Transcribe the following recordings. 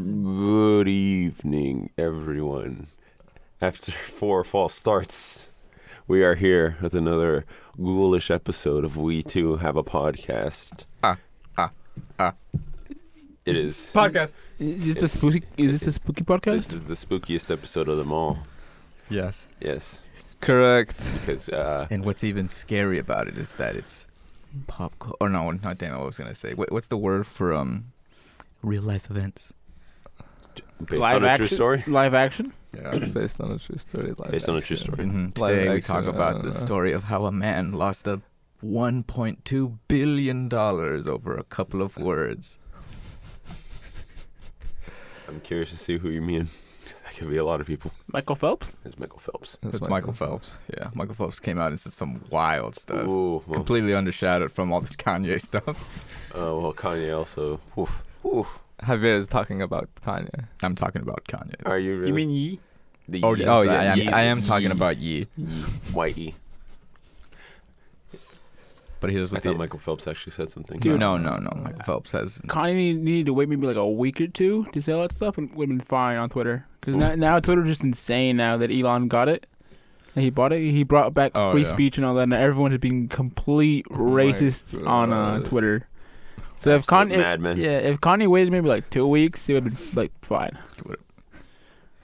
Good evening, everyone. After four false starts, we are here with another ghoulish episode of We Too Have a Podcast. Ah, ah, ah. It is. Podcast. Is this a spooky? Is this a spooky This podcast? is the spookiest episode of them all. Yes. Yes, Correct. because uh, And what's even scary about it is that it's pop culture. Or no, not damn. it, I was gonna say. Wait, what's the word for um, real life events? based on a action. true story. Live action. Yeah, based on a true story. Live Based on a true action. story. Mhm. Live Today we action, talk I about don't the know. story of how a man lost a 1.2 billion dollars over a couple of words. I'm curious to see who you mean. That could be a lot of people. Michael Phelps. It's Michael Phelps. That's Michael Phelps. Yeah, Michael Phelps came out and said some wild stuff, Ooh, well, completely undershadowed from all this Kanye stuff. uh, well, Kanye also. Oof, oof. Javier is talking about Kanye. I'm talking about Kanye. Are you really? You mean Yee? the Oh, Yeezys? yeah, oh yeah, I am, Yeezys. I am talking about Ye, Yee. Whitey. but he was I with thought the Michael Phelps actually said something. Dude, no, no, no. Michael Phelps has. Kanye needed to wait maybe like a week or two to say all that stuff, and would have been fine on Twitter. Because now, now Twitter's just insane now that Elon got it. And he bought it. He brought back Oh, free yeah. Oh speech and all that. And everyone is being complete racists on uh, God. Twitter. So if Absolute Kanye, madman. yeah, if Kanye waited maybe like two weeks, it would have been like fine. Would've-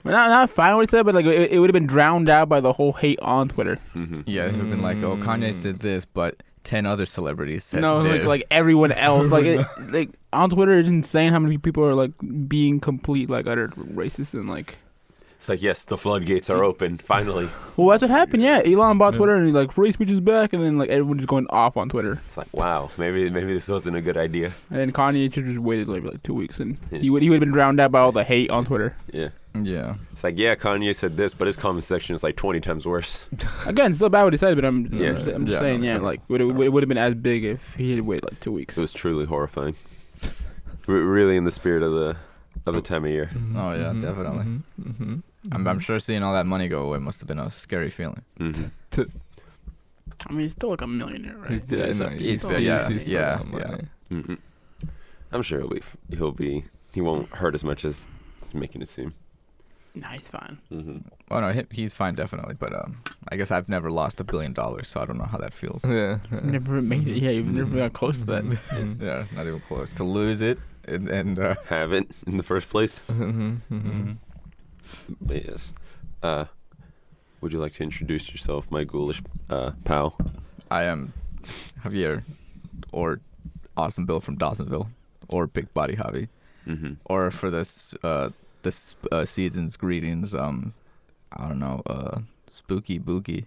Well, Not not fine what he said, but like it, it would have been drowned out by the whole hate on Twitter. Mm-hmm. Yeah, he'd have been like, "Oh, Kanye Mm. said this, but ten other celebrities said no, this." like like everyone else, like it, like on Twitter, it's insane how many people are like being complete like utter racist and like. It's like, yes, the floodgates are open, finally. Well, that's what happened. Yeah, Elon bought Yeah. Twitter and he's like free speech is back, and then like everyone's just going off on Twitter, It's like, wow, maybe maybe this wasn't a good idea. and then Kanye should just waited like, like two weeks, and he Yes. would he would have been drowned out by all the hate on Twitter. Yeah. yeah, It's like, yeah, Kanye said this, but his comment section is like 20 times worse. Again, still bad what he said, but I'm Yeah. I'm just- I'm just Yeah, saying no, yeah, terrible. like would it would- it would have been as big if he had waited like two weeks. It was truly horrifying. R- really in the spirit of the of the time of year. Oh, yeah, definitely. Mm-hmm. I'm, I'm sure seeing all that money go away must have been a scary feeling. hmm I mean, he's still like a millionaire, right? Yeah, it's a- it's a- yeah, yeah, yeah. hmm I'm sure he'll be, he'll be he won't hurt as much as it's making it seem. Nah, he's fine. hmm Oh no, he, he's fine, definitely. But um, I guess I've never lost a billion dollars, so I don't know how that feels. Yeah. Never made it. Yeah, you never got close to that. yeah, not even close to lose it, and, and uh, Haven't in the first place. Mm-hmm. But yes. Uh, would you like to introduce yourself, my ghoulish uh, pal? I am Javier, or Awesome Bill from Dawsonville, or Big Body Javi. Mm-hmm. or for this uh this uh, season's greetings um i don't know uh spooky boogie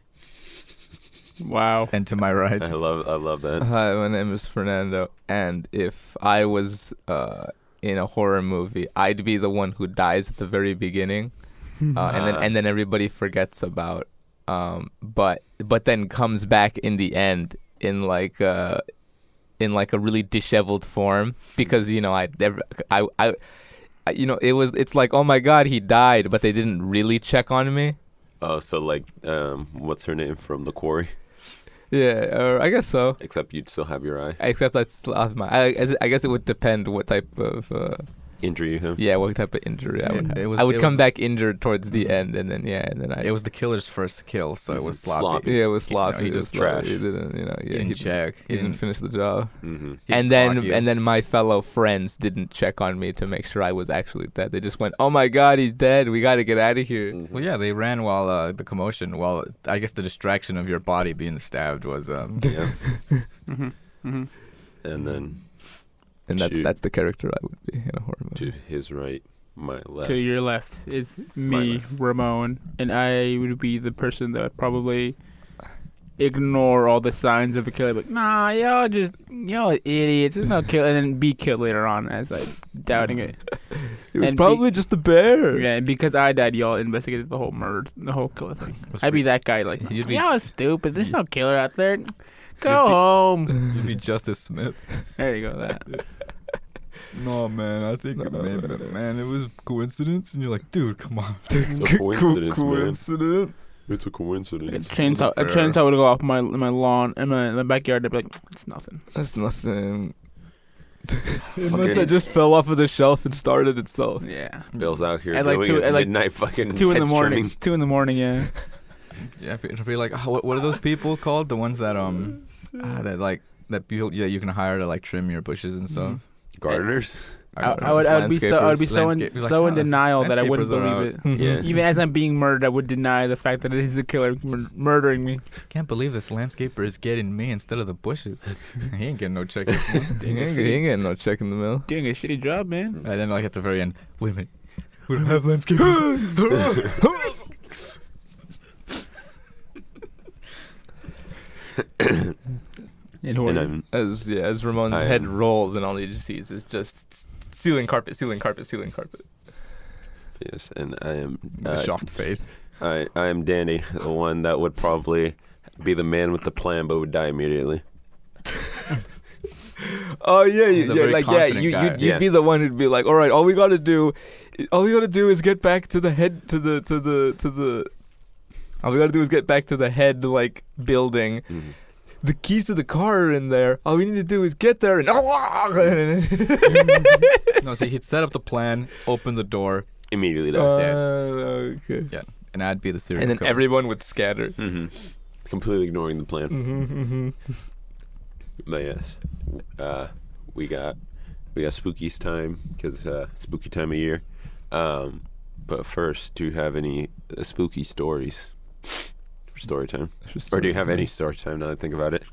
Wow. and to my right I love I love that. Hi, my name is Fernando, and if I was uh, in a horror movie, I'd be the one who dies at the very beginning, uh, and then Ah. and then everybody forgets about, um, but but then comes back in the end in like uh, in like a really disheveled form because you know I never I I. I- You know, it was. It's like, oh my God, he died, but they didn't really check on me. Oh, so like, um, what's her name from The Quarry? Yeah, or I guess so. Except you'd still have your eye. Except that's off my. I, I guess it would depend what type of uh, Injure you, him. Yeah, what type of injury I would It- have. it was- I would it come was- back injured towards the Mhm. end, and then yeah, and then I. it was the killer's first kill so it was Mhm. sloppy, Sloppy. yeah, it was you know, sloppy. he it was just sloppy. He trashed. didn't, you know, yeah, in he, check he didn't finish the job. Mm-hmm. he and didn't then clock you. and then my fellow friends didn't check on me to make sure I was actually dead. They just went, "Oh my God, he's dead. We got to get out of here." well yeah they ran while uh, the commotion while i guess the distraction of your body being stabbed was um yeah. Mm-hmm. Mm-hmm. And then And that's Shoot. that's the character I would be in a horror movie. to his right, my left. To your left is me, Ramon, and I would be the person that would probably ignore all the signs of a killer. Like, nah, y'all just y'all idiots. There's no kill, and then be killed later on as like doubting it. It was and be- probably just a bear. Yeah, and because I died, y'all investigated the whole murder, the whole killer thing. was I'd be pretty- that guy. Like, You'd be- y'all are stupid. There's no killer out there. Go home. you'd be justice smith There you go. That. no man i think No, no, no, no, no. man it was coincidence and you're like dude come on It's a coincidence, man. coincidence. It's a A coincidence. chainsaw, a chainsaw would go off my my lawn in my, in my backyard. I'd be like, it's nothing. That's nothing. It must have just fell off of the shelf and started itself. Yeah. Bill's out here At like doing two- his at like midnight fucking Two in the hedge morning. trimming. Two in the morning. Yeah. Yeah, it'll be- it'll be like oh, what, what are those people called? The ones that um ah, that like that people yeah you can hire to like trim your bushes and stuff. Gardeners. Mm-hmm. I, I would. I would be so. I would be so in, Landscapers. Landscapers, so like, in huh, denial that I wouldn't landscapers are believe it. Yeah. Even as I'm being murdered, I would deny the fact that it is a killer mur- murdering me. Can't believe this landscaper is getting me instead of the bushes. he ain't getting no check. this month. He ain't getting no check in the mail. Doing a shitty job, man. and then like at the very end, wait a minute, we don't have landscapers. And And horrible. I'm As yeah, as Ramon's I head am- rolls and all he just sees is just s- ceiling carpet, ceiling carpet, ceiling carpet. yes, and I am the uh, shocked face. I I am Danny, the one that would probably be the man with the plan, but would die immediately. Oh yeah, He's you- a yeah, very like yeah, confident you guy. you'd, you'd Yeah. be the one who'd be like, all right, all we gotta do, all we gotta do is get back to the head to the to the to the. All we gotta do is get back to the head like building. Mhm. The keys to the car are in there. All we need to do is get there and. No, see, he'd set up the plan, open the door, Immediately die. Uh, dead. okay. and I'd be the serial. And then killer. everyone would scatter. hmm Completely ignoring the plan. hmm hmm But yes, uh, we got we got spooky's time because uh, spooky time of year. Um, but first, do you have any uh, spooky stories for story time, or do you have any story time? Now that I think about it,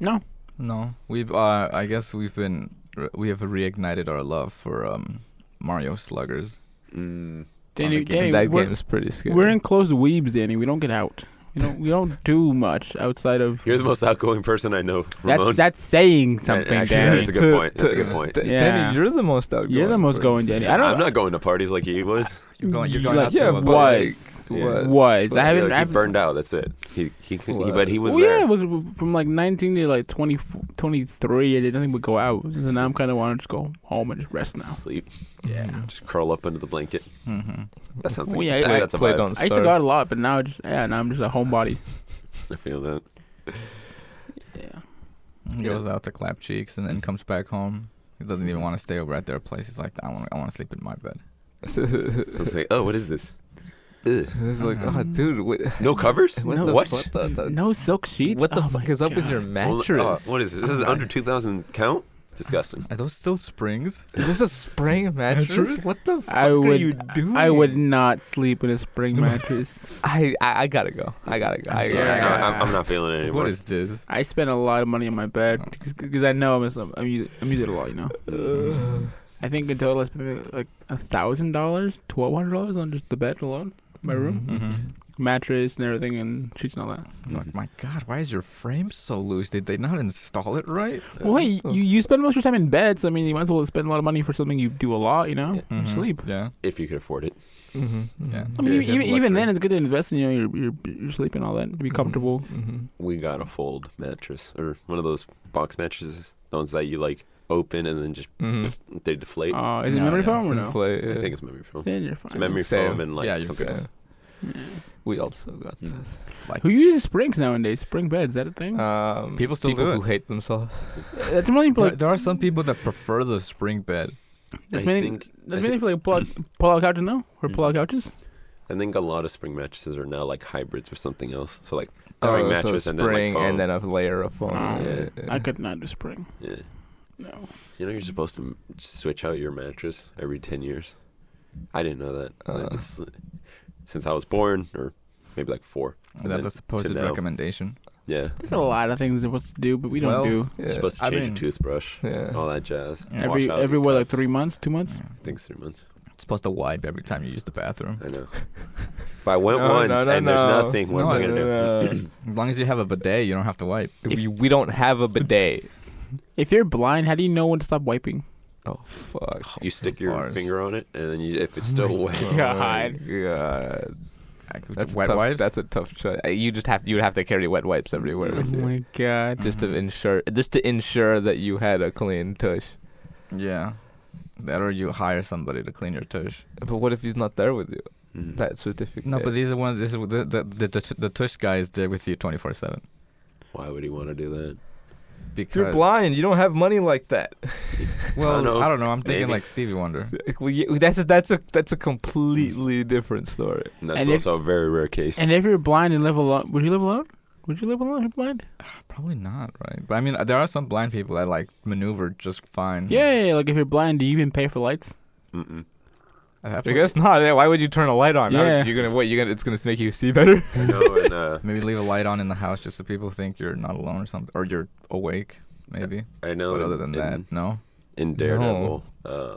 no. No, we've. Uh, I guess we've been. We have reignited our love for um, Mario Sluggers. mm, Danny, the game. Danny, that we're, game's pretty scary. we're enclosed weebs, Danny. We don't get out. We don't. We don't do much outside of. you're the most outgoing person I know, Ramon. That's that's saying That- something, actually, that Danny. is a good point. That's a good point. Th- Yeah. Danny, you're the most outgoing. You're the most person. going, Danny. I don't. I'm not going to parties like he was. You're going. You're Ye- going like, out to yeah, a- but- was Yeah. was. I haven't. Like, I he haven't burned out. That's it. He he, he Well, but he was well, there. yeah, it was from like 19 to like 20, 23, I did nothing but go out. So now I'm kind of wanting to just go home and just rest now. Sleep. Yeah. Just curl up under the blanket. Mhm. That sounds like Well, yeah, I think I that's a played vibe. on I used to go out a lot, but now I just yeah, now I'm just a homebody. I feel that. Yeah. He Yeah. goes out to clap cheeks and then comes back home. He doesn't even want to stay over at their place. He's like, I want. I want to sleep in my bed. I was like, oh, what is this? Ugh. It's like, oh, dude, what, No covers? what No, the what? What the, the, Um, No silk sheets. Uh, what the Oh my fuck is up with your God. Well, mattress? uh, what is this? This is under 2,000 count? Disgusting. Are those still springs? Is this a spring mattress? Mattress? What the fuck I are would- you doing? I would not sleep in a spring mattress. I, I I gotta go. I gotta go. I, I'm Yeah, sorry. gotta go. no, I'm, I'm not feeling it anymore. What is this? I spend a lot of money on my bed Oh. because I know I'm using, I'm using, I'm using it a lot. You know, Mm-hmm. Uh, I think in total I spent like a thousand dollars, twelve hundred dollars on just the bed alone, my Mm-hmm. room, Mhm. mattress and everything, and sheets and all that. Uh, I'm like, my God, why is your frame so loose? Did they not install it right? Well, hey, oh. you, you spend most of your time in bed, so I mean, you might as well spend a lot of money for something you do a lot, you Yeah. know? You Mhm. Mm-hmm. Sleep. Yeah. If you could afford it. mhm, Yeah. I mean, Yeah, e, even, you have even, even luxury. then, it's good to invest in you know, your, your, your sleep and all that to be comfortable. mhm. We got a fold mattress or one of those box mattresses, the ones that you like open and then just Mhm. they deflate. Uh, is it No, memory yeah. foam or And no? play, I uh, think it's memory foam. Then you're It's fine. memory Same. foam and like Yeah, you something say. else. Yeah. we also got Mm. Who uses springs nowadays? Spring beds, is that a thing? that. Um, People still do who it. hate themselves. that's many people. There, Like, there are some people that prefer the spring bed. that's I many. think- that's I many people like pull out, pull out couches now or pull out couches. I think a lot of spring mattresses are now like hybrids or something else. So like Oh, spring so mattress and then like spring foam. and then a layer of foam. Oh, yeah. Yeah. I could not do spring. yeah. No. You know you're supposed to m- switch out your mattress every 10 years. I didn't know that. Like, Uh. it's- since I was born or maybe like 4. Is that the supposed now. recommendation? Yeah. There's a lot of things they're supposed to do, but we don't Well, do. You're Yeah. supposed to I change your mean- toothbrush. Yeah. All that jazz. Yeah. Wash Every out your every what like cups. three months, two months. I think it's three months. It's supposed to wipe every time you use the bathroom. I know. If I went No, once no, no, and there's no. nothing, what No, am I going to no, do? no, no. As long as you have a bidet, you don't have to wipe. we, we don't have a bidet. If you're blind, how do you know when to stop wiping? Oh fuck. You stick your Bars. finger on it, and then you, if it's still wet, God. God. I could- That's a wet tough, wipes. That's a tough choice. Uh, You just have you would have to carry wet wipes everywhere Oh with you, my god. just to Mhm. ensure just to ensure that you had a clean tush. yeah. That or you hire somebody to clean your tush. But what if he's not there with you? Mhm. That specific. No, day. but these are one. This is the the the, the, tush guy is there with you twenty four seven why would he want to do that? because You're blind. You don't have money like that. well, I don't know. I am thinking Maybe. like Stevie Wonder. Like, we- that's a, that's a that's a completely different story. And that's And if- also a very rare case. And if you're blind and live alone, would you live alone? Would you live alone if you're blind? Probably not, right? But I mean, there are some blind people that like maneuver just fine. Yeah, yeah, yeah, like if you're blind, do you even pay for lights? Mm-mm. I have I to- guess not. Yeah, Why would you turn a light on? How- Yeah. You're gonna what? You're gonna it's gonna make you see better. I know, and uh, Maybe leave a light on in the house just so people think you're not alone or something, or you're awake, maybe. I know. But in- other than in- that, no. in Daredevil. Uh,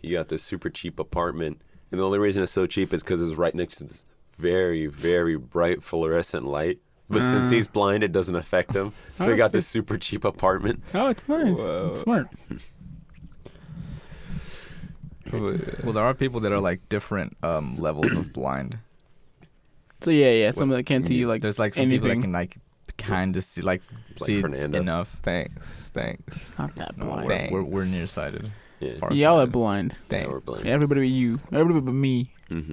he got this super cheap apartment, and the only reason it's so cheap is because it's right next to this very, very bright fluorescent light. But since Uh. he's blind, it doesn't affect him. So he got this super cheap apartment. Oh, it's nice. Whoa. It's smart. Well, there are people that are like different um, levels of blind. So yeah, yeah, someone that can't see you like There's like some people that can anything. like kind of see, like, Like see Fernando. enough. Thanks, thanks, not that No, blind. Oh, we're, we're, we're Thanks. nearsighted. Yeah, Far Y'all are sighted. blind. yeah thanks. we're blind. Everybody but you. Everybody but me. hmm Are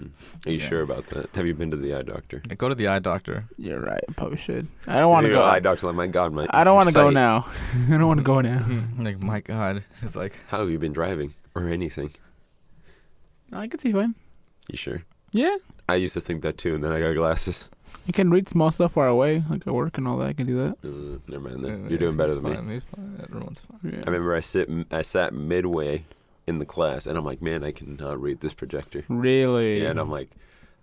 you Yeah. sure about that? Have you been to the eye doctor? Yeah, Go to the eye doctor. You're right. I probably should. I don't want to You know, go. Eye doctor, like my God, my. I don't want to go sight. now. I don't want to go now. like, my God. It's like, How have you been driving or anything? I can see fine. You sure? Yeah, I used to think that too, and then I got glasses. I can read small stuff far away, like at work and all that. I can do that. Uh, never mind. Then. Yeah, You're doing it's- better it's than me. fine, it's fine, Everyone's fine. Yeah. I remember I sit, I sat midway in the class, and I'm like, man, I cannot read this projector. really? Yeah, and I'm like,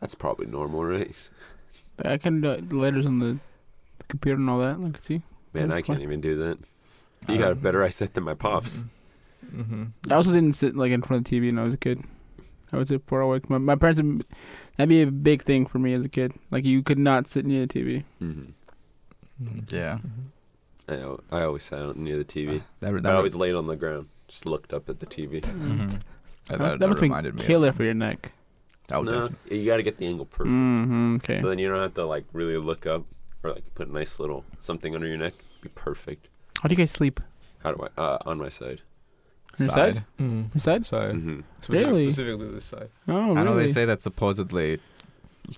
that's probably normal, right? But I can do it- letters on the computer and all that. Like, see, Man, I can't even do that. You got a better eyesight than my pops. Mm-hmm. I also didn't sit like in front of the TV when I was a kid. I would sit far away. My my parents would- that'd be a big thing for me as a kid. Like you could not sit near the TV. Mhm. mm, yeah. Uh, I, al- I always sat out near the TV. That, re- I that, re- always laid on the ground, just looked up at the TV. Mm-hmm. Mhm. Yeah, that, That, that must have been reminded me. killer for your neck. That would no, definitely- you got to get the angle perfect, Mm-hmm. Okay. so then you don't have to like really look up or like put a nice little something under your neck. Be perfect. How do you guys sleep? How do I? Uh, on my side. Your side? Mm-hmm. Mm. Your side? Side. hmm Specific- Really? Specifically this side. Oh, really? I know they say that supposedly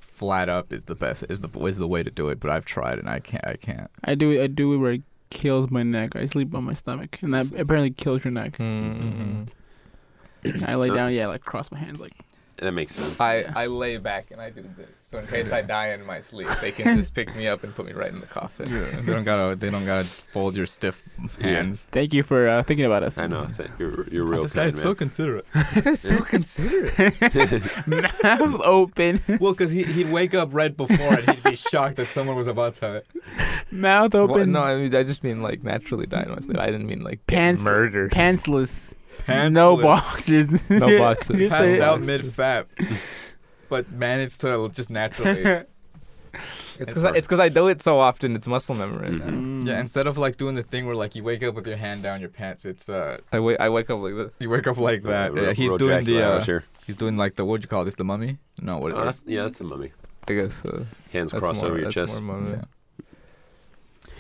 flat up is the best is the is the way to do it, but I've tried and I can't I can't. I do. it- I do it where it kills my neck. I sleep on my stomach, and that apparently kills your neck. Mm-hmm. mm I lay down. Yeah, like cross my hands. Like That makes sense. I, Yeah. I lay back and I do this. So in case I die in my sleep, they can just pick me up and put me right in the coffin. they don't gotta they don't gotta fold your stiff hands. thank you for uh, thinking about us. I know. Th- you're you're real this kind, guy's man. so considerate. so considerate. Mouth open. well, because he he'd wake up right before and he'd be shocked that someone was about to. Mouth Well, open. no, I, mean, I just mean like naturally die in my sleep. I didn't mean like get Pants- murdered. Pantsless. Pants No slip. boxers. No You're- boxers. you're passed saying- out mid fap, but managed to just naturally. It's because I, it's 'cause I do it so often. It's muscle memory. now. Mhm. Yeah, instead of like doing the thing where like you wake up with your hand down your pants, it's uh I wake I wake up like this. you wake up like that. Yeah, Yeah, real- he's real doing Jack the uh, Bauer, sure. he's doing like the what do you call this the mummy? No, what Oh, that's, yeah, that's a mummy. I guess uh, Hands that's crossed more, over your that's chest. More mummy. Yeah.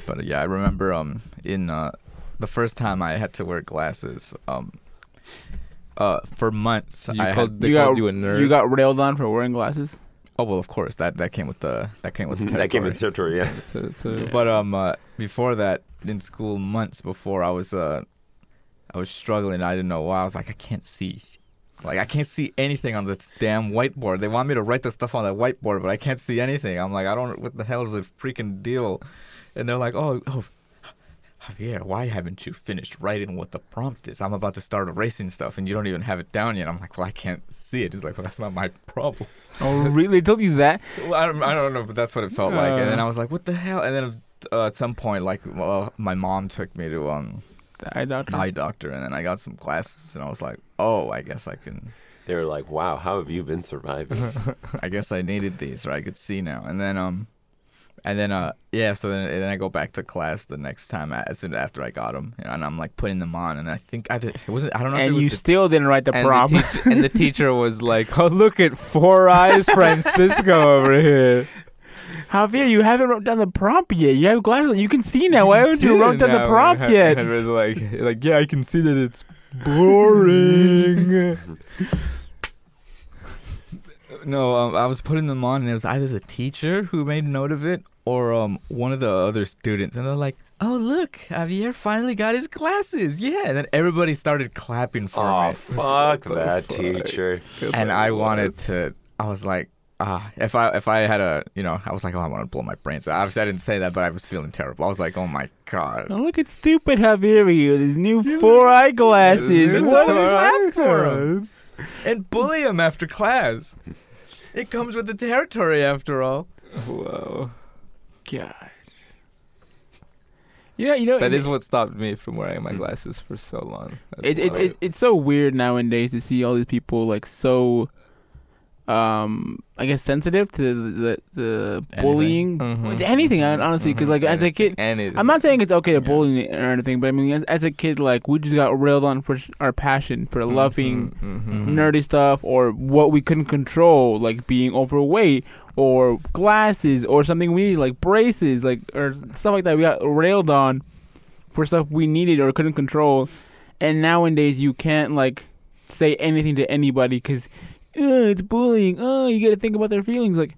But uh, yeah, I remember um in uh the first time I had to wear glasses um uh for months You I called, had, they You called got- you a nerd. You got railed on for wearing glasses. oh well of course that that came with the that came with the that came territory. with territory. Yeah. It's a, it's a, Yeah. But um uh, before that in school months before I was uh I was struggling I didn't know why I was like I can't see like I can't see anything on this damn whiteboard. They want me to write the stuff on the whiteboard, but I can't see anything. I'm like, I don't. What the hell is the freaking deal? And they're like, Oh, oh, Javier, why haven't you finished writing what the prompt is? I'm about to start erasing stuff, and you don't even have it down yet. I'm like, Well, I can't see it. He's like, Well, that's not my problem. Oh, really? They told you that? Well, I don't, I don't know, but that's what it felt like. And then Uh. I was like, what the hell? And then uh, at some point, like, well, my mom took me to um The eye doctor. eye doctor, and then I got some glasses, and I was like, oh, I guess I can, They were like, "Wow, how have you been surviving?" I guess I needed these, or I could see now. And then um, and then uh, yeah. So then, and then I go back to class the next time a- as soon after I got them, and I'm like putting them on, and I think I did, it wasn't, I don't know. if it and was you the- still didn't write the and, prompt. The teacher, and the teacher was like, "Oh, look at Four Eyes Francisco over here." Javier, you haven't wrote down the prompt yet. You have glasses. You can see now. You Why can haven't see you it wrote down now. the prompt And yet? It was like, like yeah, I can see that it's boring. No, um, I was putting them on, and it was either the teacher who made note of it or um, one of the other students, and they're like, oh look, Javier finally got his glasses. Yeah, and then everybody started clapping for Oh, me. fuck that Fuck. teacher. and I wanted to. I was like, ah, if I if I had a, you know, I was like, oh, I want to blow my brains. out. Obviously, I didn't say that, but I was feeling terrible. I was like, oh my god. Now look at stupid Javier here. These new four eyeglasses. It's What all is right. that? for him. And bully him after class. It comes with the territory, after all. Wow. God. Yeah, you know That it- is what stopped me from wearing my glasses for so long. That's Mm-hmm. it, it, why. it it's so weird nowadays to see all these people like so um i guess sensitive to the the, Anything. bullying Mhm. to anything hon- honestly because Mhm. like as a Anything, kid anything. i'm not saying it's okay to Yeah. bully or anything but i mean as, as a kid like we just got railed on for sh- our passion for Mm-hmm. loving Mhm. nerdy stuff or what we couldn't control like being overweight or glasses or something we needed like braces like or stuff like that we got railed on for stuff we needed or couldn't control and nowadays you can't like say anything to anybody because it's bullying oh you gotta think about their feelings like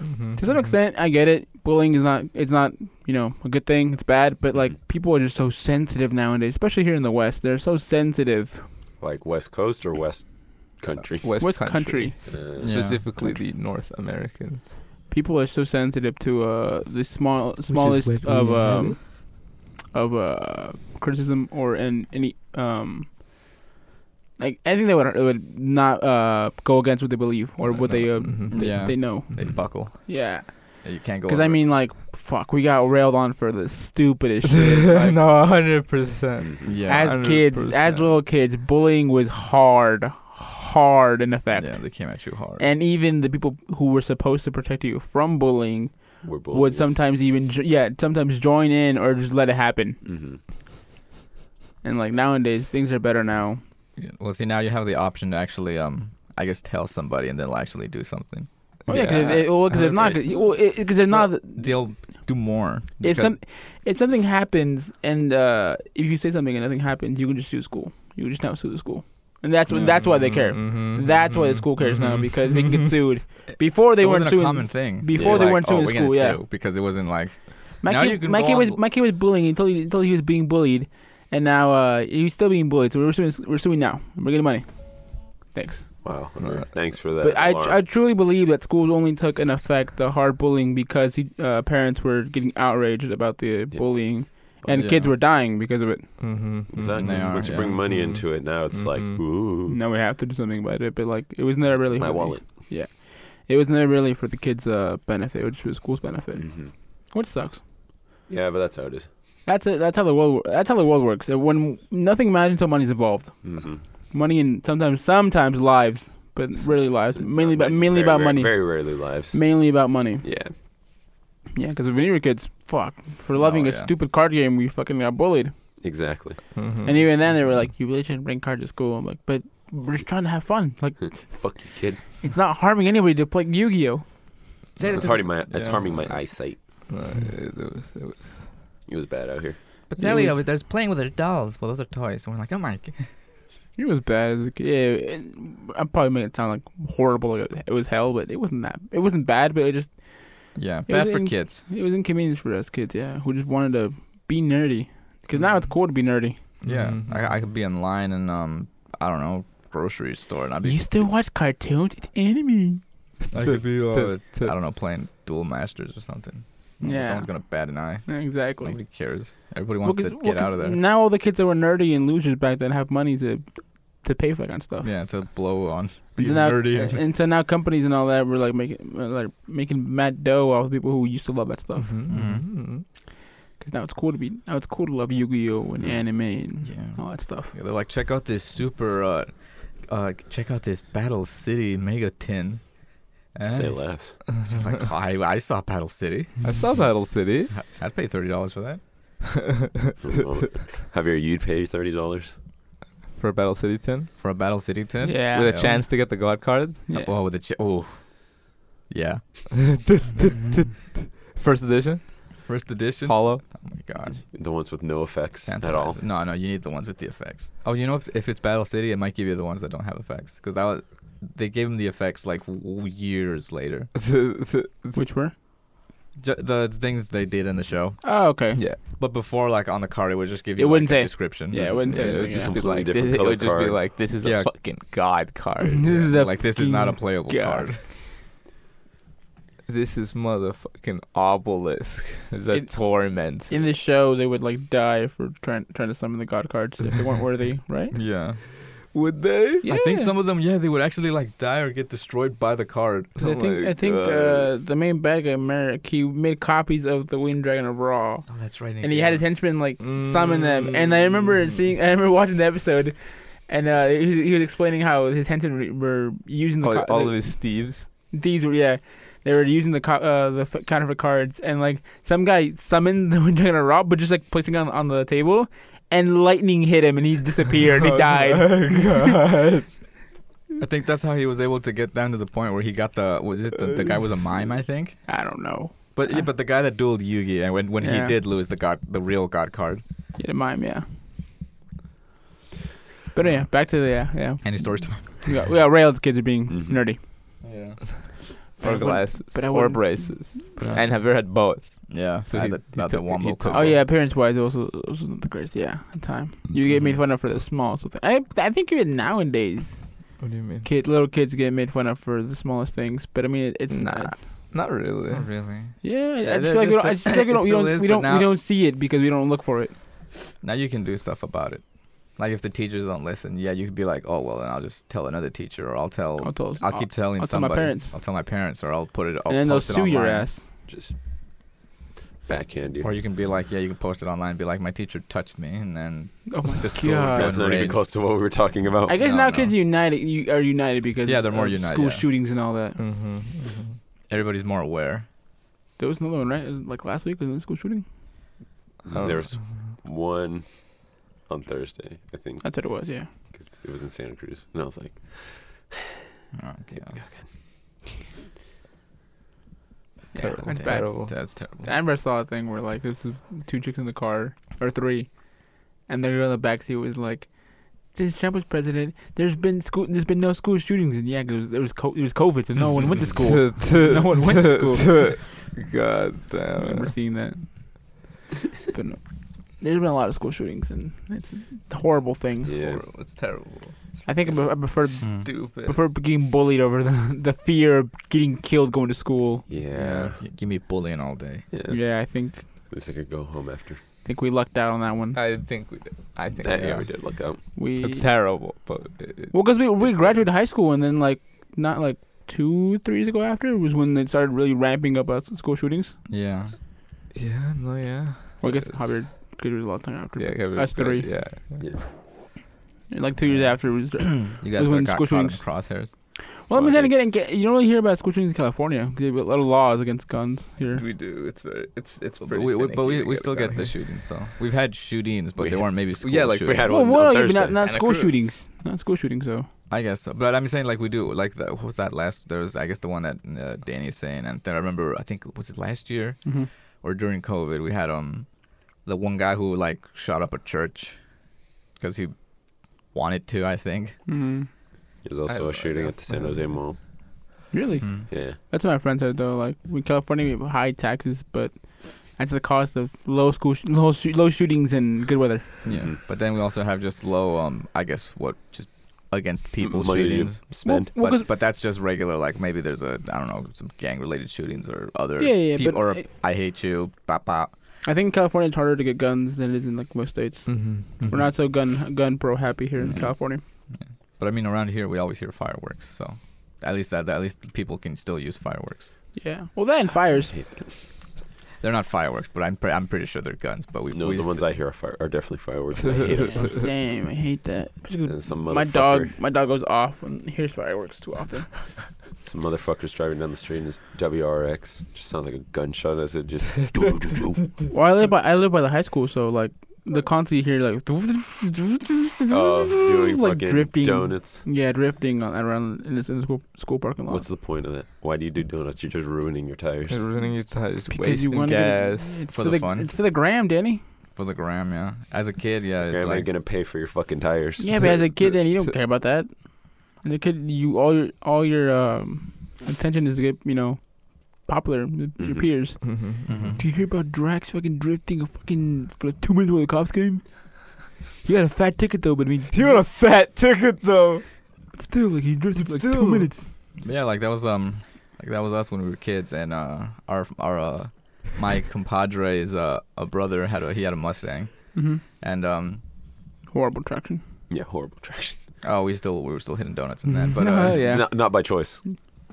Mhm. to some extent i get it bullying is not it's not you know a good thing it's bad Mm-hmm. but like people are just so sensitive nowadays especially here in the west they're so sensitive Like West Coast or West Country? West, west country, country Uh, Yeah. specifically the North Americans. people are so sensitive to uh, the small smallest what we of inhabit. um, of uh, criticism or in any um like anything that would it would not uh, go against what they believe or what they uh, Mhm. they, Mm-hmm. Yeah. they know. um, They buckle. Yeah, You can't go. because I over it. mean, like, fuck, we got railed on for the stupidest shit. Like, no, hundred percent. mhm. yeah, as kids, as 100%. little kids, bullying was hard, hard in effect. yeah, they came at you hard. And even the people who were supposed to protect you from bullying We're both. would sometimes even jo- yeah sometimes join in or just let it happen hmm and like nowadays things are better now Yeah, Well, see, now you have the option to actually, um, I guess, tell somebody, and they'll actually do something. oh, yeah because if, well, 'cause if not because if not They'll do more. if, because- some, if something happens and uh, if you say something and nothing happens you can just sue school you can just now sue the school and that's what that's why they care Mhm. that's why the school cares now Mm-hmm. because they can get sued before Mm-hmm. they it weren't wasn't suing a common thing before they Like, weren't oh, suing we're school, gonna yeah. sue, because it wasn't like My Now kid, you can my go kid on- was my kid was bullying until he until he was being bullied, and now uh, he's still being bullied. So we're suing we're suing now. We're getting money. Thanks. Wow. Alright. Thanks for that. But I, alarm. I truly believe that schools only took in effect the hard bullying because he, uh, parents were getting outraged about the bullying, and Oh, yeah. kids were dying because of it. Mhm. Exactly. They are, Once you yeah. bring money Mhm. into it, now it's Mhm. like, ooh, Now we have to do something about it. But like it was never really my for the- wallet. It was never really for the kids' uh, benefit, which was school's benefit, Mm. Mhm. which sucks. Yeah, but that's how it is. That's it. That's how the world. That's how the world works. When nothing matters until money's involved. Mm-hmm. money and sometimes sometimes lives, but really lives. mainly about mainly about money. uh, Very rarely lives. mainly about money. Yeah. Yeah, because when you were kids, fuck, for loving Oh, a yeah. stupid card game, we fucking got bullied. Exactly. Mhm. And even then, they were like, "You really shouldn't bring cards to school." I'm like, "But we're just trying to have fun. Like, Fuck you, kid. it's not harming anybody to play Yu-Gi-Oh." It's harming my. It's yeah. harming my eyesight. No, it was, it was, It was bad out here. But It Sally was- was, there's playing with her dolls. Well, those are toys. And we're like, oh my. g- It was bad. As a kid. Yeah, it, I'm probably making it sound like horrible. like It was hell, but it wasn't that. It wasn't bad, but it just Yeah, was bad for in- kids. it was inconvenience for us kids. Yeah, who just wanted to be nerdy. Because now it's cool to be nerdy. Yeah, Mhm. I, I could be in line and um, I don't know, grocery store, and I'd be, You still watch cartoons? It's anime. I could be, uh, to- I to- don't know, playing Duel Masters or something. No- Yeah. no one's gonna bat an eye. Yeah, Exactly. Nobody cares. Everybody wants to Well, 'cause- get well, out of 'cause there. Now all the kids that were nerdy and losers back then have money to to pay for that kind of stuff. Yeah, to blow on. And being so now, nerdy. and so now companies and all that were like making uh, like making mad dough off the people who used to love that stuff. Mhm, Mhm. mhm. Because now it's cool to be now it's cool to love Yu-Gi-Oh and anime and Mm-hmm. Yeah. all that stuff. Yeah, they're like, check out this super, uh, uh, check out this Battle City Mega Tin. Eh? Say less. like, I, I saw Battle City. I saw Battle City. I- I'd pay thirty dollars for that. Javier, you'd pay thirty dollars. For Battle City 10? For a Battle City tin? Yeah. With a Yeah. chance to get the God card? yeah. Oh, with a ch- oh, yeah. First edition? First edition. Oh Hollow? my god. The ones with no effects at all. Sanitizer. No, no, you need the ones with the effects. Oh, you know, if, if it's Battle City, it might give you the ones that don't have effects because that was, they gave them the effects like w- years later. Which were ju- the things they did in the show. Oh, okay. Yeah. But before, like on the card, it would just give It you like, wouldn't a say- description. yeah, it wouldn't say it would anything, just yeah. be like Completely this, it different would just be card. like this is Yeah. a fucking god card. This is a like this is not a playable God. card. This is motherfucking obelisk. The It- torment. In the show, they would like die for trying trying to summon the god cards if they weren't worthy, right? Yeah. Would they? I think some of them, yeah, they would actually like die or get destroyed by the card. Oh I Oh think I think uh, the main bad guy Merrick he made copies of the Wind Dragon of Raw, Oh, that's right. and he had his henchmen like summon them. And I Mm. remember seeing, I remember watching the episode, and uh, he, he was explaining how his henchmen re- were using the all, co- all the- of his Steves. these were yeah. They were using the co- uh, the f- counterfeit cards, and like some guy summoned the Wind Dragon of Raw, but just like placing it on on the table, and lightning hit him, and he disappeared. he died. Oh God. I think that's how he was able to get down to the point where he got the was it the, the guy was a mime, I think. I don't know. But yeah, but the guy that dueled Yugi, and when when he Yeah. did lose the god, the real god card. Yeah, the mime, yeah. But yeah, back to the yeah, yeah. Any stories time? We got, we got railed kids are being Mhm. Mm-hmm. nerdy. Yeah. or glasses. but I or wouldn't- braces. but I- and have you had both? Yeah. So So he, he- the, he not the took- wombo he took- combo. Oh yeah, appearance wise, it was, it was not the greatest. Yeah, at the time you get Mm-hmm. made fun of for the small something. I I think even nowadays, What do you mean? kid little kids get made fun of for the smallest things. But I mean, it's Nah. not. Not really. Not really. Yeah, Yeah, I just they're feel like we just don't. I the- just feel like it we don't. We still don't. is, we but don't. now- we don't see it because we don't look for it. Now you can do stuff about it. Like if the teachers don't listen, yeah, you could be like, oh well, then I'll just tell another teacher, or I'll tell, I'll I'll, tell. keep telling I'll tell my somebody, parents. I'll tell my parents, or I'll put it. I'll and then they'll post it sue your online. ass. Just backhand you. Or you can be like, yeah, you can post it online, be like, my teacher touched me, and then Oh my The school god. That's not even Rage. close to what we were talking about. I guess No, now no. kids united you are united because Yeah, they're more of united, School yeah. shootings and all that. Mm-hmm. everybody's more aware. There was another one, right? Like last week was another school shooting. There was one on Thursday, I think, That's what it was. Yeah. because it was in Santa Cruz, and I was like, Oh, God. Yeah, Terrible, that's bad. terrible. That's terrible. I remember I saw a thing where like this was two chicks in the car or three, and the girl in the backseat was like, "Since Trump was president, there's been school, there's been no school shootings, and yeah, 'cause there was there was, co- there was COVID, and no one went to school." No one went to school. God I damn remember it. seeing that. but no, there's been a lot of school shootings, and it's a horrible thing. yeah, It's terrible. I think I be- I prefer Hmm. Stupid. prefer getting bullied over the the fear of getting killed going to school. yeah, Y- Give me bullying all day. yeah. Yeah, I think At least I could go home after. think we lucked out on that one. I think we did. I think Yeah, we yeah, are. we did look up. We It's terrible, but it, it, Well, because we we graduated high school and then like not like two three years ago after was when they started really ramping up uh, school shootings. Yeah. yeah, no, yeah. Well, I guess Yes. Javier graduated a lot of time after. Yeah, but okay, we- us three. Yeah, And, Like two years after. Was, You was guys when got school caught in the shootings- crosshairs. well, I mean, Well, then again, it's- in Ca- you don't really hear about school shootings in California. 'cause They have a lot of laws against guns here. we do. It's very, it's, it's But pretty we, we- but we, finicky we to still it down get the here. shootings though. We've had shootings, but We they had- weren't maybe school yeah, like, we shootings. had Well, one well, on yeah, but not, Thursday. not Santa school Cruz. shootings. Not school shootings though. I guess so. But I'm saying like we do like the what was that last there was I guess the one that uh, Danny's saying and then I remember I think was it last year Mm-hmm. or during COVID we had um the one guy who like shot up a church because he wanted to I think. Mm-hmm. There's I don't also know, a shooting yeah. at the San Jose Mall. Really? Mm-hmm. Hmm. Yeah, That's what my friend said though. Like in California, we have high taxes, but that's the cost of low school sh- low, sh- low shootings and good weather. Yeah, Mhm. but then we also have just low um I guess what just against people Money to shootings. spend. Well, 'cause- but, but that's just regular. Like maybe there's a I don't know some gang related shootings or other Yeah, yeah, yeah, peop- but or it- I hate you pop pop. I think in California it's harder to get guns than it is in like most states. Mm-hmm. We're not so gun gun pro happy here in Yeah. California. But I mean around here we always hear fireworks, so at least that at least people can still use fireworks. Yeah. Well, that and fires. They're not fireworks, but I'm pre- I'm pretty sure they're guns. But we No, we the s- ones I hear are, fire- are definitely fireworks. and I hate 'em. Same. I hate that. And some My dog. motherfucker- My dog goes off when he hears fireworks too often. Some motherfuckers driving down the street in his WRX. Just sounds like a gunshot as it just. oh, well, I live by I live by the high school, so like the constantly hear like uh, doing like fucking drifting. donuts. Yeah, drifting on, around in this in the school school parking lot. What's the point of that? Why do you do donuts? You're just ruining your tires. Ruining your tires, because you wasting want gas. it's For the for the, fun. It's for the gram, Danny. for the gram. Yeah, as a kid, yeah, Okay, it's am I like gonna pay for your fucking tires? Yeah, but as a kid, then you don't care about that. As a kid, you all your all your um, attention is to get you know popular with your Mhm. peers. Mm-hmm. Did you hear about Drax fucking drifting a fucking for like two minutes while the cops came? He got a fat ticket though, but I mean, You got a fat ticket though. still like he drifted for like Still. two minutes. Yeah, like that was um, like that was us when we were kids, and uh, our our uh, my compadre's uh, a brother had a he had a Mustang, Mm-hmm. and um, Horrible traction. Yeah, horrible traction. oh, we still we were still hitting donuts and then, but uh, Oh, yeah. Not, not by choice.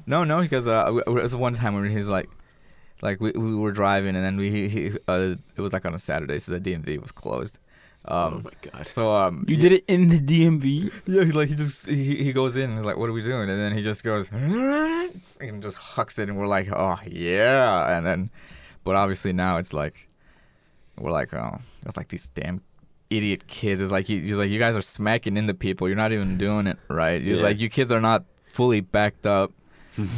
no, no, because uh, w- w- it was one time when he's like. Like we, we were driving and then we he, he, uh, it was like on a Saturday so the DMV was closed, oh um my god. so um You did it in the DMV. Yeah, he like he just he, he goes in and he's like, "What are we doing?" And then he just goes and just hucks it, and we're like, "Oh yeah!" And then, but obviously now it's like we're like, "Oh, it's like these damn idiot kids." It's like he, he's like, "You guys are smacking into people. You're not even doing it right." He's Yeah. like, "You kids are not fully backed up."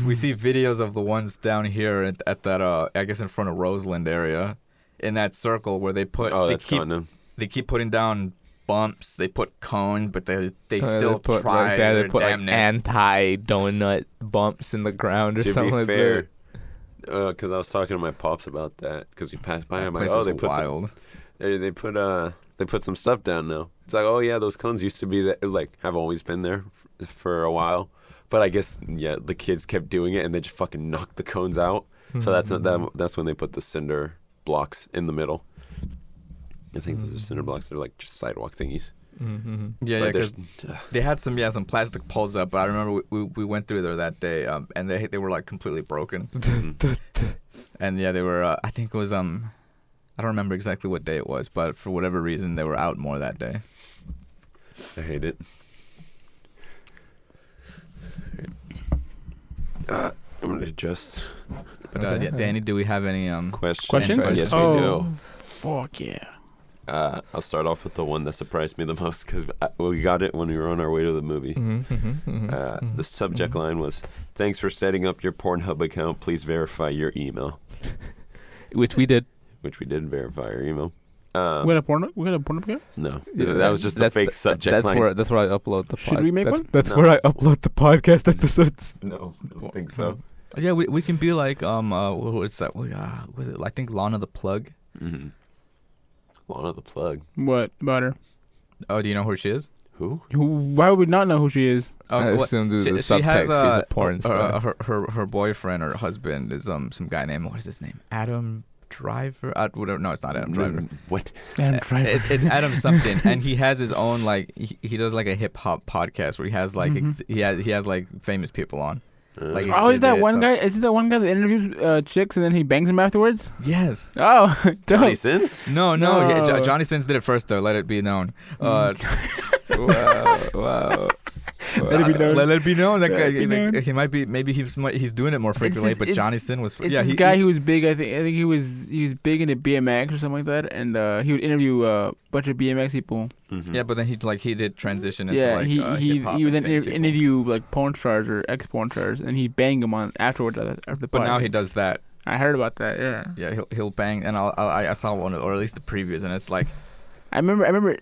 we see videos of the ones down here at, at that uh, I guess in front of Roseland area, in that circle where they put oh, they that's keep condom. they keep putting down bumps. They put cones, but they they Uh, still put, try Like, yeah, they their put like damnness. anti donut bumps in the ground or To something be like fair, because I was talking to my pops about that because we passed by That him. Like, place oh, is they put some, wild. they, they put uh they put some stuff down now. It's like, oh yeah, those cones used to be that like have always been there f- for a while, but I guess yeah, the kids kept doing it and they just fucking knocked the cones out. that. So that's not that, that's when they put the cinder blocks in the middle. I think those are cinder blocks. They're like just sidewalk thingies. Mm-hmm. Yeah, yeah. But 'cause there's- They had some yeah some plastic poles up, but I remember we, we, we went through there that day, um, and they they were like completely broken. Mm-hmm. and yeah, they were. Uh, I think it was um, I don't remember exactly what day it was, but for whatever reason they were out more that day. I hate it. Uh, I'm gonna adjust. But uh, Okay. yeah, Danny, do we have any um? Questions? Questions? Yes, we oh, do. fuck yeah. Uh, I'll start off with the one that surprised me the most because we got it when we were on our way to the Mm-hmm. movie. Mm-hmm. Mm-hmm. Uh, the subject line was, "Thanks for setting up your Pornhub account. Please verify your email," Which we did. which we did verify your email. Um, we got a porno. We got a porno account. no, that was just a That's fake the- subject That's line. where that's where I upload the. Should pod- we make that's, one? That's No. where I upload the podcast episodes. No, I don't think so. Yeah, we, we can be like um uh what was that? We, uh, was it I think Lana the Plug? Mm-hmm. Lana the plug. What about her? Oh, do you know who she is? Who? Who, why would we not know who she is? Oh, I what- assume the, she- the she subtext. has, She's uh, a porn uh, star. her, her her boyfriend or husband is um some guy named what is his name? Adam Driver. Ad, whatever. No, it's not Adam Driver. Mm, What? Adam Uh, Driver. It's, it's Adam something, and he has his own like he, he does like a hip hop podcast where he has like Mm-hmm. ex- he has he has like famous people on. Like, Uh, Oh, is that exhibit, one so- guy? Is it that one guy that interviews uh, chicks and then he bangs them afterwards? Yes. Oh, Johnny dope. Sins? No, no. yeah, Jo- No. Johnny Sins did it first though. Let it be known. Uh, wow, wow. Mm. Let it be known. Let it be known. That Let guy, it be like, known. he might be. Maybe he's mi- he's doing it more frequently. this- but it's- Johnny Sin was. It's yeah, this he, guy he- who was big. I think I think he was he was big into BMX or something like that, and uh, he would interview uh, a bunch of BMX people. Mm-hmm. Yeah, but then he like he did transition into yeah, like he uh, he hip-hop he would and then famous inter- people. interview like porn stars or ex porn stars, and he bang them on afterwards after the- after the But now podcast. he does that. I heard about that. Yeah, Yeah, he'll he'll bang, and I'll, I'll I saw one or at least the previews, and it's like I remember. I remember.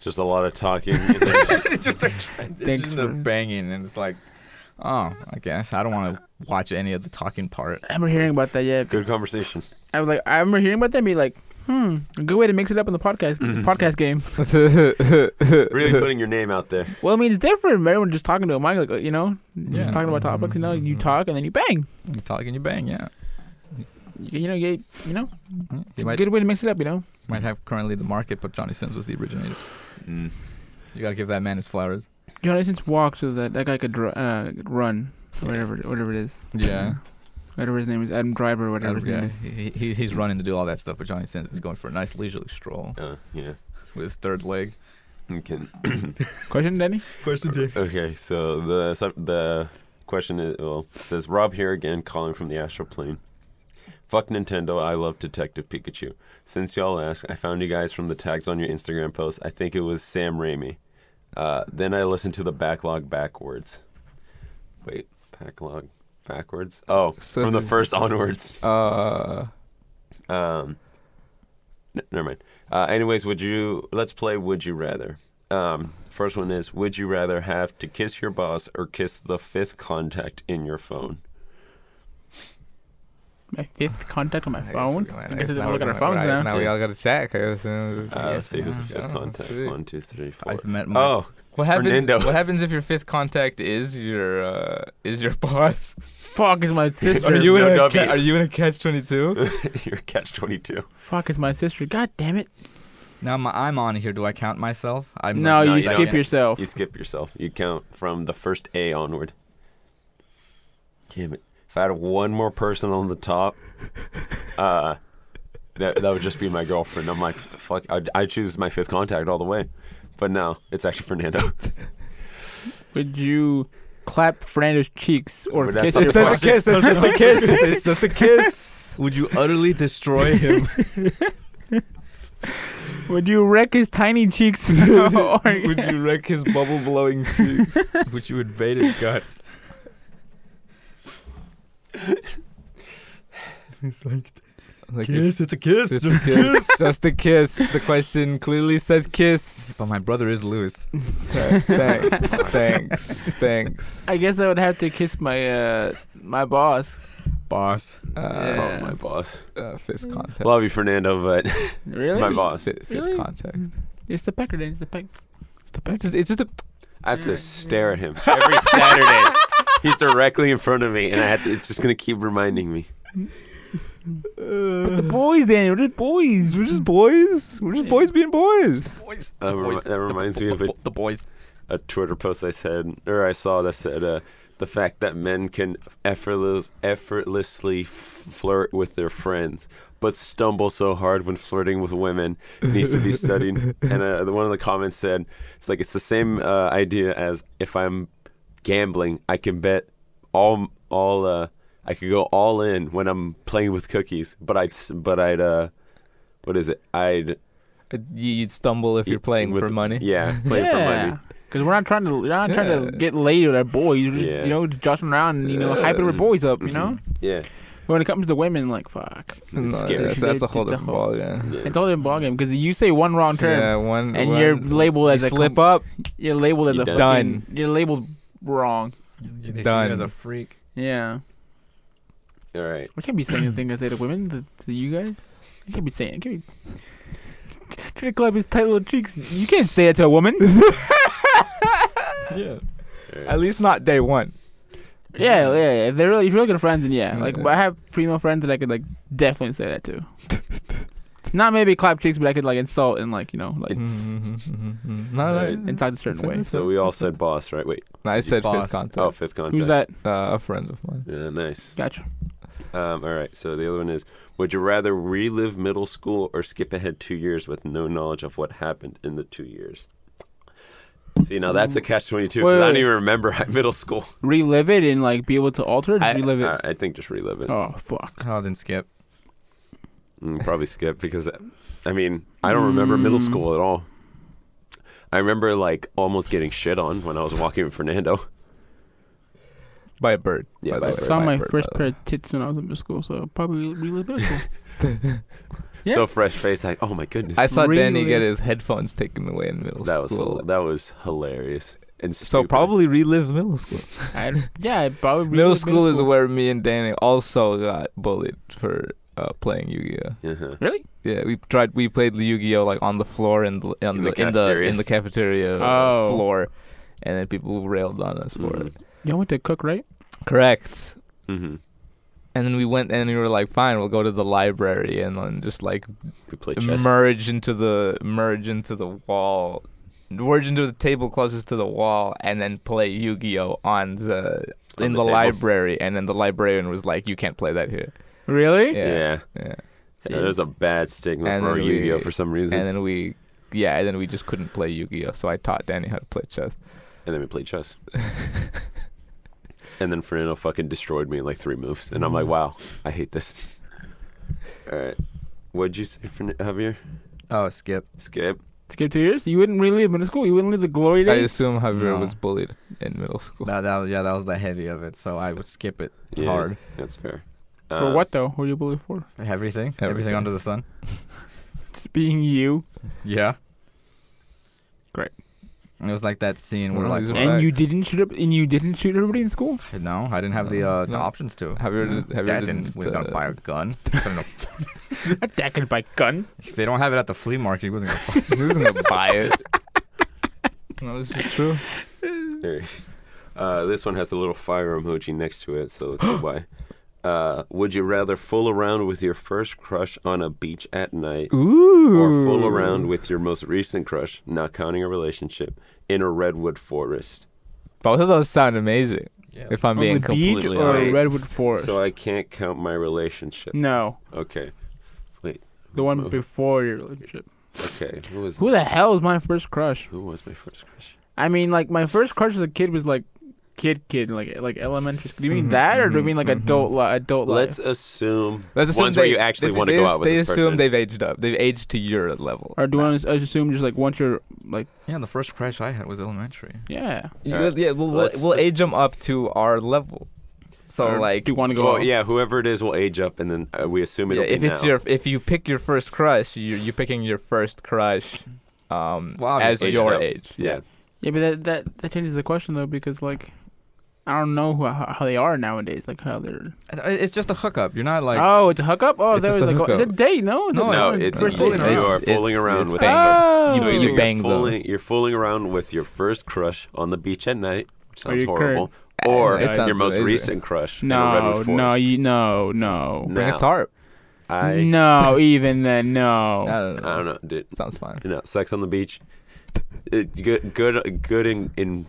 Just a lot of talking. and then just- it's just like transition Thanks to for- banging, and it's like, oh, I guess I don't want to watch any of the talking part. I remember hearing about that. Yeah, Good conversation. I was like, I remember hearing about that. and Be like, hmm, a good way to mix it up in the podcast podcast game. Really putting your name out there. Well, I mean, it's different. from Everyone just talking to a mic, like uh, you know, Yeah. just talking about topics. You know, you talk and then you bang. You talk and you bang, yeah. You, you know, you, you know, it's You a might good way to mix it up. You know, might have currently the market, but Johnny Sins was the originator. Mm. You gotta give that man his flowers. Johnny Sins walked so that that guy could dr- uh, run, or whatever, whatever it is. Yeah, whatever his name is, Adam Driver, whatever his yeah. name is. He, he, he's running to do all that stuff, but Johnny Sins is going for a nice leisurely stroll Uh, yeah. with his third leg. You can- Question, Danny? Question two. okay, so the sub- the question is well, it says Rob here again calling from the astral plane. Fuck Nintendo, I love Detective Pikachu. Since y'all asked, I found you guys from the tags on your Instagram post. I think it was Sam Raimi. Uh, then I listened to the backlog backwards. Wait, backlog backwards? Oh, So from the this- first onwards. uh, Um, n- never mind. Uh, anyways, would you? Let's play. Would you rather? Um, first one is: Would you rather have to kiss your boss or kiss the fifth contact in your phone? my fifth contact on my guess phone. we I might- guess I now didn't look we're at our gonna- phones right, now. Now we all gotta check. I guess, uh, Uh, yes, let's see who's the uh, fifth yeah, contact. see. One, two, three, four. I've met my. oh, What It's happens? Fernando. What happens if your fifth contact is your uh, is your boss? Fuck is my sister. Are you in No a W. ca- are you in a catch twenty two? you're catch twenty-two. Fuck is my sister. God damn it. Now I'm, I'm on here. Do I count myself? I'm no, no, you you don't. skip yourself. You skip yourself. You count from the first A onward. Damn it! If I had one more person on the top, uh, that that would just be my girlfriend. I'm like, fuck. I, I choose my fifth contact all the way, but no, it's actually Fernando. Would you clap Fernando's cheeks or Would that kiss stop him? It says a kiss. It's just a kiss. It's just a kiss. Would you utterly destroy him? Would you wreck his tiny cheeks? or Would you wreck his bubble blowing cheeks? Would you invade his guts? it's like Like kiss. It's a kiss. It's a kiss. just a kiss. The question clearly says kiss. But my brother is Lewis. thanks, thanks, thanks. I guess I would have to kiss my uh, my boss. Boss. Uh, oh, Yeah. my boss. uh, fifth contact. Love you, Fernando, but Really? my boss. Fi- fifth Really? contact. It's the pecker then. It's the peck. It's the peck. It's just, it's just a. I have to stare at him every Saturday. He's directly in front of me, and I have to, it's just gonna keep reminding me. But the boys, Daniel. We're just boys. We're just boys. We're just boys being boys. Boys. Uh, remi- that reminds me of a, the boys. a Twitter post I said or I saw that said uh, the fact that men can effortless, effortlessly f- flirt with their friends, but stumble so hard when flirting with women needs to be studied. and uh, the- one of the comments said it's like it's the same uh, idea as if I'm gambling, I can bet all all uh, I could go all in when I'm playing with cookies, but I'd s- but I'd uh, what is it? I'd Uh, you- You'd stumble if you're playing with- for money. Yeah, playing for money. Because we're not trying to, we're not trying Yeah. to get laid with our boys. We're just, Yeah. You know, just joshing around and you know, Yeah. Mm-hmm. hyping our boys up. You know. Yeah. But when it comes to women, like fuck, No, Scary. That's, that's a It's whole a different whole- ball. Yeah. yeah. it's all in ballgame. Because you say one wrong turn, Yeah, one and one- you're labeled as you a slip com- up. you're labeled as You a done. Done. fucking- You're labeled wrong. They see me Done. as a freak. Yeah, All right. we can't be saying the thing I say to women to, to you guys. You can't be saying. it. Can't be. Try to clap his tight little cheeks. You can't say that to a woman. Yeah. All right. At least not day one. Yeah, yeah, yeah. If they're really, if you're really good friends, then yeah. Like, Yeah. but I have female friends that I could like definitely say that to. Not maybe clap cheeks, but I could like insult and like you know like It's- Mhm, mhm, mhm. No, no, Right. no. insult a certain way. It's mm, So we all said boss, right? Wait. I said Boss. fifth contact. Oh, fifth contact. Who's that? Uh, a friend of mine. Yeah, nice. Gotcha. Um, all right. So the other one is: Would you rather relive middle school or skip ahead two years with no knowledge of what happened in the two years? See, now that's a catch twenty-two. 'cause Mm. Wait, I don't wait. even remember high middle school. Relive it and like be able to alter it. I- relive it. Uh, I think just relive it. oh fuck. Oh, then skip. Mm, probably skip because, I mean, I don't remember middle Mm. school at all. I remember like almost getting shit on when I was walking with Fernando. By a bird. Yeah, by by the a way, bird. Saw by a my bird, first by the pair way. of tits when I was in middle school, so probably relive middle school. Yeah. So fresh face, like, oh my goodness. I saw Danny Really? get his headphones taken away in middle that was school. hil- that was hilarious and so stupid. probably relive middle school. I, yeah, I probably middle relive school, is where me and Danny also got bullied for uh, playing Yu-Gi-Oh. Uh-huh. Really? Yeah, we tried. We played Yu-Gi-Oh like on the floor and on In in the the, in the cafeteria. in the cafeteria uh, Oh. floor, and then people railed on us for Mhm. it. Y'all went to cook, right? Correct. Mm-hmm. And then we went and we were like, fine, we'll go to the library and then just like We played chess. merge into the merge into the wall, merge into the table closest to the wall, and then play Yu-Gi-Oh on the On in the the, table. library. And then the librarian was like, you can't play that here. Really? Yeah. Yeah. yeah. Yeah, There's a bad stigma And for then Yu-Gi-Oh we- for some reason. And And then, then we, yeah, and then we just couldn't play Yu-Gi-Oh. So I taught Danny how to play chess. we played chess. and then Fernando fucking destroyed me in like three moves, and I'm like, Mm-hmm. wow, I hate this. All right, what'd you say, Fern- Javier? Oh, skip. Skip. Skip two years. You wouldn't relive middle school. You wouldn't live the glory I days. assume Javier No. was bullied in middle school. That, that was, yeah, that was the heavy of it. So I would skip it Yeah, hard. That's fair. for Uh, what though? Who are you bullied for? Everything, everything, Everything. under the sun. Being you. Yeah. Great. And it was like that scene where No, like these are what? And you didn't shoot up, and you didn't shoot everybody in school. no, I didn't have the uh, the No. options to. Have you ever? Have you Yeah, I ever? didn't. We uh, don't buy a gun. I don't know. Attacking by gun. If they don't have it at the flea market, he wasn't gonna fuck. Who's gonna buy it? No, this is true. There. Uh, this one has a little fire emoji next to it, so let's go by. Uh, would you rather fool around with your first crush on a beach at night Ooh. or fool around with your most recent crush, not counting a relationship, in a redwood forest? Both of those sound amazing. Yeah. If I'm On being the beach completely or a honest. redwood forest. So I can't count my relationship. no, Okay. Wait. the who's one my- before your relationship. Okay. Who was Who the hell is my first crush? who was my first crush? I mean, like my first crush as a kid was like kid, kid, like like elementary. school. Do you mean Mhm, that, or do you mhm, mean like mhm. adult, li- adult Let's life? assume Let's assume ones they, where you actually they- want to they go as- out with They this assume person. they've aged up. They've aged to your level. Or do I just assume just like once you're like yeah, the first crush I had was elementary. yeah? Yeah. Yeah, yeah, we'll, we'll, Let's- we'll let's- age them up to our level. So Or like, do you want to go? Well, out? yeah, whoever it is will age up, and then uh, we assume yeah, it'll be if it's now. your if you pick your first crush, you you picking your first crush, um, Well, as obviously. your Aged up. age. yeah. Yeah, but that that that changes the question though because like I don't know who, how, how they are nowadays. Like how they're It- uh, It's just a hookup. You're not like oh, it's a hookup. Oh, It's there just was a like oh, it's a hookup. date. No, No, No, no, it's, we're you, fooling you around. are It's- fooling it's- around it's with bang. this. Oh, So you either bang you're them. fooling, you're fooling around with your first crush on the beach at night, which Or sounds your horrible, current- or It sounds your most amazing. recent crush in a no, redwood forest. no, you, no, no, No. Bring Now. a tarp. I, no. Even then, no. I don't I don't know, dude. Sounds fine. You know, sex on the beach. It, good, good, good in in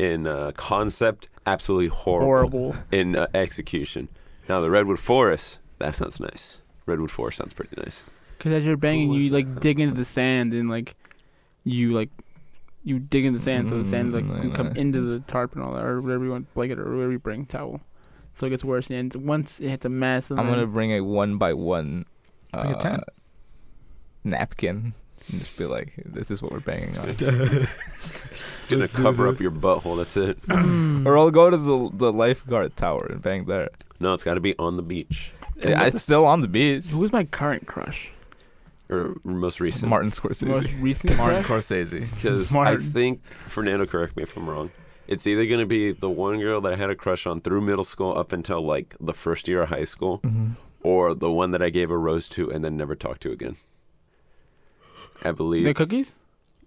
in uh, concept. Absolutely horrible, horrible. in uh, execution. Now the redwood forest. That sounds nice. Redwood forest sounds pretty nice. Because as you're banging, was you that? like dig into the sand and like you like you dig in the sand, so the sand like Mm, can come nice. into the tarp and all that, or whatever you want, blanket or whatever you bring, towel. So it gets worse, and once it hits a mess, and I'm gonna then- bring a one by one. Mm. Bring a uh, tent. Napkin. And just be like, this is what we're banging on. Gonna cover up your butthole. That's it. Or I'll go to the the lifeguard tower and bang there. No, it's got to be on the beach. Yeah, it's still on the beach. Who's my current crush? or most recent. Martin Scorsese. Most recent Martin crush? Scorsese. Because I Martin. think Fernando, correct me if I'm wrong. It's either going to be the one girl that I had a crush on through middle school up until like the first year of high school, Mhm. or the one that I gave a rose to and then never talked to again. I believe. The cookies?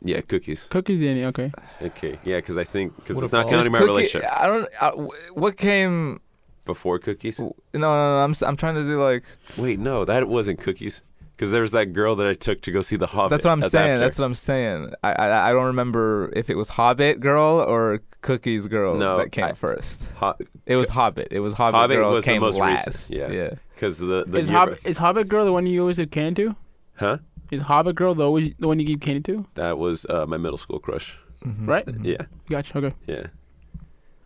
yeah, cookies. Cookies, Danny. Okay. Okay. Yeah, because I think because What it's a not ball. counting my Cookie- relationship I don't. uh, I, what came? before cookies. No, no, no. I'm s- I'm trying to do like. Wait, no, that wasn't cookies. Because there was that girl that I took to go see The Hobbit. That's what I'm saying. after. That's what I'm saying. I, I I don't remember if it was Hobbit girl or Cookies girl No, that came I- first. Ho- It was Hobbit. It was Hobbit, Hobbit girl was the came most last. recent, yeah. Because the the Is, year- Hobbit, is Hobbit Girl the one you always give candy to? huh? Is Hobbit Girl the, always, the one you give candy to? That was uh, my middle school crush. Mhm. Right? Mhm. Yeah, Gotcha. Okay. yeah.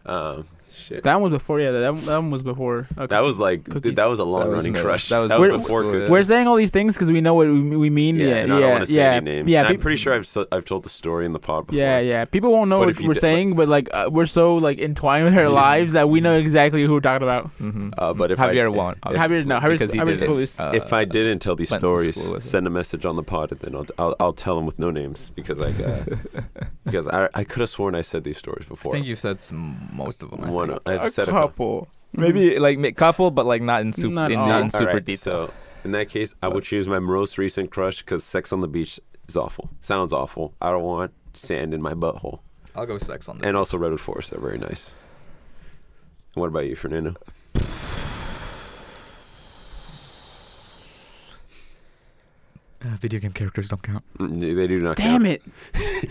Um, shit. That, That one was before. Yeah, that, that one- that one was before. Okay. was like dude, Cookies. that was a long That was running middle- crush. that was middle before school, cookies. We're saying all these things because we know what we, we mean. yeah, Yeah, and I don't yeah, want to say yeah, any names. Yeah, And I'm peop- pretty sure I've so, I've told the story in the pod before. Yeah, yeah. People won't know But if what you we're did- saying, but like uh, we're so like entwined with our lives that we know exactly who we're talking about. Mhm. Uh, but if Javier I, won. Javier, no, Javier's, Because he Javier's did it. police. Uh, if I didn't tell these went to stories, school with it. send a message on the pod, and then I'll I'll, I'll tell them with no names because I uh, because I I could have sworn I said these stories I before. think you said some, most of them. I One, think. I've said a couple. couple. Maybe like mi- couple, but like not in super Not in, all. not All in super right, detail. So in that case, I would choose my most recent crush because sex on the beach is awful. Sounds awful. I don't want sand in my butthole. I'll go sex on that. And also redwood forests are very nice. And what about you, Fernando? Uh, video game characters don't count. Mm, They do not. Damn count. it!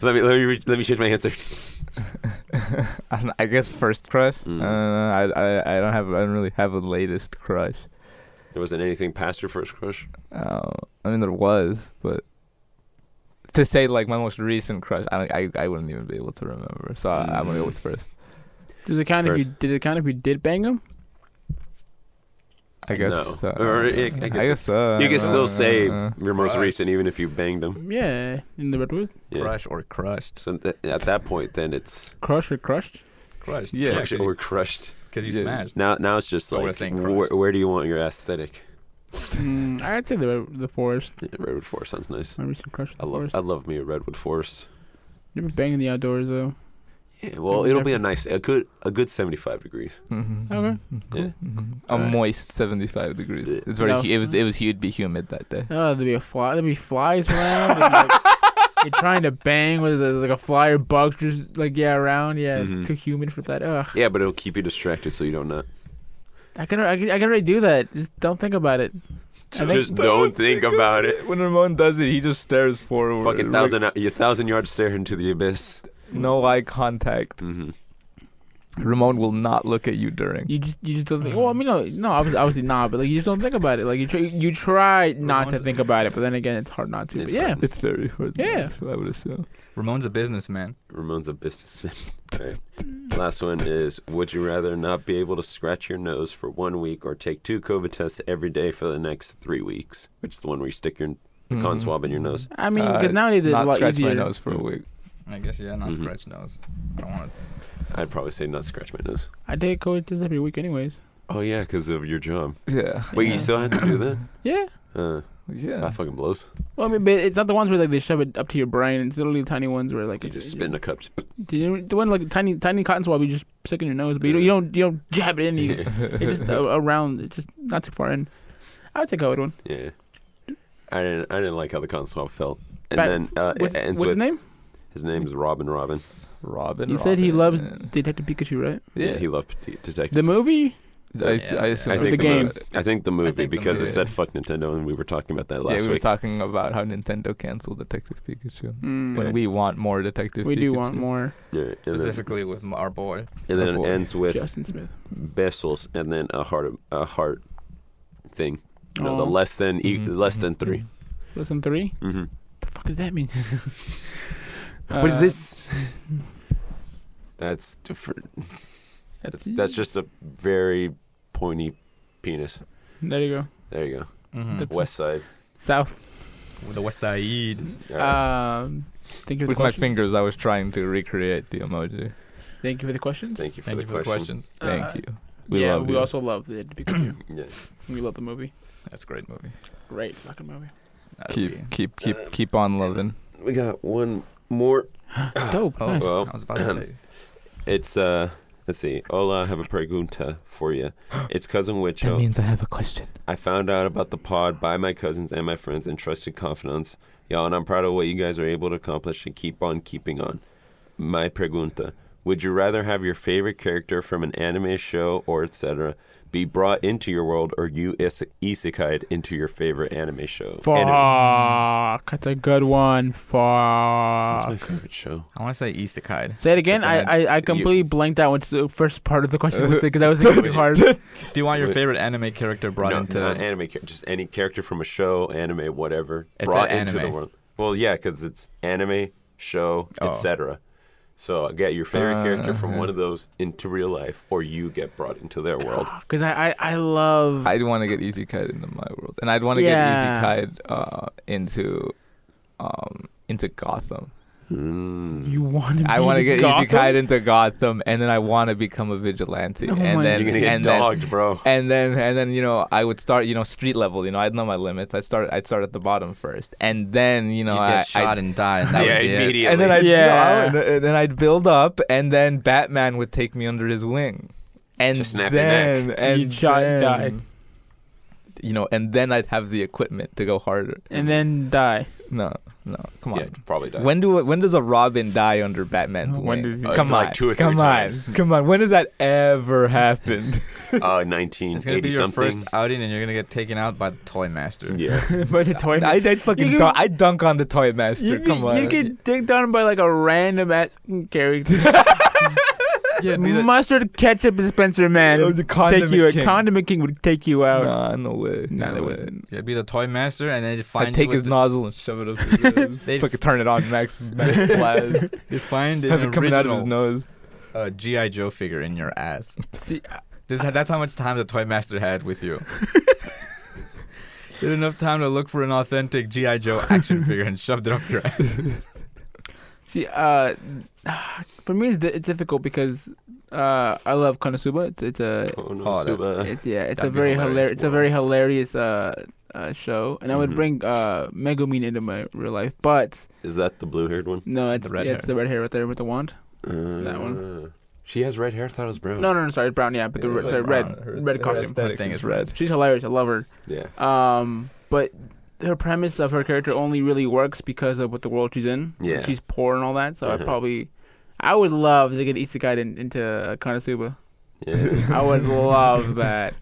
Let me let me re- let me change my answer. I- I guess first crush. Mm. Uh, I, I I don't have I don't really have a latest crush. There wasn't anything past your first crush. Uh, I mean there was, but to say like my most recent crush, I don't- I I wouldn't even be able to remember. So I, I'm gonna go with first. Does it count if you First. did it count if you did bang him? I guess. No. So. Or I- I guess it- so. You can Uh, still say uh, your most Crush. recent, even if you banged them. Yeah, in the redwood, Yeah. Crush or crushed. So th- at that point, then it's crush or crushed. Crushed. Yeah, crushed or crushed. because you Yeah. smashed. Now now it's just Oh, we're like saying where, crushed. where do you want your aesthetic? mm, I'd say the red- the forest. Yeah, redwood forest sounds nice. My recent crush. on I the love forest. I love me a redwood forest. Never bang in the outdoors though. Yeah, well, it'll be a nice, a good, a good 75 degrees. Okay. Yeah. A Alright. moist 75 degrees. Yeah. It's very. No. hu It was. It was. You'd be humid that day. Oh, there'd be a fly. There'd be flies around. and, like, you're trying to bang with uh, like a fly or bug just like yeah around. Yeah, Mhm. Mm-hmm. it's too humid for that. Ugh. Yeah, but it'll keep you distracted so you don't not. I can, I can I can already do that. Just don't think about it. I think- Just don't think about it. When Ramon does it, he just stares forward. Fucking thousand, your thousand yard stare into the abyss. No eye contact. hmm Ramon will not look at you during. You just you just don't think. Well, I mean, no, no, obviously, obviously not. But like, you just don't think about it. Like, you try, you try not to Reminds- think about it, but then again, it's hard not to. But It's yeah, hard. It's very hard. Yeah. That's what I would assume. Ramon's a businessman. Ramon's a businessman. All right. Last one is: Would you rather not be able to scratch your nose for one week or take two COVID tests every day for the next three weeks? Which is the one where you stick your con Mm-hmm. swab in your nose. I mean, Uh, because nowadays it's a Not lot scratch easier. my nose for a week. I guess yeah, not Mhm. scratch nose. I don't want to. I'd probably say not scratch my nose. I take COVID tests every week, anyways. Oh yeah, because of your job. Yeah. Wait, Yeah. you still have to do that? Yeah. Uh, Yeah. That fucking blows. Well, I mean, but it's not the ones where like they shove it up to your brain. It's literally the tiny ones where like You it's- just spit in a cup. Do you- the one like tiny tiny cotton swab you just stick in your nose, but you don't you don't, you don't jab it in. You it's just a- around, it's just not too far in. I would take COVID one. Yeah. I didn't. I didn't like how the con swab felt. And But then uh, What's, it ends with what's his name? His name's Robin Robin. Robin. You said he loves Robin. Detective Pikachu, right? Yeah, Yeah. he loved to Detective. The movie. I, I assume I Or think the game. mo- I think the movie think the because movie. it said "fuck Nintendo" and we were talking about that Yeah, last we were week. talking about how Nintendo canceled Detective Pikachu. Mm. When we want more Detective We Pikachu. do want more yeah, and then, Specifically with m- our boy. and then Oh, boy. it ends with Justin Smith. Bessels and then a heart a heart thing. You know, the Oh. less than e- Mhm. less than 3 Listen three. Mm-hmm. The fuck does that mean? what is Uh, this? that's different. Uh, That's that's just a very pointy penis. There you go. There you go. Mm-hmm. That's- West Side. South. With the West Side. Uh, Um, thank you for the With my question. fingers, I was trying to recreate the Uh, emoji. Thank you for the questions. thank you for, Thank the, you for the question. questions. Thank Uh, you. We yeah, love we you. also love the Pikachu. Yeah. we love the movie. That's a great movie. Great fucking movie. That'd be- Keep, keep, keep, keep on loving. We got one more. Dope. Oh, nice. well, I was about to say. It's uh, let's see. Hola, I have a pregunta for you. It's cousin That Wicho. means I have a question. I found out about the pod by my cousins and my friends and trusted confidants, y'all, and I'm proud of what you guys are able to accomplish and keep on keeping on. My pregunta: Would you rather have your favorite character from an anime show or etc. be brought into your world, or you is- isekai'd into your favorite anime show? Fuck. Anime. That's a good one. That's my Fuck. favorite show. I want to say Isekai. Say it again. But then I, I, I completely blanked out what the first part of the question was because I was thinking too hard. Do you want your Wait. favorite anime character brought no, into? not anime character, just any character from a show, anime, whatever, It's brought an into the anime. world. Well, yeah, because it's anime, show, Oh. etc. So get your favorite character from Uh-huh. one of those into real life, or you get brought into their world. Because I, I, I love. I'd want to get Easy Kite into my world, and I'd want to Yeah. get Easy Kite uh, into um, into Gotham. Mm. you want to be I want to get Gotham? Easy Kite into Gotham, and then I want to become a vigilante, Oh and my then You're gonna get and then, dogged, bro. and then and then you know I would start you know street level. You know I'd know my limits. I'd start I'd start at the bottom first, and then you know you I, get shot I'd- and die. And that yeah, would be it. immediately. and then I'd Yeah. you know, and then I'd build up, and then Batman would take me under his wing, and To snap your neck. then and You'd shot and die. then- You know, and then I'd have the equipment to go harder. and then die. no, no, come on. yeah, probably die. When do when does a Robin die under Batman's When wing? did he- come Like on, two or three come times. on, come on. When has that ever happened? uh, It's gonna 1980 be your something. first outing, and you're gonna get taken out by the toy master. Yeah, By the toy. I, I'd fucking You- dunk, I'd dunk on the toy master. you, come on, you get dicked on by like a random ass character. Yeah, be the- Mustard ketchup dispenser man. Oh, would the Take condiment you. king. A condiment king would take you out. Nah, no way. No, they way. wouldn't. Yeah, be the toy master, and then they find I'd you take with his the- nozzle and shove it up his They'd- nose. Fucking turn it on, Max. Max Blast. They find an Have it coming out of his original, nose. uh, GI Joe figure in your ass. See, This that's how much time the toy master had with you. Did enough time to look for an authentic GI Joe action figure and shoved it up your ass. See, uh, for me, it's, di- it's difficult because uh, I love Konosuba. It's, it's a, oh, no, Oh, that- Suba. it's yeah, it's a that'd be very hilarious. Mm-hmm. hilarious. It's a Wow. very hilarious uh, uh, show, and I would Mhm. bring uh, Megumin into my real life. But Is that the blue haired one? no, it's The red yeah, it's hair. the red hair right there with the wand. that one. Uh, She has red hair. I thought it was brown. No, no, no, sorry, brown. Yeah, but the Yeah, red, it's sorry, like red, red costume. That thing is red. She's hilarious. I love her. Yeah. Um, but her premise of her character only really works because of what the world she's in. Yeah. She's poor and all that, so Mm-hmm. Mhm. I probably, I would love to get Isekai in, into Konosuba. Yeah. I would love that.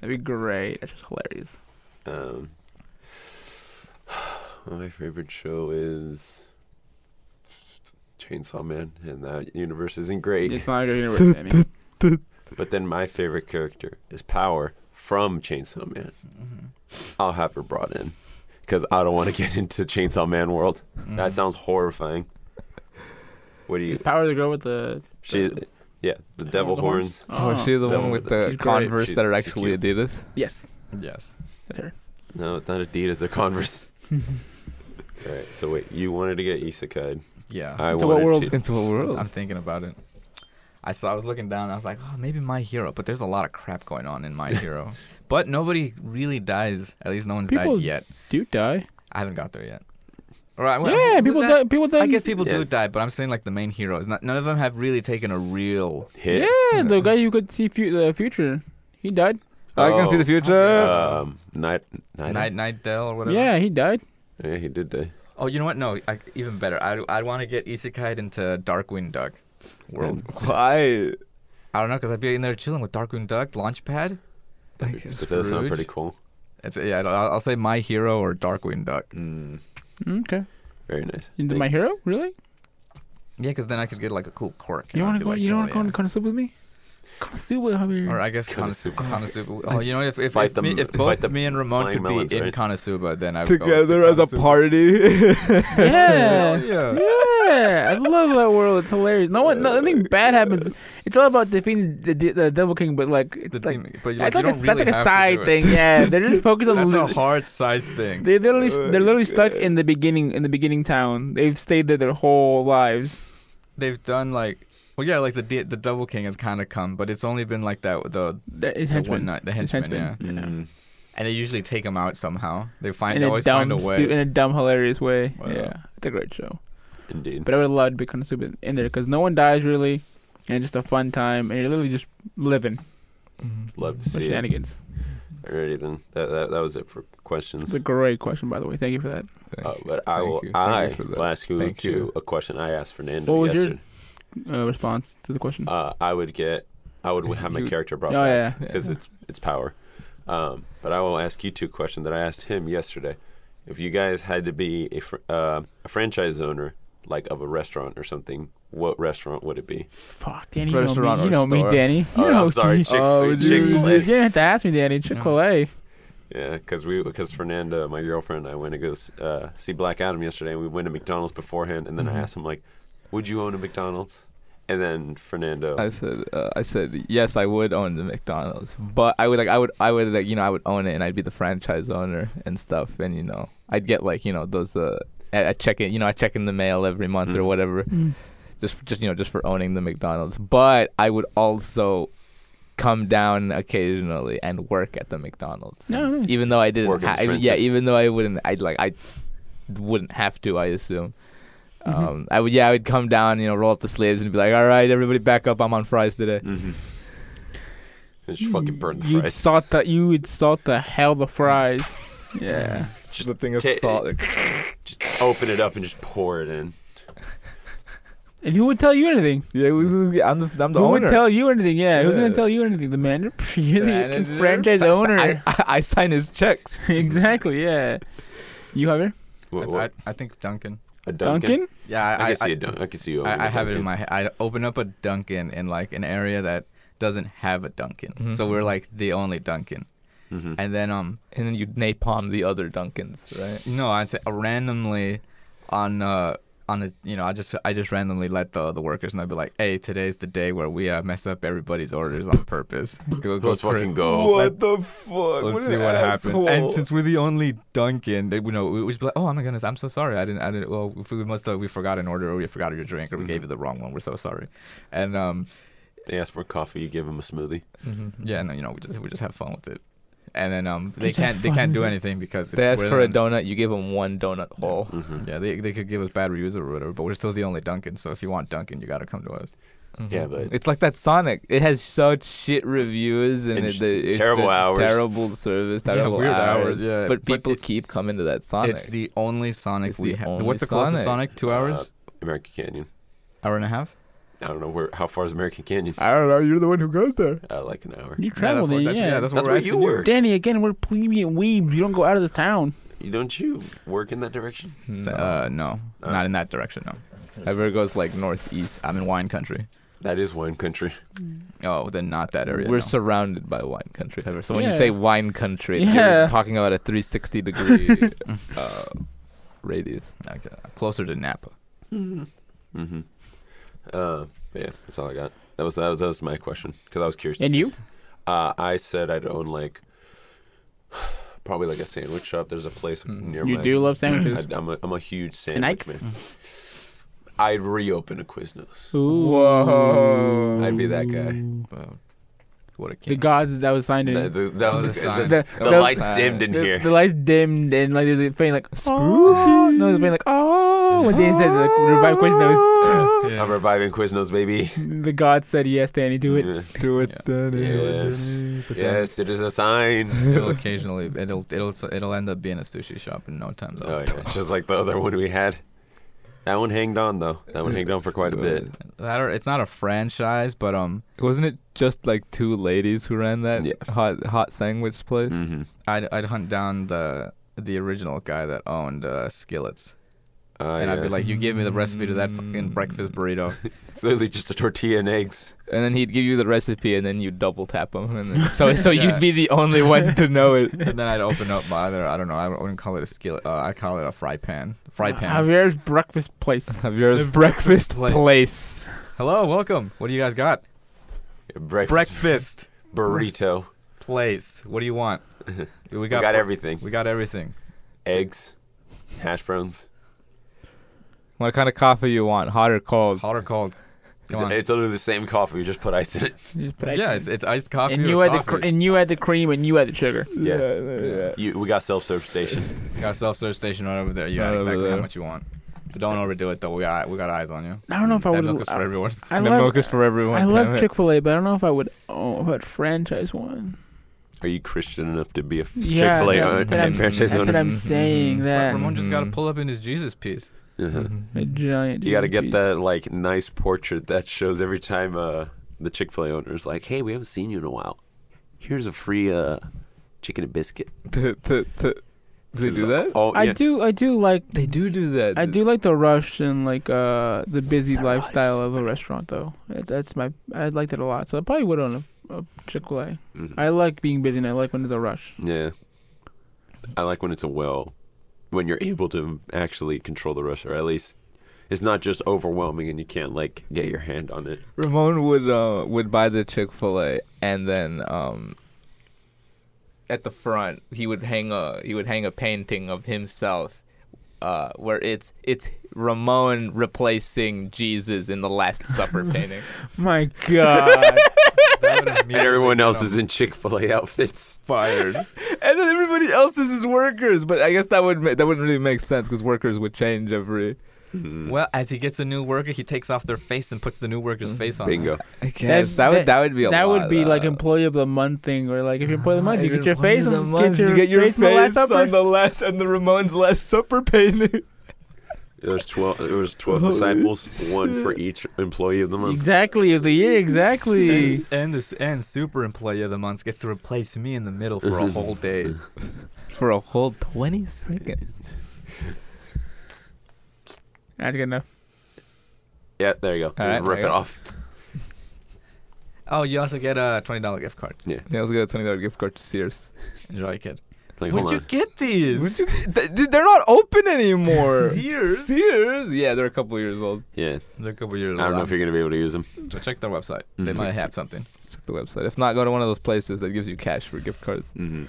That'd be great. That's just hilarious. Um, my favorite show is Chainsaw Man, and that universe isn't great. It's not a good universe. I mean, But then my favorite character is Power from Chainsaw Man. Mm-hmm. I'll have her brought in because I don't want to get into Chainsaw Man world. Mm-hmm. That sounds horrifying. What do you? power the girl with the She, yeah, the devil the horns. horns? Oh, Oh. she's That the one one with with the she's great. Converse She's- that are she's actually Adidas. yes. Mm, Yes. That's her. No, it's not Adidas. They're Converse. All right. So wait, you wanted to get isekai. Yeah. I To Uh-huh. what wanted world? to. Into a world. Uh, I'm thinking about it. I saw. I was looking down. I was like, oh, maybe My Hero, but there's a lot of crap going on in My Hero. but nobody really dies. At least no one's People- died yet. Do die? I haven't got there yet. All right. Well, yeah, who's people that? die. People die. I guess people Yeah. do die, but I'm saying like the main heroes. Not, none of them have really taken a real. Hit. Yeah, the guy you could see fu- the future, he died. I can see the Oh. future. Um, night, night, Night, Night Dell or whatever. Yeah, he died. Yeah, he did die. Oh, you know what? No, I, even better. I I want to get Isekai into Darkwing Duck world. Why? I don't know, cause I'd be in there chilling with Darkwing Duck, Launchpad. Like, Does that sound Scrooge. pretty cool? It's, yeah, I don't- I'll, I'll say My Hero or Darkwing Duck. Mm, Okay. very nice. You Thank- my hero? Really? Yeah, because then I could get like a cool quirk. You know, want be to go? like, You "Oh, don't yeah." want to go to Konosuba with me? Konosuba, how here. Or I guess Konosuba. Konosuba. Konosuba. Oh, you know, if if, Fight if, the- me, if fight both the me and Ramon flying could be melons, in right? Konosuba, then I would go with the Together as a Konosuba. party. Yeah. Yeah. Yeah, I love that world. It's hilarious. No one, no, Uh, nothing bad happens. It's all about defeating the, the, the Devil King, but like, The it's like, thing, but that's like, you like, don't a, that's really like a have to do side it. thing. Yeah, they're just focused on. That's a Oh, Li- hard side thing. they they're literally they're literally stuck in the beginning in the beginning town. They've stayed there their whole lives. They've done like, well, yeah, like the D- the Devil King has kind of come, but it's only been like that. The The, his the one henchmen. night, the His henchmen, yeah. henchmen. Mm, And they usually take him out somehow. They find in they a always dumb, find a way. stu- in a dumb, hilarious way. Wow. Yeah, it's a great show. indeed. But I would love to be Konosuba in there because no one dies really, and it's just a fun time, and you're literally just living Mm-hmm. Love to with see it. shenanigans. Alrighty then. That, that that was it for It's questions. a great question, by the way. Thank you for that. Thank Uh, you, but I thank will. you, thank I you for that. will ask you, Thank to you. a question I asked Fernando What was your- yesterday. Uh, response to the question. Uh, I would get. I would have my You- character brought Oh, back yeah. because it's it's power. Um, but I will ask you two a question that I asked him yesterday. If you guys had to be a fr- uh, a franchise owner, like of a restaurant or something, what restaurant would it be? Fuck, Danny, you know Restaurant me. You or know me, store? Danny. You Oh, know I'm sorry, me. Chick- Oh, dude. You Chick-fil-A. you didn't have to ask me, Danny. Chick Fil A. Yeah, because we because Fernanda, my girlfriend, and I went to go s- uh, see Black Adam yesterday, and we went to McDonald's beforehand, and then Mm-hmm. I asked him like, "Would you own a McDonald's?" And then Fernando, I said, uh, I said, yes, I would own the McDonald's, but I would like, I would, I would like, you know, I would own it, and I'd be the franchise owner and stuff, and you know, I'd get like, you know, those, uh, I, I check it, you know, I check in the mail every month or Mm. whatever, Mm. just, just you know, just for owning the McDonald's. But I would also come down occasionally and work at the McDonald's, No, no. even though I didn't, Work in ha- the I mean, yeah, trenches. even though I wouldn't, I'd like, I wouldn't have to, I assume. Mhm. Um, I would, yeah, I would come down, you know, roll up the sleeves and be like, all right, everybody back up. I'm on fries today. mm-hmm. and just fucking burn the You fries. salt the you would salt the hell the fries. yeah. Just the thing of ta- salt. just open it up and just pour it in. And who would tell you anything? Yeah, it was- I'm the, I'm the who owner. would tell you anything? Yeah, who's Yeah. gonna tell you anything? The manager. You're the Manager. franchise owner. I, I, I sign his checks. exactly. Yeah. You have it, What, I, I, what? I think Duncan. A Dunkin'? Duncan. Yeah, I, I, can see a Dunkin'. I can see you. I, opening I a have it in Dunkin'. my head. I open up a Dunkin' in like an area that doesn't have a Dunkin', Mm-hmm. Mhm. so we're like the only Dunkin'. Mhm. And then um, And then you napalm the other Dunkins, right? no, I'd say uh, randomly on uh on a you know I just I just randomly let the the workers know I'd be like, hey, today's the day where we uh, mess up everybody's orders on purpose. Go, go Let's for it. fucking go. the fuck? Let's see what happened. And since we're the only Dunkin', they, you know, we we just be like, "Oh, oh my goodness, I'm so sorry. I didn't. I didn't. Well, if we must. Uh, we forgot an order, or we forgot your drink, or we gave you the wrong one. We're so sorry." And um, They ask for coffee. You give them a smoothie. hmm Mm-hmm. yeah, no, you know, we just we just have fun with it. and then um they Is that can't they can't do funny? anything because it's They ask we're for a the- donut, you give them one donut hole. Mhm. Yeah, they they could give us bad reviews or whatever, but we're still the only Dunkin'. So if you want Dunkin', you gotta come to us. Yeah, but- it's like that Sonic. It has such shit reviews and, And it, sh- the, it's terrible just hours. terrible service, Yeah, terrible weird hours. hours, yeah. but But people it- keep coming to that Sonic. It's the only Sonic It's we the have. only What's the Sonic. closest Sonic? Two hours, Uh, American Canyon. hour and a half. I don't know where. How far is American Canyon? I don't know. You're the one who goes there. Uh, like an hour. You yeah, that's travel what, there, that's, yeah. yeah, That's that's, what where we're you asking were. Danny, again, we're plebeian weebs. You don't go out of this town. Don't you work in that direction? So, uh, no, No. not in that direction. No, Everyone goes like northeast. I'm in wine country. That is wine country. Oh, then not that area. We're no. surrounded by wine country. So when you Yeah. say wine country, Yeah. you're talking about a 360 degree uh, radius. Okay, closer to Napa. Mm-hmm. Uh, yeah, that's all I got. That was that was, that was my question because I was curious. to And see- you? Uh, I said I'd own like probably like a sandwich shop. There's a place near Mm-hmm. You my. do love I, sandwiches. I'm a I'm a huge And sandwich Ike's? man. I'd reopen a Quiznos. Ooh. Whoa. I'd be that guy. Mm-hmm. Wow. what a The king. gods that was signed in. The, the- that was That was the, a sign. the- Oh, That the was- lights dimmed in the, here. the lights dimmed and like there's a faint like Oh. No, there's a faint like oh when Dan said like revive Quiznos. I'm reviving Quiznos, baby. the god said yes, Danny, do it. Yeah. Do it, Yes, yes, it is a sign. It'll occasionally it'll it'll it'll end up being a sushi shop in no time Oh though. yeah, just like the other one we had. That one hanged on though. That one hanged on for quite a bit. That or, it's not a franchise, but um, Wasn't it just like two ladies who ran that Yeah. hot hot sandwich place? Mm-hmm. I'd I'd hunt down the the original guy that owned uh, Skillets, Uh, and I'd be yes. like, "You gave me the recipe to that fucking Mm. breakfast burrito." it's literally just a tortilla and eggs. And then he'd give you the recipe, and then you double tap him, and then, so so Yeah. you'd be the only one to know it. and then I'd open up my other I don't know I wouldn't call it a skillet uh, I call it a fry pan Uh, fry pan. Javier's breakfast place. Javier's breakfast place. place. Hello, welcome. What do you guys got? Breakfast, Breakfast burrito. place. What do you want? We We got, bre- everything: We got everything. eggs, hash browns. What kind of coffee you want? Hot or cold? Hot or cold? Come on. It's literally the same coffee. You just put ice in it. Just put ice yeah, in. it's, it's iced coffee. and you or had the coffee. cr- and you had the cream and you had the sugar. Yeah. yeah. You, we got self-serve station. got a self-serve station right over there. You got Right over exactly how there. much you want. But don't overdo it though. We got we got eyes on you. I don't know if I That would. milk is for I, everyone. I the love, milk is for everyone. I love damn it. Chick Fil A, but I don't know if I would. Oh, but franchise one. Are you Christian enough to be a Yeah, Chick-fil-A that- owner? that I'm- franchise That's what owner? I'm saying. Mhm. That Mm-hmm. Ramon just got to Mm-hmm. Mhm. pull up in his Jesus piece. Uh-huh. a giant. You got to get piece. that like nice portrait that shows every time uh, the Chick Fil A owner is like, "Hey, we haven't seen you in a while. Here's a free uh, chicken and biscuit." to, to, to, do they do that? Oh, I yeah. do. I do like. They do do that. I do like the rush and like uh the busy lifestyle of a restaurant though. That- That's my I liked it a lot. So I probably would own a, a Chick Fil A. Mhm. I like being busy and I like when there's a rush. yeah. I like when it's a well, when you're able to actually control the rush, or at least it's not just overwhelming and you can't like get your hand on it. Ramon would uh, would buy the Chick Fil A, and then um, at the front he would hang a he would hang a painting of himself, uh, where it's it's Ramon replacing Jesus in the Last Supper painting. My God. And everyone else is in Chick Fil A outfits. fired. And then everybody else is his workers, but I guess that would ma- that wouldn't really make sense because workers would change every. Mm-hmm. Well, as he gets a new worker, he takes off their face and puts the new Mm-hmm. worker's face on. Bingo. I guess that, would that would be a Mm-hmm. that lot, would be like uh, employee of the month thing, or like if you're employee of the month, you You're get your employee face of the on, month, get your, you get your face, face, on the last supper. on the last and the Ramon's Last Supper painting. There's twelve. There was twelve Oh, disciples, one for each employee of the month. Exactly of the year, exactly. And, and this and super employee of the month gets to replace me in the middle for a whole day. for a whole 20 seconds. That's good enough. Yeah, there you go. All right, Just rip there you it go. off. Oh, you also get a twenty dollar gift card. Yeah, I was gonna twenty dollar gift card to Sears. Enjoy, kid. Like, Where'd hold you on. get these? Would you? Th- they're not open anymore. Sears? Sears. Yeah, they're a couple years old. Yeah, Look over your. I don't know if you're gonna be able to use them. So check their website. They Mm-hmm. Mhm. might have something. Check the website. If not, go to one of those places that gives you cash for gift cards. Mm-hmm.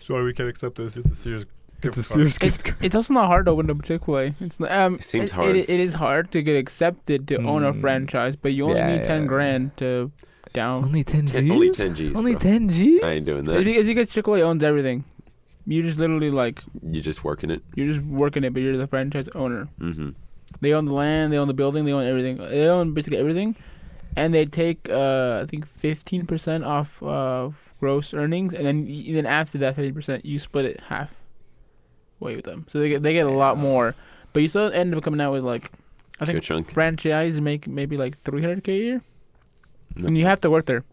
Sure, we can accept this. It's a serious. It's a Sears gift card. It's also not hard to open up Chick Fil A. It's not, um, It seems it- hard. It, it is hard to get accepted to own a Mm. franchise, but you only Yeah, need ten yeah. grand to down. Only ten Ten- G's. only 10 Gs, Only bro. ten Gs. I ain't doing It's that. because you guys Chick Fil A owns everything. You just literally like You just working it. you're just working it, but you're the franchise owner. Mm-hmm. They own the land, they own the building, they own everything. They own basically everything, and they take uh, I think fifteen percent off uh, gross earnings, and then and then after that fifteen percent, you split it half way with them. So they get they get a lot more, but you still end up coming out with like I Good think chunk. franchise make maybe like three hundred k a year, No. and you have to work there.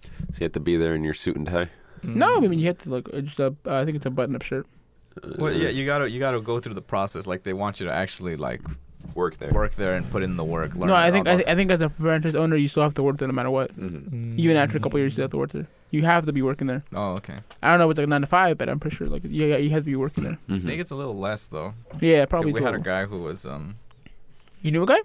So you have to be there in your suit and tie. Mm. Mm. No, I mean you have to like uh, just a, uh, I think it's a button up shirt. Well, yeah, Uh, you gotta you gotta go through the process. Like they want you to actually like work there. work there and put in the work. Learn no, I all think I, about th- I think as a franchise owner, you still have to work there no matter what. Mm-hmm. Mm. Even after a couple years, you still have to work there. You have to be working there. Oh, okay. I don't know if it's like nine to five, but I'm pretty sure like yeah, yeah, you have to be working there. I Hmm. think it's a little less though. Yeah, probably. we had a twelve. guy who was um You knew a guy?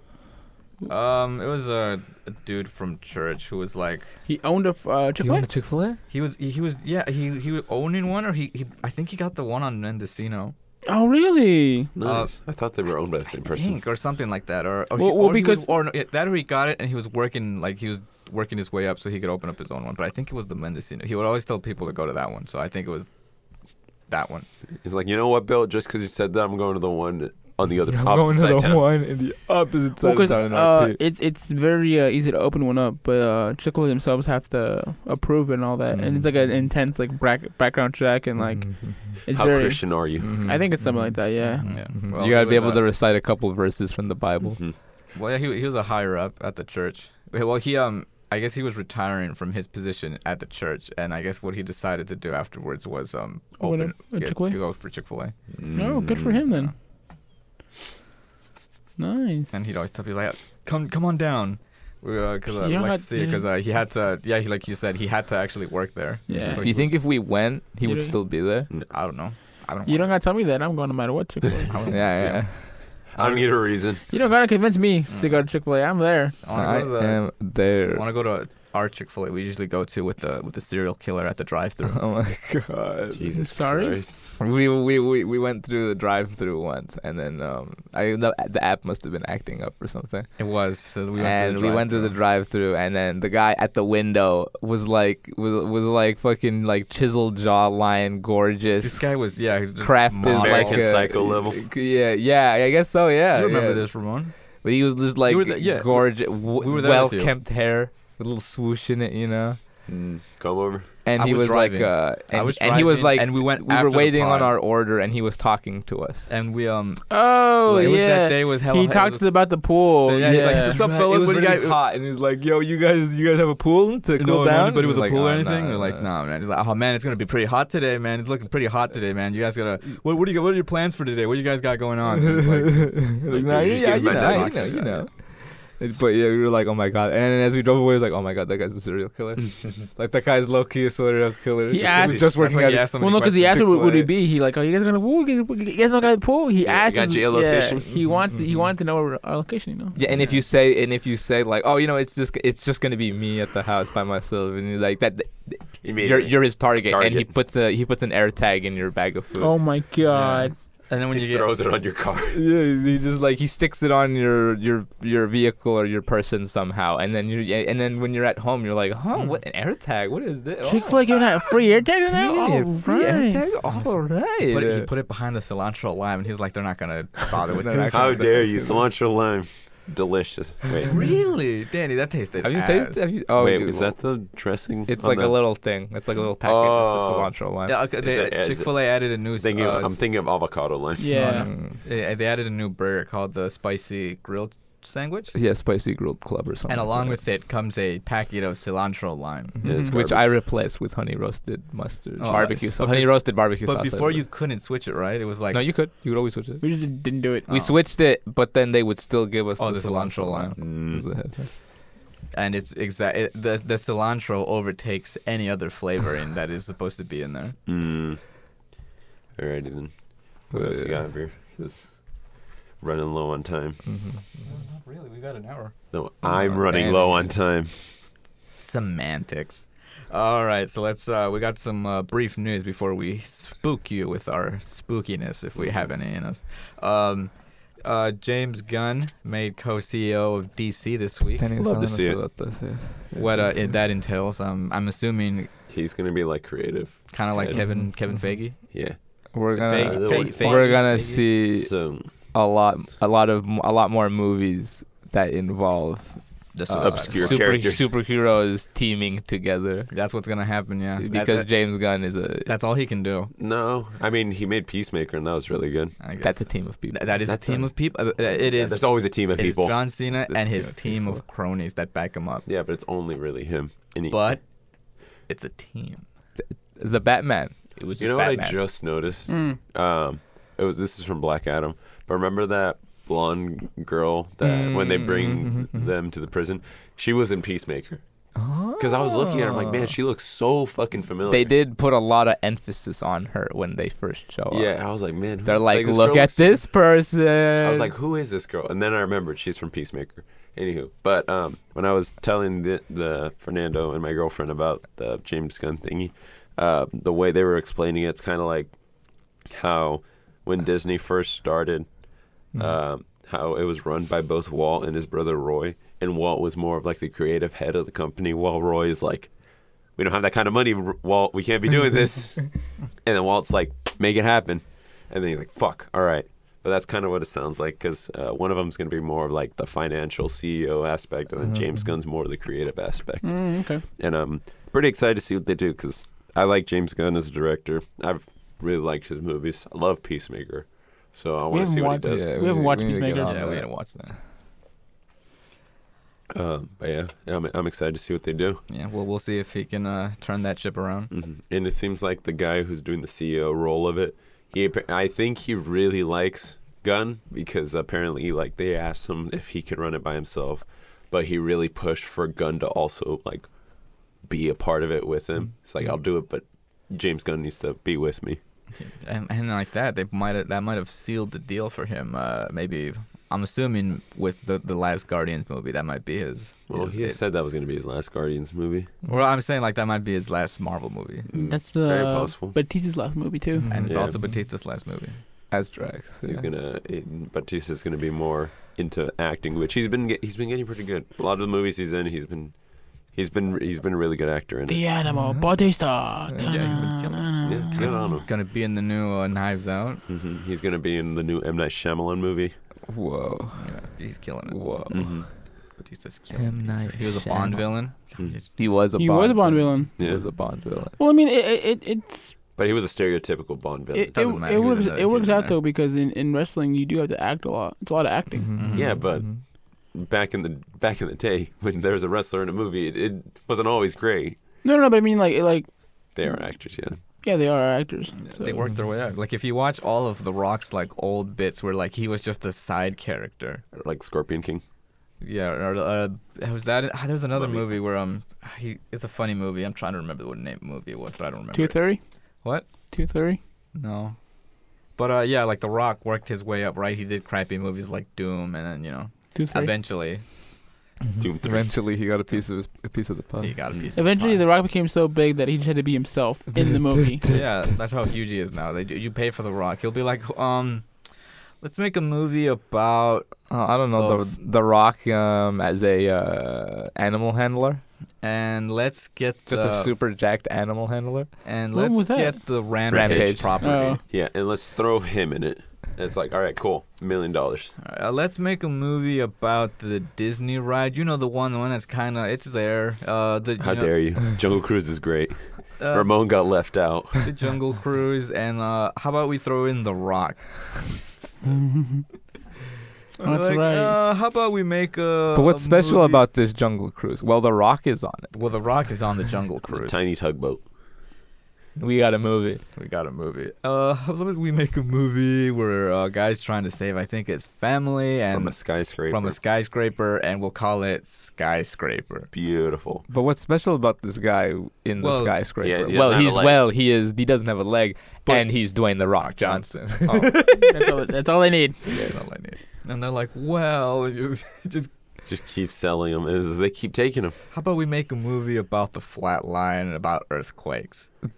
um it was a, a dude from church who was like He owned a f- uh, Chick You Fil want A. the Chick Fil A? he was he, he was yeah he he was owning one or he, he I think he got the one on Mendocino Oh really? Nice. I thought they were owned by the same I person. think, or something like that or, or, he, Well- well, or he was- because- or no, yeah, that or he got it and he was working like he was working his way up so he could open up his own one but I think it was the Mendocino he would always tell people to go to that one so I think it was that one He's like, you know what, Bill? Just because you said that, I'm going to the one on the other I'm opposite going side to of the town. one in the opposite Well, side of 'cause, town. and I'll uh, pay. it's it's very uh, easy to open one up, but uh, Chick Fil A themselves have to approve and all that, and it's like an intense like brack- background check and like it's How very. Christian are you? Mm-hmm. I think it's something like that. Yeah. yeah you gotta he be was, able uh, to recite a couple verses from the Bible. Mhm. Well, yeah, he he was a higher up at the church. Well, he um, I guess he was retiring from his position at the church, and I guess what he decided to do afterwards was um, Open open a- a get- Chick-fil-A? go for Chick Fil A, No, good for him then. Nice. and he'd always tell people like, "Come, come on down." Because uh, You I'd don't like got- to see because uh, he had to, yeah, he, like you said, he had to actually work there. Yeah. So Do he you think if we went, he You would don't- still be there? was- I don't know. I don't. You don't wanna- gotta tell me that. I'm going no matter what Chick Fil A. I don't wanna Yeah, see yeah. him. I don't need a reason. you don't gotta convince me to go to Chick Fil A. I'm there. I wanna go to I uh, the- am there. I want to go to our Chick Fil A. We usually go to with the with the serial killer at the drive-through. Oh my god. Jesus Sorry? Christ. We, we we we went through the drive-through once, and then um, I the, the app must have been acting up or something. It was. So we went and to the we went through the drive-thru. drive-through, and then the guy at the window was like was was like fucking like chiseled jawline, gorgeous, This guy was yeah just crafted model. like American a, Psycho level. Yeah, yeah, I guess so. Yeah, you remember yeah. this, Ramon? But he was just like You were the- yeah, we- gorgeous, w- we were there well with you. kempt hair, with a little swoosh in it, you know. Mm. Come over. And I he was was, like, driving. uh, I and, was and he was driving, like, and we went we after were the waiting on pod. our order, and he was talking to us. And we um. Oh it was yeah. that day was hella. he hot. talked It was- about the pool. Yeah, Yeah, he's like, "What's up, fellas? It was What do you really guys- hot, and he was like, "Yo, you guys, you guys have a pool to No, no, cool down." anybody with Like, a pool or "Oh, anything? nah, They're like, nah." nah, man. He's like, oh man, it's gonna be pretty hot today, man. It's looking pretty hot today, man. You guys gotta. What, what do you What are your plans for today? What do you guys got going on? And he's like, Like, dude, nah, just yeah, give you him know, my I- you dogs. know, you know. It's- But yeah, we were like, oh my god. And then as we drove away, it was like, oh my god, that guy's a serial killer. like that guy's low key a serial killer. He just, asked- just working That's why at he it. asked so well, many no, because he asked questions. what would it Chick-fil-A. be. He like, oh, you guys gonna pool? You guys- you guys not gonna pool? He Yeah, asked. you got him- your location? Yeah, he wants. He wanted to know our, our location. You know. Yeah, and if you say, and if you say like, oh, you know, it's just, it's just gonna be me at the house by myself, and you're like that, you're, Immediately. you're his target, and he Target. puts a, he puts an air tag in your bag of food. Oh my God. And then when you he get throws it on your car. Yeah, he just like he sticks it on your your your vehicle or your person somehow, and then you are and then when you're at home, you're like, huh, what an air tag? What is this? Oh, Chick Fil A giving out free air tags Yeah, now. Oh, All free air right. tag? All right. Put it, he put it behind the cilantro lime, and he was like, "They're not gonna bother with How this." How dare you? Cilantro lime. Delicious. Wait. Really, Danny? That tasted. Have you ass. tasted? Have you, oh, Wait, dude, is that the dressing? It's on like the- a little thing. It's like a little packet. Oh. It's a cilantro lime. Yeah, okay, Is it- they, is it- Chick Fil A added a new. s- Thinking uh, of, I'm s- thinking of avocado lime. Yeah. Mm. eh, they added a new burger called the spicy grilled sandwich, Yeah, spicy grilled club or something. and like along that. with it comes a packet of cilantro lime. Yeah, it's Mhm. which garbage. I replaced with honey roasted mustard Oh, barbecue nice. sauce. But Honey bef- roasted barbecue sauce. But I before love you it. couldn't switch it, right? It was like no, you could. You could always switch it. We just didn't do it. We Oh. switched it, but then they would still give us Oh, the, the cilantro cilantro lime. Mm. It was a head- and it's exact. It, the the cilantro overtakes any other flavoring that is supposed to be in there. Mm. Alrighty then. What else you got here? Just running low on time. Mhm. Really, we got an hour. No, I'm Oh, running man. low on time. Semantics. All right, so let's. Uh, we got some uh, brief news before we spook you with our spookiness, if we have any in us. Um, uh, James Gunn made co-CEO of DC this week. Love to see it. What uh, it, that entails, um, I'm assuming, He's gonna be like creative. kind of like Yeah. Kevin Kevin Feige. Yeah. We're Fake- gonna fake- fake- we're gonna Feige. see So a lot a lot of a lot more movies that involve Just uh, obscure super, characters. superheroes teaming together That's what's gonna happen, yeah. That- because that- James Gunn is a that's all he can do. no, I mean he made Peacemaker and that was really good. I guess. that's a team of people. Th- that is a That's team a- of people. Uh, uh, It is. There's always a team of it is people. John Cena It's a and team his of team of people. cronies that back him up. Yeah, but it's only really him. And he- But it's a team. the Batman. It was you just know Batman. what I just noticed? Mm. Um, it was this is from Black Adam. But remember that blonde girl that when they bring them to the prison, she was in Peacemaker. Because I was looking at her, I'm like, man, she looks so fucking familiar. they did put a lot of emphasis on her when they first show up. Yeah, I was like, man, who- They're like, this look girl at looks- this person. I was like, who is this girl? And then I remembered she's from Peacemaker. Anywho, but um, when I was telling the, the Fernando and my girlfriend about the James Gunn thingy, uh, the way they were explaining it, it's kind of like how when Disney first started, Mm-hmm. um, how it was run by both Walt and his brother Roy, and Walt was more of like the creative head of the company, while Roy is like, we don't have that kind of money, R- Walt. We can't be doing this. and then Walt's like, make it happen. And then he's like, fuck, all right. But that's kind of what it sounds like because uh, one of them's going to be more of like the financial CEO aspect, and then James Gunn's more of the creative aspect. Mm, okay. And I'm pretty excited to see what they do because I like James Gunn as a director. I've really liked his movies. I love Peacemaker. So I want to haven't see what he watched- does. we haven't watched Peacemaker. Yeah, yeah, we that. gotta watch that. Um, but yeah, I'm, I'm excited to see what they do. Yeah, well, we'll see if he can uh, turn that ship around. hmm And it seems like the guy who's doing the CEO role of it, he appa- I think he really likes Gunn because apparently like they asked him if he could run it by himself, but he really pushed for Gunn to also like be a part of it with him. It's like I'll do it, but James Gunn needs to be with me. and, and like that, they might have that might have sealed the deal for him. Uh, maybe I'm assuming with the the last Guardians movie, that might be his. Well, his, he his- said that was going to be his last Guardians movie. Well, I'm saying like that might be his last Marvel movie, Mm, That's the Mm, Very possible. Batista's last movie too. and it's Yeah. also Batista's last movie. as Drax. He's gonna it, Batista's gonna be more into acting, which he's been get, he's been getting pretty good. A lot of the movies he's in, he's been he's been he's been a really good actor in. it. The animal Batista. yeah, Yeah, he would kill him. Yeah, good on him. Gonna be in the new uh, Knives Out. hmm He's gonna be in the new M Night Shyamalan movie. Whoa. Yeah, he's killing it. Whoa. Mm-hmm. Batista's killing. M. Night it. He was a Bond Shyamalan. villain. Mhm. Hmm. He was a He Bond was a Bond villain. He Yeah. was a Bond villain. Well, I mean, it it, it it's But he was a stereotypical Bond villain. it, it, doesn't it, matter. He was works in the- it he was works in out there. though because in, in wrestling you do have to act a lot. It's a lot of acting. Mhm. Yeah, but- Mhm. back in the back in the day, when there was a wrestler in a movie, it, it wasn't always great. No, no, no, but I mean like like They are actors, yeah. yeah, they are actors. So. They worked their way out. Like if you watch all of The Rock's like old bits, where like he was just a side character, Like Scorpion King. Yeah, or uh, was that? ah, There's another Movie. movie where um, he, it's a funny movie. I'm trying to remember what name movie it was, but I don't remember. Two it. thirty. What? Two thirty. No. But uh, yeah, like The Rock worked his way up, right? He did crappy movies like Doom, and then you know, Two thirty. eventually Doom 3. Eventually, he got a piece of his, a piece of the he pie. got a piece. Oh. Eventually, of The Rock became so big that he just had to be himself in the movie. The Rock. Yeah, that's how huge he is now. They, you pay for The Rock. He'll be like, um, let's make a movie about Uh, I don't know Of- the the Rock um, as a uh, animal handler, and let's get just the a super jacked animal handler. and When let's was that? get the rampage, Rampage. property. Oh. Yeah, and let's throw him in it. It's like, all right, cool, million dollars. Alright, Uh, let's make a movie about the Disney ride. You know the one, the one that's kind of it's there. Uh, the you How know, dare you? Jungle Cruise is great. uh, Ramon got left out. the Jungle Cruise, and uh, how about we throw in The Rock? Oh. That's Like, right. Uh, how about we make a? But what's a special movie- about this Jungle Cruise? Well, the Rock is on Well, The Rock is on the Jungle A Cruise. tiny tugboat. it. We got a movie. We got a movie. Uh, how about we make a movie where a uh, guy's trying to save, I think it's family, and from a skyscraper. from a skyscraper, and we'll call it skyscraper. beautiful. But what's special about this guy in the Well- Yeah, he skyscraper? doesn't well, have a he's leg. well, he is. He doesn't have a leg, But- and he's Dwayne the Rock Johnson. Oh. that's all. That's all I need. Yeah, not like it. And they're like, well, you just Just keep selling them, and they keep taking them. How about we make a movie about the flat line and about earthquakes?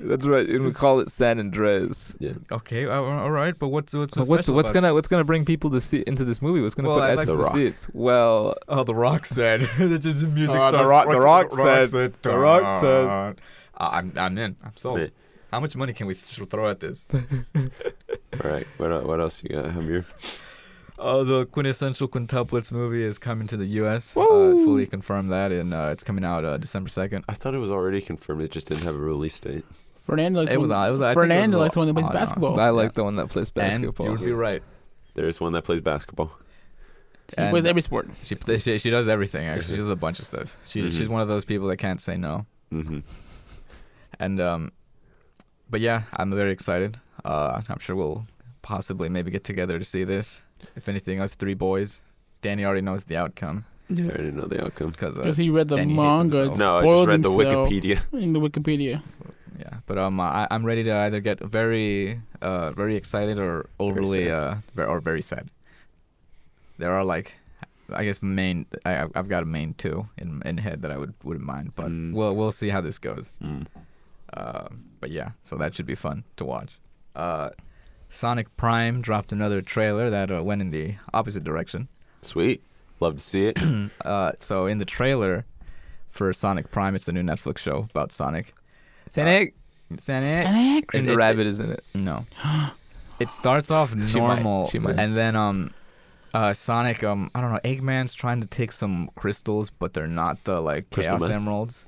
That's right. And we call it San Andres. Yeah, Okay, uh, all right, but what's what's So what's what's gonna what's gonna bring people to see into this movie? What's gonna Well, put I'd us like to to see- see it? Well, Oh, The Rock said that just Uh, the music. Oh, The starts- Rock- The Rock said- The Rock said. Uh, I'm I'm in. I'm sold. Man. How much money can we th- throw at this? All right. What el- what else you got, Javier? Oh, the quintessential quintuplets movie is coming to the U.S. Uh, Woo! fully confirmed that, and uh, it's coming out uh, December second. I thought it was already confirmed. It just didn't have a release date. Fernando likes It was, one, uh, it was, I think it was Fernando a likes one that plays odd on. basketball. I like the one that plays basketball. Oh, And you would be right. There is one that plays basketball. he plays every sport. She, play- she she does everything. Actually, she does a bunch of stuff. She Mhm. she's one of those people that can't say no. Mm-hmm. And um, but yeah, I'm very excited. Uh, I'm sure we'll possibly maybe get together to see this. If anything, us three boys. Danny already knows the outcome I already know the outcome. because uh, Because he read the Danny hates manga. himself. and No, I just spoiled read the himself Wikipedia. In the Wikipedia. yeah. But um, I, I'm ready to either get very uh very excited or overly sad. uh ver- or very sad. There are like. I guess main. I, I've- I've got a main two in in head that I would wouldn't mind, but Mm. we'll we'll see how this goes. Mm. Um, but yeah, so that should be fun to watch. Uh, Sonic Prime dropped another trailer that uh, went in the opposite direction. Sweet. Love to see it. Uh, so in the trailer for Sonic Prime, it's a new Netflix show about Sonic. Uh, Sonic Sonic? Sonic? and It- the it- rabbit is in it. No. it starts off might, normal, she might. and then um, uh, Sonic um, I don't know. Eggman's trying to take some crystals, but they're not the like Crystal Chaos meth. Emeralds.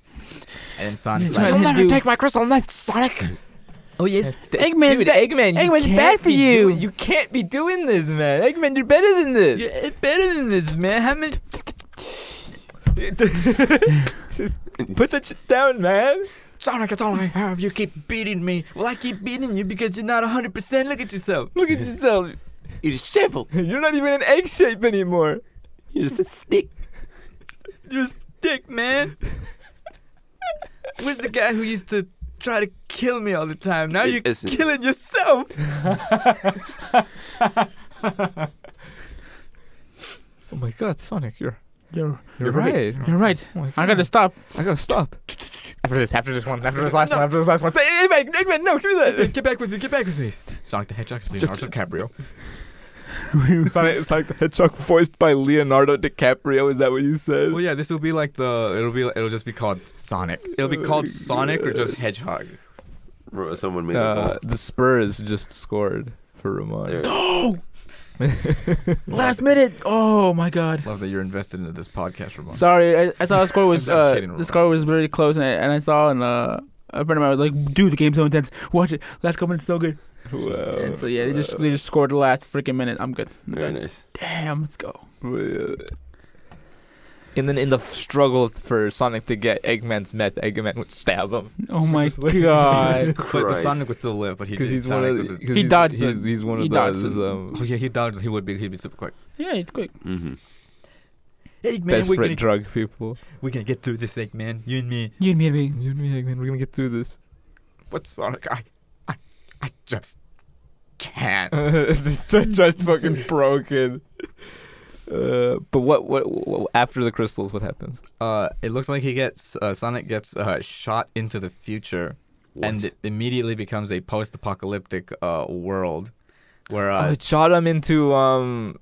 And He's Sonic's trying like, to do- my crystal nuts, Sonic. oh yes, Eggman, Dude, that- Eggman, you Eggman's can't bad for be you. doing- you can't be doing this, man. Eggman, you're better than this. you're better than this, man. How many? Just Put that shit down, man. Sonic, that's all I have. You keep beating me. Well, I keep beating you because you're not 100%. Look at yourself. Look at yourself. you just shamble. You're not even an egg shape anymore. You just a stick. You're a stick, man. Where's the guy who used to try to kill me all the time? Now you're It's- killing yourself. Oh my god, Sonic, you're You're, you're, right. right. you're right. Oh my I gotta God. stop. I gotta stop. After this, after this one, after this last one, after this last one. Eggman, Eggman, no, give me that. Get back with me, get back with me. Sonic the Hedgehog is Leonardo DiCaprio. Sonic, Sonic the Hedgehog, voiced by Leonardo DiCaprio. Is that what you said? Well, yeah, this will be like the. It'll be. It'll just be called Sonic. It'll be called Sonic or just Hedgehog. Someone made Uh, uh, the Spurs just scored for Ramon. Oh, it. Last minute. Oh my god. Love that you're invested into this podcast, Ramon. Sorry, I, I saw the score was I'm uh, kidding, Ramon. the score was really close, and I, and I saw and uh, a friend of mine was like, "Dude, the game's so intense. Watch it. Last couple minutes so good." Wow. and so yeah, they just they just scored the last freaking minute. I'm good. I'm Very good. nice. Damn, let's go. And then in the struggle for Sonic to get Eggman's meth, Eggman would stab him. Oh my Just like- god. but, but Christ. Sonic would still live, but he Because did. he's one Sonic of the, would- uh, 'cause He he's, dodged He's, he's one of He dodged those. them. Um, Oh yeah, he dodged. He would be. He'd be super quick. yeah, it's quick. Mm-hmm. Eggman, desperate drug people. we're gonna get through this, Eggman. You and me. You and me, and me. You and me, Eggman, we're gonna get through this. But Sonic, I, I, I just can't. Uh, just fucking broken. Uh, but what, what what after the crystals? What happens? Uh, it looks like he gets uh, Sonic gets uh, shot into the future, and it immediately becomes a post-apocalyptic uh, world, where oh, uh, it shot him into um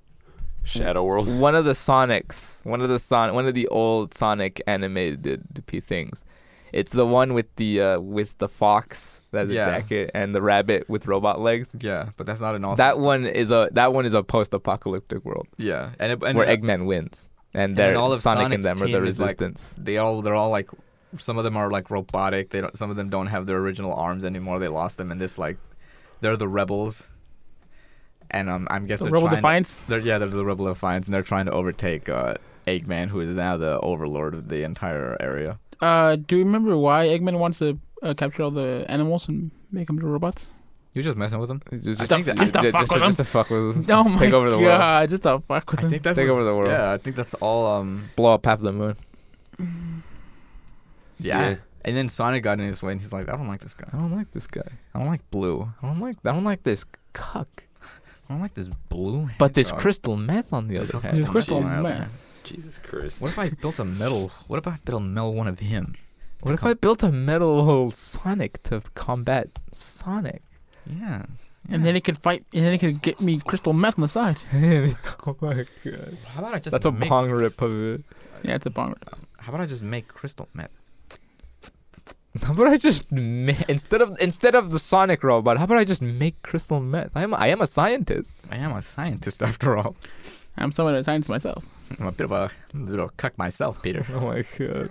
Shadow World. one of the Sonics, one of the Son, one of the old Sonic animated p things. It's the one with the uh, with the fox that the Yeah. jacket and the rabbit with robot legs. yeah, but that's not an awesome. That one is a that one is a post-apocalyptic world yeah, and, it, and where Eggman wins, and and they're all of Sonic Sonic's and them are the team is, like, resistance. they all they're all like some of them are like robotic they don't some of them don't have their original arms anymore they lost them and this like they're the rebels and um, i'm guess The they're Rebel trying Defiance. they're yeah they're the rebel defiance and they're trying to overtake uh eggman who is now the overlord of the entire area Uh, do you remember why Eggman wants to uh, capture all the animals and make them to robots? you're just messing with them Just, I think that- Just to just, fuck with them. just to fuck with them. Oh my Take over the world. god! Just a fuck with i him. think that's Take what's- over the world. yeah i think that's all um blow up half the moon. yeah, Yeah. and then sonic got in his way and he's like i don't like this guy I don't like this guy. i don't like blue I don't like I don't like this cuck. i don't like this blue But this hedgehog." crystal meth on the other hand. This crystal on the other meth. hand. Jesus Christ. What if I built a metal? What if I built a metal one of him? What if I built a metal Sonic to combat Sonic? Yeah. And then it could fight, and then it could get me crystal meth on the side. oh my god. how about I just That's a make, bong rip of it. Yeah, it's a bomber. How about I just make crystal meth? How about I just ma- instead of instead of the Sonic robot, how about I just make crystal meth? I am I am a scientist. I am a scientist after all. I'm someone that signs myself. I'm a bit of a I'm a bit of a cuck myself, Peter. Oh my god.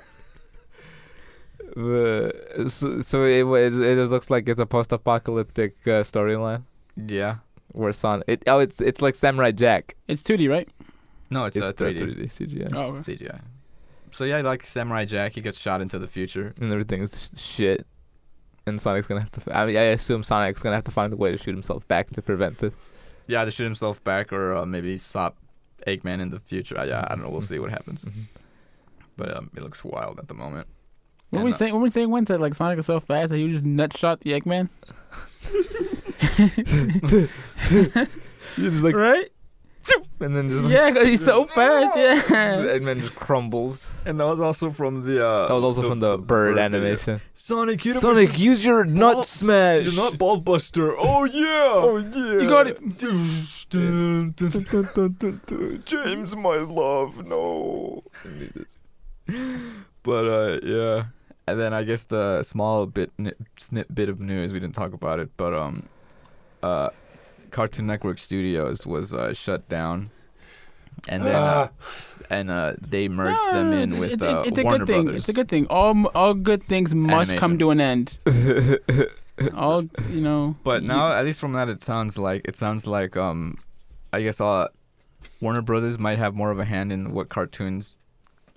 The so, so it, wa- it it looks like it's a post-apocalyptic uh, storyline yeah. where Sonic. It, oh, it's it's like Samurai Jack. It's 2D, right? No, it's, It's, uh, the 3D. 3D CGI. Oh, okay. CGI. So yeah, like Samurai Jack, he gets shot into the future. and everything is shit. And Sonic's gonna have to. F- I mean, I assume Sonic's gonna have to find a way to shoot himself back to prevent this. Yeah, either shoot himself back or uh, maybe stop Eggman in the future. I, yeah, I don't know. We'll see what happens. But um, it looks wild at the moment. When And, we uh, saying when we saying once that like Sonic is so fast that he just nut shot the Eggman. You're just like, right? and then just Yeah, 'cause he's so fast. Yeah. Eggman just crumbles. And that was also from the. Uh, That was also from the bird animation. Sonic, you Sonic, use your nut Ball- smash. ball buster. Oh yeah. Oh yeah. You got it. James, my love, no. but uh, yeah, and then I guess the small bit nip, snip bit of news we didn't talk about it, but um, uh, Cartoon Network Studios was uh, shut down, and then uh, and uh, they merged them No, in with it's, uh, it's, it's a Warner good thing. Brothers. It's a good thing. All m- all good things must Animation. come to an end. all you know. But now, at least from that, it sounds like it sounds like um, I guess uh, Warner Brothers might have more of a hand in what cartoons,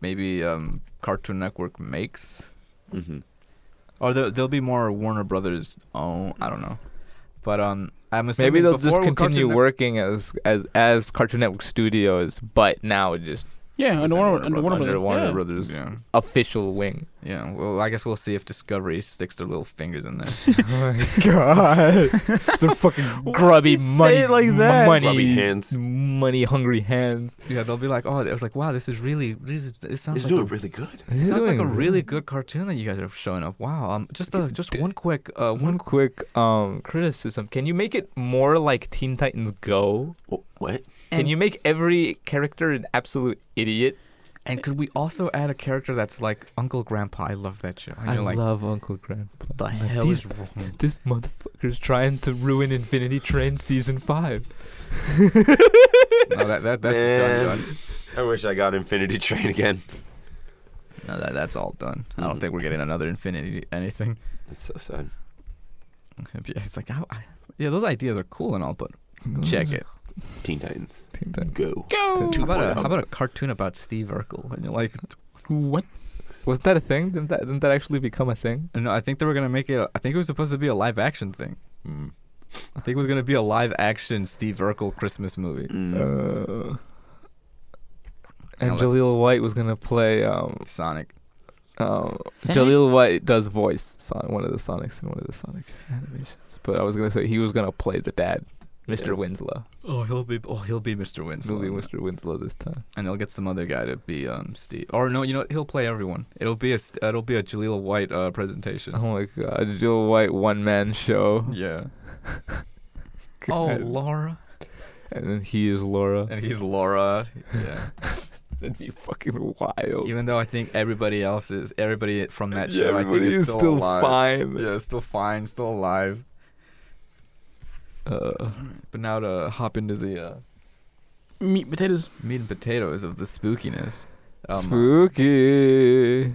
maybe um, Cartoon Network makes, Mm-hmm. or there, there'll be more Warner Brothers. Oh, I don't know. But um, I'm assuming Maybe they'll before just with Cartoon continue Net- working as as as Cartoon Network Studios, but now just yeah, under Warner, under Warner under Brothers. Warner yeah. Brothers Yeah, official wing. yeah. Well, I guess we'll see if Discovery sticks their little fingers in there. oh my god, they're fucking grubby Say money, it like that. money, Grubby hands. money hungry hands. yeah, they'll be like, oh, it was like, wow, this is really, this is, it sounds like a really good. It sounds like a really good cartoon that you guys are showing up. Wow. Um, just uh, just one quick uh, One one. quick um criticism. Can you make it more like Teen Titans Go? What? Can And- you make every character an absolute idiot? And could we also add a character that's like Uncle Grandpa? I love that show. And you're like, love Uncle Grandpa. the Like, hell these- is wrong? This motherfucker's trying to ruin Infinity Train season five. no, that, that that's done. done. I wish I got Infinity Train again. No, that, that's all done. I don't Mhm. think we're getting another Infinity anything. That's so sad. Yeah, It's like, I, I, yeah, those ideas are cool and all, but check it. Teen Titans. Teen Titans. Go. Go. How about, a, 2.0. how about a cartoon about Steve Urkel? And you're like, What? Wasn't that a thing? Didn't that didn't that actually become a thing? no, I think they were gonna make it. a- I think it was supposed to be a live action thing. I think it was gonna be a live action Steve Urkel Christmas movie. Mm. Uh, and Unless- Jaleel White was gonna play. Um, Sonic. um, Sonic? Jaleel White does voice Son- one of the Sonics in one of the Sonic animations. But I was gonna say he was gonna play the dad, Mr. Yeah. Winslow. Oh, he'll be oh he'll be Mr. Winslow, It'll be Mr. Winslow this time. and they'll get some other guy to be um Steve. Or no, you know he'll play everyone. It'll be a st- it'll be a Jaleel White uh, presentation. Oh my God, Jaleel White one man show. Yeah. oh, Laura. and then he is Laura. And he's Laura. Yeah. That'd be fucking wild. Even though I think everybody else is everybody from that Oh. yeah, show, I think everybody is is still, still alive. fine. Yeah, still fine, still alive. Uh, But now to hop into the uh, Meat potatoes. meat and potatoes of the spookiness. Um, spooky.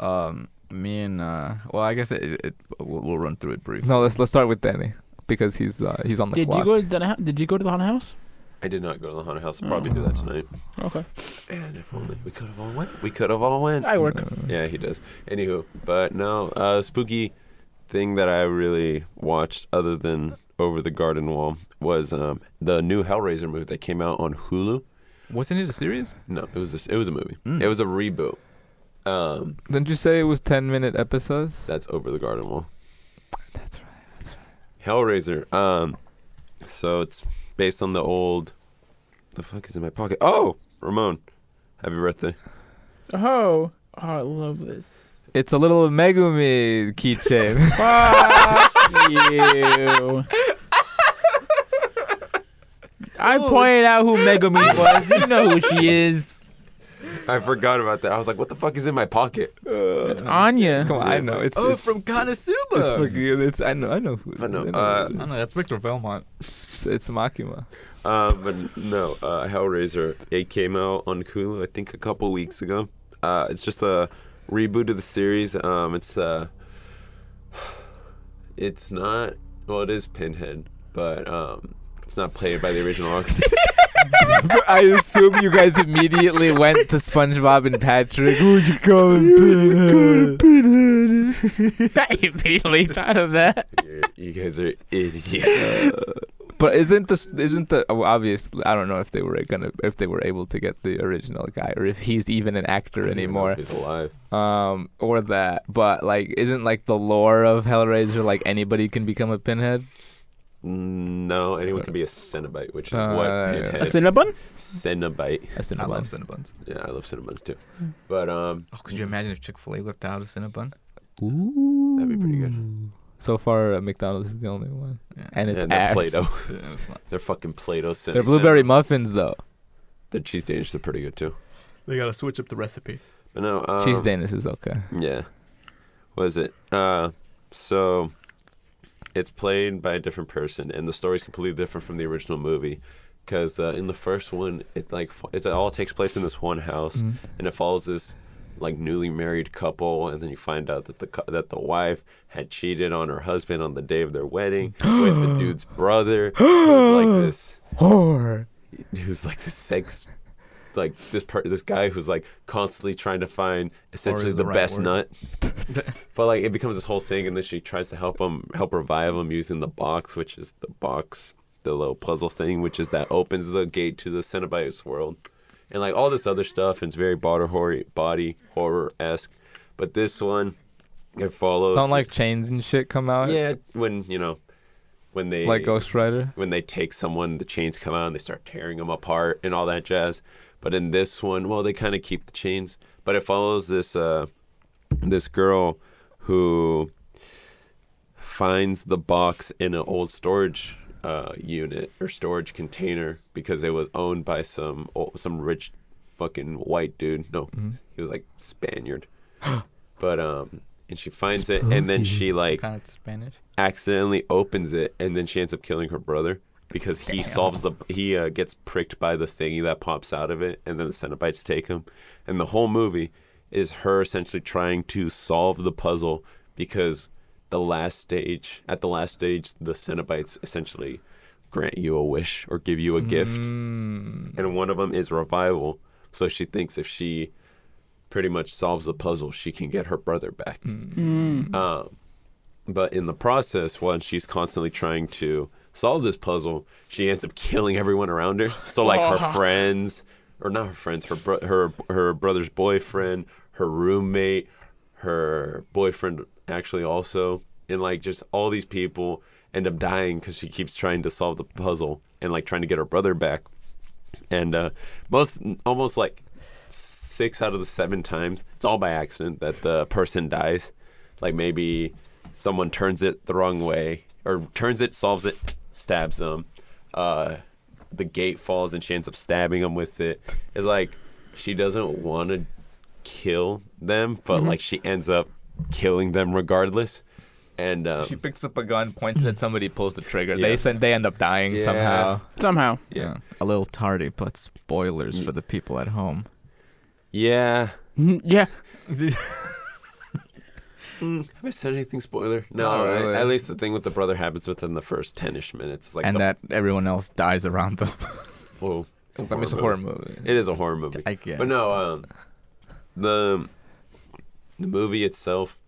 um me and uh well i guess it, it, it we'll, we'll run through it briefly No, let's let's start with Danny because he's uh, he's on the Did clock. you go to the did you go to the haunted house? I did not go to the haunted house. I'll probably do that tonight. Okay. And if only Hmm. we could have all went. We could have all went. I work. Uh, Yeah, he does. Anywho, but no, uh, spooky thing that I really watched other than Over the Garden Wall was um, the new Hellraiser movie that came out on Hulu. wasn't it a series No, it was a, it was a movie. Hmm. Mm. It was a reboot. Um, Didn't you say it was ten minute episodes? that's Over the Garden Wall. That's right. Hellraiser. Um, so it's based on the old. The fuck is in my pocket? Oh, Ramon. Happy birthday. Oh, oh I love this. It's a little Megumi keychain. Fuck you. I pointed out who Megumi was. You know who she is. I forgot about that. I was like, what the fuck is in my pocket? Uh, It's Anya. Come on, I know. It's, oh, it's from Konosuba. It's fucking. It's I know. I know who. I know, I know, uh, who it I is. know that's Victor Belmont. It's, it's Makima. Um, but no, uh, Hellraiser. It came out on Hulu, I think, a couple weeks ago. Uh, it's just a reboot of the series. Um, it's uh, it's not. Well, it is Pinhead, but um, it's not played by the original actor. I assume you guys immediately went to SpongeBob and Patrick. Who'd you call him? Pinhead? I immediately thought of that. You're- you guys are idiots. But isn't this isn't the oh, obviously? I don't know if they were gonna if they were able to get the original guy or if he's even an actor anymore. He's alive. Um, or that. But like, isn't like the lore of Hellraiser like anybody can become a Pinhead? No, anyone can be a Cenobite, which is what Uh, A Pinhead. Cinnabon? Cenobite. That's I another love one. Cinnabons. Yeah, I love Cinnabuns too. But um, Oh, could you imagine if Chick Fil A whipped out a Cinnabon? Ooh. That'd be pretty good. So far, uh, McDonald's is the only one, Yeah. and it's and ass. they're Play-Doh. Yeah, it's not- They're fucking Play-Doh. Cin- They're blueberry Cinnabon. muffins though. Their cheese danish are pretty good too. They gotta switch up the recipe. But no, um, Cheese Danish is okay. Yeah. What is it? Uh, so it's played by a different person, and the story's completely different from the original movie. Because uh, in the first one, it like fo- it's, it all takes place in this one house, Mhm. and it follows this like newly married couple, and then you find out that the cou- that the wife had cheated on her husband on the day of their wedding with the dude's brother. It was like this Horror. who's like this sex like this per- this guy who's like constantly trying to find essentially is the, the right best word. nut but like it becomes this whole thing and then she tries to help him help revive him using the box which is the box the little puzzle thing which is that opens the gate to the Cenobite's world and like all this other stuff and it's very body horror body horror-esque but this one it follows Don't like chains and shit come out. yeah when you know when they Like Ghost Rider. when they take someone, the chains come out and they start tearing them apart and all that jazz. But in this one, well, they kind of keep the chains, but it follows this uh, this girl who finds the box in an old storage uh, unit or storage container because it was owned by some old, some rich fucking white dude. No, he was like Spaniard, but um, and she finds it and then she like kind of Spanish. accidentally opens it and then she ends up killing her brother because he solves the he uh, gets pricked by the thingy that pops out of it and then the centibites take him and the whole movie is her essentially trying to solve the puzzle because the last stage at the last stage the centibites essentially grant you a wish or give you a gift Mm. and one of them is revival so she thinks if she pretty much solves the puzzle she can get her brother back Mm. um, but in the process, while she's constantly trying to solve this puzzle, she ends up killing everyone around her. So like her friends, or not her friends, her bro- her her brother's boyfriend, her roommate, her boyfriend actually also, and like just all these people end up dying because she keeps trying to solve the puzzle and like trying to get her brother back. And uh, most almost like six out of the seven times, it's all by accident that the person dies. Like maybe someone turns it the wrong way, or turns it, solves it, stabs them. Uh, the gate falls, and she ends up stabbing them with it. It's like she doesn't want to kill them, but like she ends up killing them regardless. And um, She picks up a gun, points it at somebody, pulls the trigger. Yeah. They send, they end up dying Yeah. somehow. Somehow. Yeah. a little tardy, but spoilers for the people at home. yeah, yeah. Mm, have I said anything spoiler? No, Not right? really. at least the thing with the brother happens within the first ten-ish minutes. Like and the, that everyone else dies around them. whoa, it's a That means a horror horror movie. movie. It is a horror movie. I guess. But no, um, the the movie itself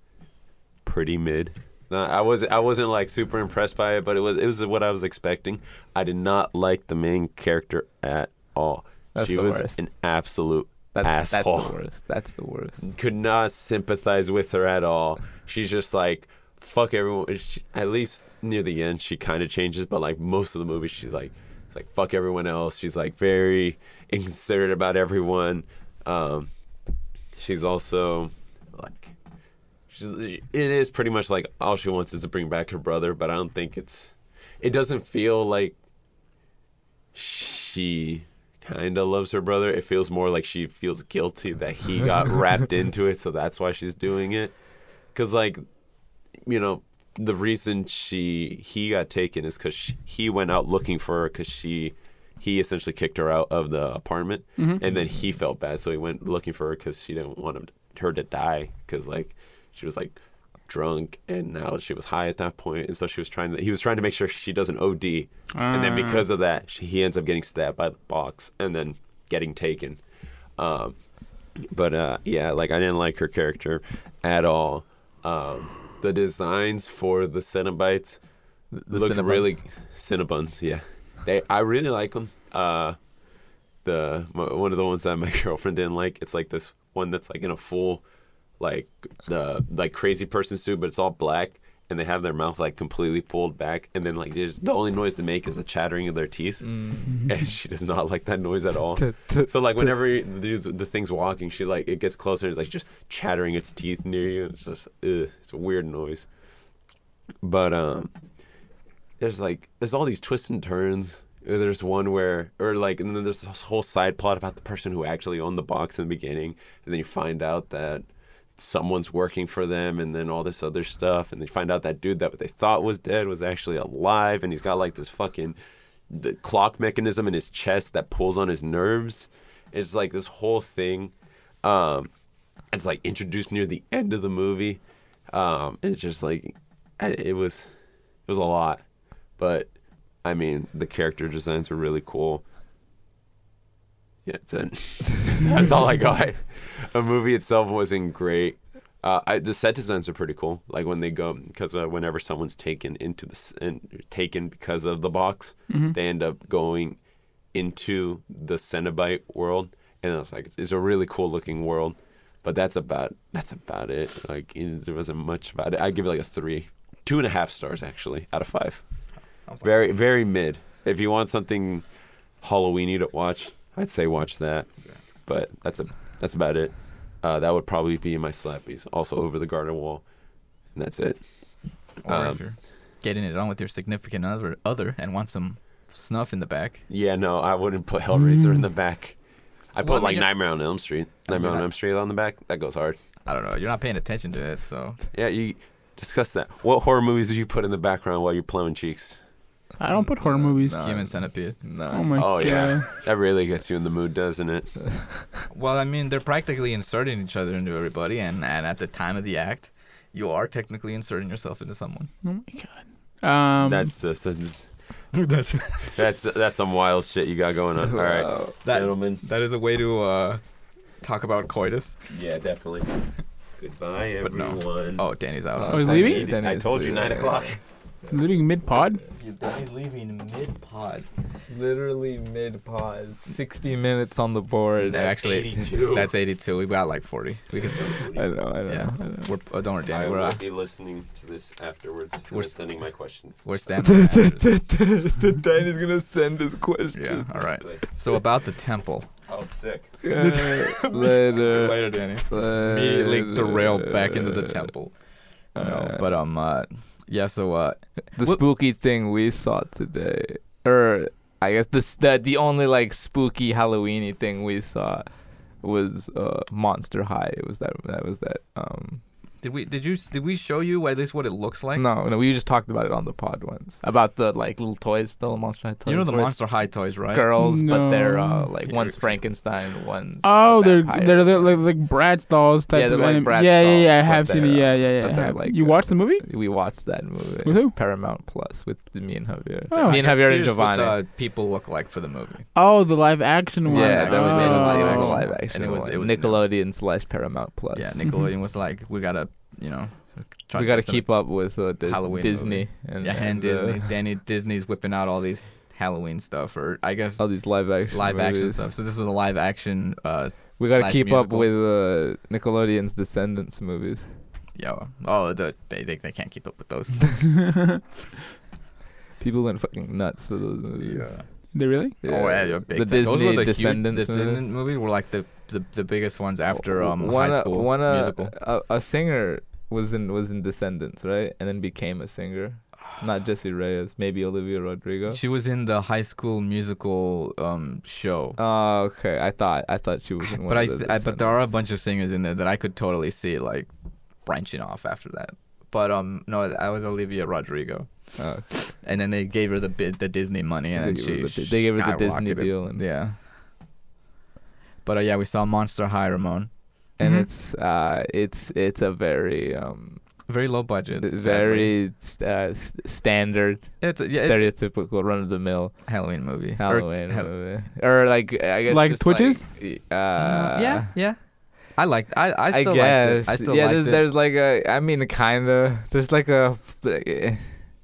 pretty mid. No, I was I wasn't like super impressed by it, but it was it was what I was expecting. I did not like the main character at all. That's she the was worst. an absolute That's, that's asshole. the worst. That's the worst. Could not sympathize with her at all. She's just like fuck everyone. She, at least near the end, she kind of changes, but like most of the movie, she's like it's like fuck everyone else. She's like very inconsiderate about everyone. Um, she's also like, she's, it is pretty much like all she wants is to bring back her brother, but I don't think it's, it doesn't feel like she kind of loves her brother. It feels more like she feels guilty that he got wrapped into it, so that's why she's doing it. Because like, you know, the reason she he got taken is because he went out looking for her because she he essentially kicked her out of the apartment, and then he felt bad, so he went looking for her because she didn't want him her to die because like she was like drunk and now she was high at that point and so she was trying to he was trying to make sure she doesn't OD and then because of that she, he ends up getting stabbed by the box and then getting taken um but uh yeah like I didn't like her character at all um the designs for the Cenobites The look Cinnabuns? really Cinnabuns yeah they I really like them uh the m- one of the ones that my girlfriend didn't like. It's like this one that's like in a full, like the like crazy person suit, but it's all black, and they have their mouths like completely pulled back, and then like just the only noise they make is the chattering of their teeth, and she does not like that noise at all. so like whenever the dudes, the thing's walking, she like it gets closer, like just chattering its teeth near you. It's just ugh, it's a weird noise, but um there's like there's all these twists and turns. There's one where, or like, and then there's this whole side plot about the person who actually owned the box in the beginning, and then you find out that someone's working for them, and then all this other stuff, and they find out that dude that they thought was dead was actually alive, and he's got like this fucking the clock mechanism in his chest that pulls on his nerves. It's like this whole thing. Um, it's like introduced near the end of the movie. Um, and it's just like I- it was, it was a lot but I mean, the character designs were really cool. Yeah, that's it. that's, that's all I got. The movie itself wasn't great. Uh, I, the set designs are pretty cool. Like when they go, because uh, whenever someone's taken into the s- and taken because of the box, they end up going into the Cenobite world, and I was like, it's, it's a really cool looking world. But that's about that's about it. Like it, there wasn't much about it. I give it like a three, two and a half stars actually out of five. Very, very mid. If you want something Halloweeny to watch, I'd say watch that. But that's a that's about it. Uh, that would probably be in my slappies. Also over the garden wall, and that's it. Or Um, if you're getting it on with your significant other, other and want some snuff in the back. Yeah, no, I wouldn't put Hellraiser in the back. I put Mm. Well, I like mean, if- Nightmare on Elm Street, Nightmare mean, on I- Elm Street on the back. That goes hard. I don't know. You're not paying attention to it, so Yeah, you discuss that. What horror movies do you put in the background while you're plowing cheeks? I don't put horror movies. no. human centipede. Oh No. my Oh, god. yeah. That really gets you in the mood, doesn't it? Well, I mean, they're practically inserting each other into everybody, and, and at the time of the act, you are technically inserting yourself into someone. Oh my god. Um, that's just that's That's that's that's some wild shit you got going on. All right, That- gentlemen. that is a way to uh, talk about coitus. Yeah, definitely. Goodbye, But no. everyone. Oh, Danny's out. Oh, he's leaving? I told you, nine o'clock. living mid pod. Danny's leaving mid pod. Literally mid pause. 60 minutes on the board. That's actually, 82. that's 82. We got like 40. We can still, I know, I know. yeah. I know. We're, oh, don't worry, Danny. I We're, will uh, be listening to this afterwards. and We're- sending my questions. we're standing. Danny's gonna send us questions. yeah, all right. So about the temple. Oh, sick. Uh, later. Later, Danny. Immediately derailed back into the temple. No, Uh, but um, uh, yeah. So uh, the What- spooky thing we saw today, or I guess the s- the, the only like spooky Halloweeny thing we saw was uh, Monster High. It was that that was that. Um, did we did you did we show you at least what it looks like? no, no, we just talked about it on the pod once about the like little toys, the little Monster High toys. You know the where it's Monster High toys, right? girls, but they're uh, No. like one's Frankenstein, one's Oh, a they're vampire. they're, they're like, like Bratz dolls type Yeah, they're of like anim- Bratz yeah, yeah, yeah. I dolls, have but seen it. they're, Yeah, yeah, uh, but yeah. I they're have. like, you uh, watched the movie? we watched that movie With who? Paramount Plus with me and Javier. Oh. me and Javier and Here's Giovanni. What the people look like for the movie. Oh, the live action one. Yeah, that was it. Was, it was a Oh. live action. And it was- one. it was- Nickelodeon slash Paramount Plus. Yeah, Nickelodeon was like, we gotta, you know, try Mm-hmm. we to got to put some- keep up with uh, Dis- Halloween Disney and, Yeah, and and, uh, Disney. Danny Disney's whipping out all these Halloween stuff, or I guess all these live action live action movies. stuff. So this was a live action. Uh, We got to slash keep up musical. with uh, Nickelodeon's Descendants movies. yeah. Oh, the, they, they they can't keep up with those. People went fucking nuts for those movies. They really? Oh yeah, you're big. The time. Those were Disney the huge Descendants Descendant movies. movies were like the, the, the biggest ones after um one, high uh, school one, uh, musical. A, a singer was in was in Descendants, right? And then became a singer. Not Jesse Reyes, maybe Olivia Rodrigo. She was in the high school musical um show. Oh, okay. I thought I thought she was in one. but I, of the th- I but there are a Descendants. bunch of singers in there that I could totally see like branching off after that. But um no, I was Olivia Rodrigo, Oh, and then they gave her the bid, the Disney money, They and gave she her the- they gave her the Disney skyrocketed it. deal and- yeah. But uh, yeah, we saw Monster High Ramon, and Mhm. it's uh it's it's a very um very low budget, sadly. very st- uh, s- standard it's a- yeah, it- stereotypical run of the mill Halloween movie. Or- Halloween Hal- movie. Or like I guess Like just Twitches? like, uh, Uh, yeah, yeah. I like. I I still liked guess. it. I still yeah, liked there's it. there's like a I mean kind of there's like a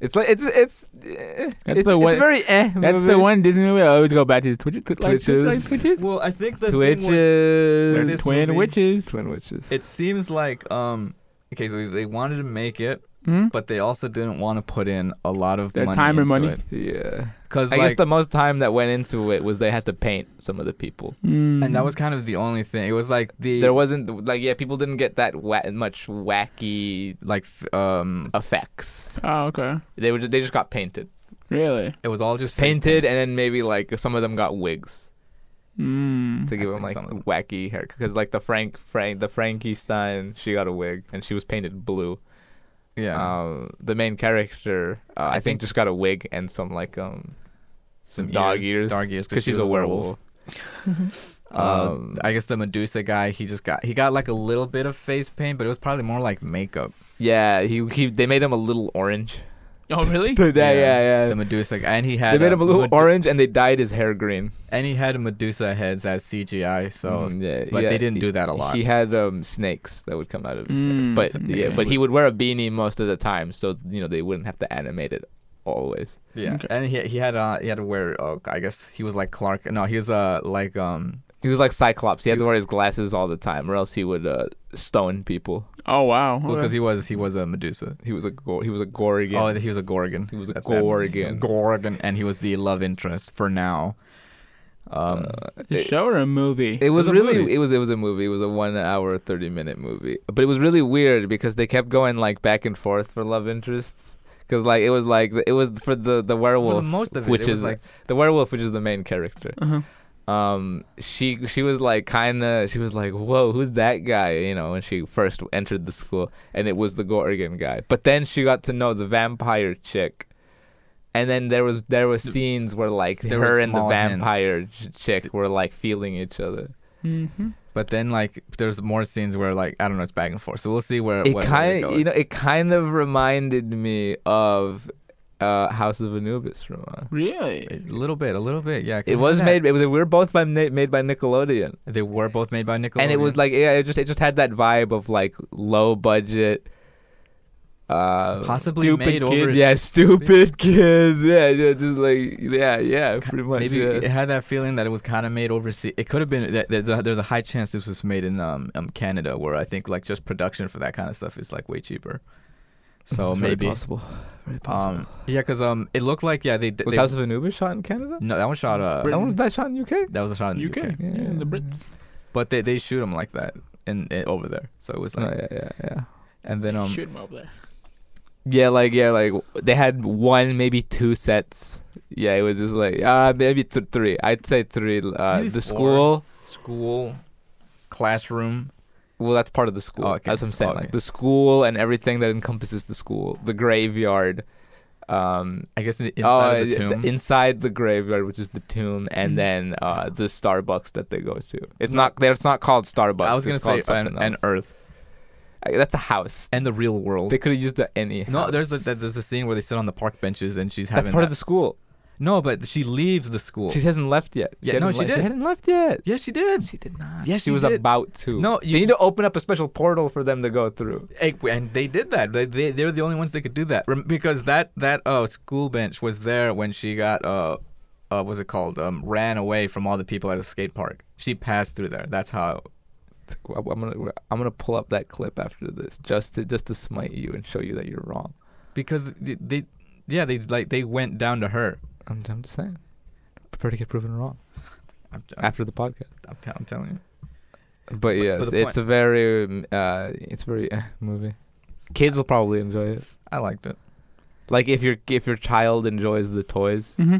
it's like it's it's eh, That's it's, the it's one- very eh That's movie. the one Disney movie I always go back to. Twitches. Twitches. Like, Twitches. like Twitches. well, I think the Twitches Thing was, where this Twin movie- witches. Twin Witches. it seems like um. Okay, so they wanted to make it, Hmm? but they also didn't want to put in a lot of Their money time and into money. it. yeah. 'Cause, I guess like, the most time that went into it was they had to paint some of the people. and Hmm. that was kind of the only thing. It was like the There wasn't like yeah, people didn't get that wa- much wacky like f- um. effects. Oh, okay. They were just, they just got painted, Really? It was all just face painted, and then maybe like some of them got wigs Mm. to I give them think like some of them- wacky haircut. Because like the Frank Frank the Frankie Stein, she got a wig and she was painted blue. paint. Yeah, Um, the main character, uh, I, think, think- just got a wig and some like um some dog ears, dog ears, because she's a werewolf. Uh, Um, I guess the Medusa guy, he just got he got like a little bit of face paint, but it was probably more like makeup. yeah, he he they made him a little orange. Oh, really? yeah, yeah, yeah. The Medusa, guy, and he They had made him a little Med- orange and they dyed his hair green. and he had Medusa heads as CGI. So Mhm, yeah, but yeah, they didn't he- do that a lot. He had um, snakes that would come out of his Mm. hair. But Some yeah, snakes but he would wear a beanie most of the time, so you know they wouldn't have to animate it always. yeah, Okay. and he he had uh he had to wear uh, I guess he was like Clark. No, he was uh like um He was like Cyclops. He had to wear his glasses all the time, or else he would uh, stone people. Oh, wow. because Okay. he was he was a Medusa. He was a go- he was a Gorgon. Oh, he was a Gorgon. He was a what- Gorgon. Gorgon, and he was the love interest for now. Um, a show or a movie? It was was, a really movie. it was it was a movie. It was a one hour thirty minute movie, but it was really weird because they kept going like back and forth for love interests. Because like it was like it was for the the for werewolf, the most of it, which it was is like the werewolf, which is the main character. uh-huh. um she she was like kind of she was like whoa who's that guy you know when she first entered the school and it was the gorgon guy but then she got to know the vampire chick and then there was there was scenes where like There her were and the small hints. vampire ch- chick were like feeling each other Mm-hmm. But then like there's more scenes where like I don't know it's back and forth. So we'll see where it what, kind where you know it kind of reminded me of uh house of anubis from uh, Really? a little bit, a little bit, yeah. it kinda was that. made it was, we were both by na- made by nickelodeon They were both made by Nickelodeon, and it was like yeah, it just it just had that vibe of like low budget. Uh, possibly Stupid made over Kids. yeah, stupid kids. Yeah, yeah, just like yeah, yeah, pretty much. Maybe yeah. it had that feeling that it was kind of made overseas. It could have been that there's a, there's a high chance this was made in um, um Canada, where I think like just production for that kind of stuff is like way cheaper. So It's very maybe possible. Very possible. um yeah, cause um it looked like yeah they, they was House of Anubis shot in Canada? no that one shot uh That Britain. was that shot in UK? that was a shot in the UK. UK, Yeah, Yeah. the Brits. but they they shoot him like that in, in over there, so it was Oh, like yeah, yeah, yeah. and then um Shoot 'em over there. Yeah, like yeah, like they had one, maybe two sets. Yeah, it was just like uh maybe th- three. I'd say three. Uh, Maybe four. the school. school classroom Well, that's part of the school. Oh, okay. That's what I'm saying. Oh, Like okay. the school and everything that encompasses the school, the graveyard. Um, I guess in the inside oh, of the yeah, tomb. Hmm. inside the graveyard, which is the tomb, and Mhm. then uh, the Starbucks that they go to. It's not. there- It's not called Starbucks. I was gonna it's called say an, something an er-, else. earth Uh, That's a house. and the real world. They could have used the any. no, there's a, house. there's a scene where they sit on the park benches and she's that's having. part of that- the school. No, but she leaves the school. She hasn't left yet. Yeah, no, hasn't she left- She did. hadn't left yet. yes, she did. She did not. Yes, she, she was did. about to. No, you need to open up a special portal for them to go through. Eh, And they did that. They, they they're the only ones that could do that Rem- because that that uh, school bench was there when she got uh, uh what was it called um ran away from all the people at the skate park. She passed through there. That's how. I'm gonna I'm gonna pull up that clip after this just to just to smite you and show you that you're wrong. Because they, they yeah they like they went down to her. I'm, I'm just saying. prefer to get proven wrong I'm, I'm, after the podcast. I'm, t- I'm telling you. But yes, the it's a very um, uh, it's a very eh, movie. Kids will probably enjoy it. I liked it. Like if your if your child enjoys the toys, Mm-hmm.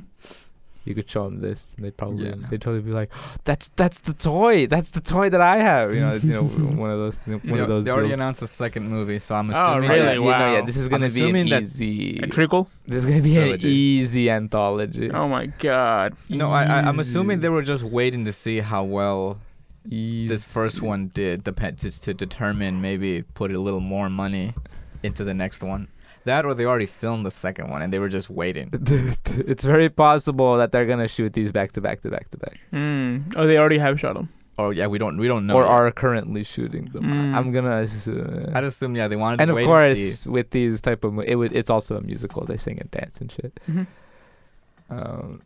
you could show them this, and they probably Yeah. they'd probably be like, "Oh, "That's that's the toy. That's the toy that I have." You know, it's, you know, one of those one You know, of those. they already deals. announced the second movie, so I'm Oh, assuming. Oh, yeah, Really? you Wow. know, yeah, this is I'm gonna be assuming an that- easy. A treacle? this is gonna be an trilogy. easy anthology. Oh my god. No, I, I, I'm assuming Easy. they were just waiting to see how well this first Easy. one did, depend just to determine maybe put a little more money into the next one. That or they already filmed the second one and they were just waiting. it's very possible that they're gonna shoot these back to back to back to back, Mm. Oh, they already have shot him. Or yeah, we don't we don't know. or yet. are currently shooting them. Mm. I'm gonna. assume- I'd assume yeah they wanted and to of wait and see. course, with these type of, mo- it would, it's also a musical. They sing and dance and shit. Mm-hmm. Um,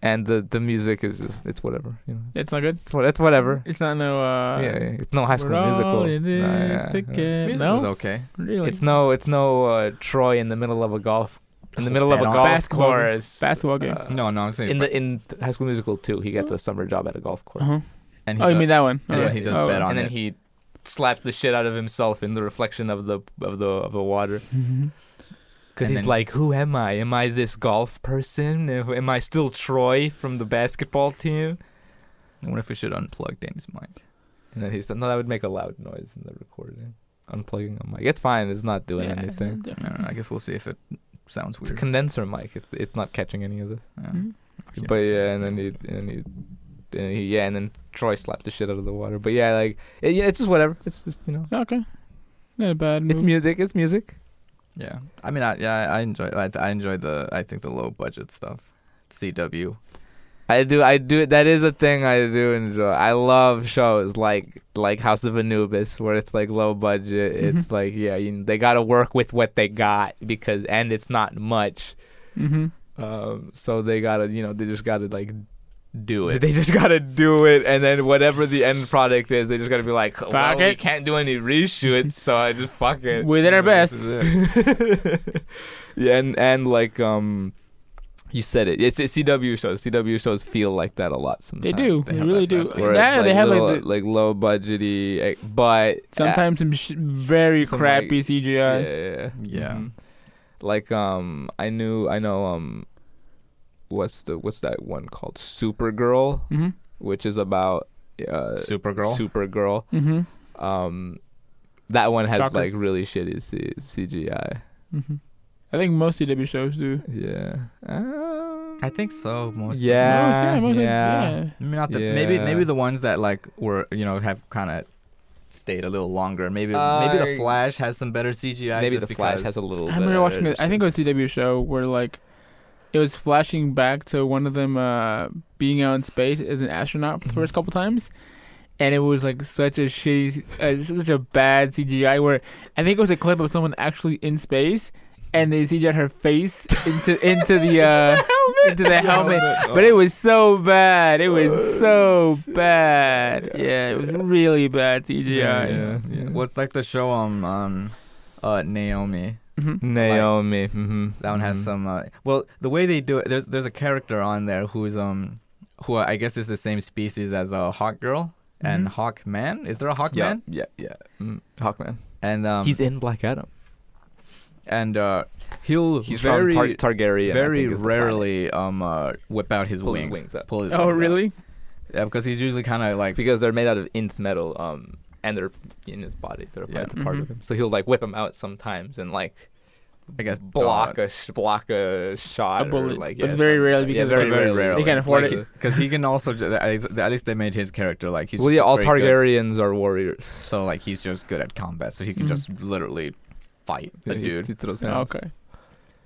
and the the music is just, it's whatever. You know, It's not good. it's what, it's whatever. It's not no. Uh, yeah, yeah, it's no High We're School all Musical. it Nah, is yeah, yeah. together. Music No, was okay. really. It's no, it's no uh, Troy in the middle of a golf, in the middle of a Bat- golf basketball game. course. basketball game. Uh, No, no, I'm saying. in the in th- High School Musical too, he gets a summer job at a golf course, uh-huh. and he Oh, you does- mean that one? and Alright. he does oh, bet on and then it. he slaps the shit out of himself in the reflection of the of the of the water. Mhm. Because And he's then- like, who am I? Am I this golf person? Am am I still Troy from the basketball team? I wonder if we should unplug Danny's mic. And then he's like, no, that would make a loud noise in the recording. Unplugging a mic. It's fine. It's not doing Yeah, anything. I don't know. I guess we'll see if it sounds It's a Mm-hmm. weird. condenser mic. It, it's not catching any of this. Yeah. Mhm. Okay. But yeah, and then he, and he, and he, yeah, and then Troy slaps the shit out of the water. But yeah, like, it, yeah, it's just whatever. It's just you know, Okay. Not a bad it's move. music. It's music. Yeah, I mean, I yeah, I enjoy. I, I enjoy the. I think the low budget stuff. CW. I do, I do. That is a thing I do enjoy. I love shows like like House of Anubis, where it's like low budget. It's Mhm. like yeah, you, they got to work with what they got because, and it's not much. Mm-hmm. Um, so they gotta, you know, they just gotta like do it. They just gotta do it, and then whatever the end product is, they just gotta be like, well, we it. can't do any reshoots, so I just fuck it. We did our best. yeah, and and like um, you said it. It's, it's CW shows. CW shows feel like that a lot sometimes. They do. they They, have really that do. back Where That it's, like, they have little- like the, like low budgety, eh, but sometimes some sh- very some, like, crappy CGI. yeah, Yeah. Mm-hmm. Mhm. Like um, I knew I know um, what's the what's that one called Supergirl, Mm-hmm. which is about uh Supergirl. Supergirl. Mm-hmm. Um, that one has Shocker. like really shitty C- CGI. Mm-hmm. I think most CW shows do. Yeah. Um, I think so. Most. Yeah. most, E yeah, most yeah. I mean, not the, Maybe Yeah. maybe the ones that like were you know have kind of stayed a little longer. Maybe maybe Uh, the Flash has some better CGI. Maybe just the Flash because- has a little. I bit remember of watching. It, I think it shitty was a CW show where like it was flashing back to one of them uh, being out in space as an astronaut for the first couple times, and it was like such a shitty, uh, such a bad CGI. Where I think it was a clip of someone actually in space, and they CGI her face into into the uh, into the helmet. But it was so bad. It was so bad. Yeah, it was really bad CGI. Yeah, yeah, Yeah, yeah. yeah. What's like the show on on uh, Naomi? Mhm. Naomi. hmm That one has some. Uh, well, the way they do it, there's there's a character on there who's um, who I guess is the same species as a uh, hawk girl and Mhm. hawk man. Is there a hawk Yeah, man? yeah, yeah. Mm, Hawkman. And um, he's in Black Adam. and uh, he'll He's very from Tar- Targaryen. I very think is the rarely um uh, whip out his Pull his wings. wings up. Pull his Oh wings out. really? Yeah, because he's usually kind of planet. like because they're made out of nth metal, um, and they're in his body. They're Yeah. it's a part of Mhm. him. So he'll like whip them out sometimes and like. I guess block a sh- block a shot. A or, bullet, like, but yeah, very something rarely like that. Yeah, because very they- very rarely. They can't afford Like, it. because he can also. ju- I- At least they made his character like he's. Well, just yeah, all very good. Targaryens are warriors. So like he's just good at combat, so he can Mm-hmm. Mhm. just literally fight a dude. Oh, Okay.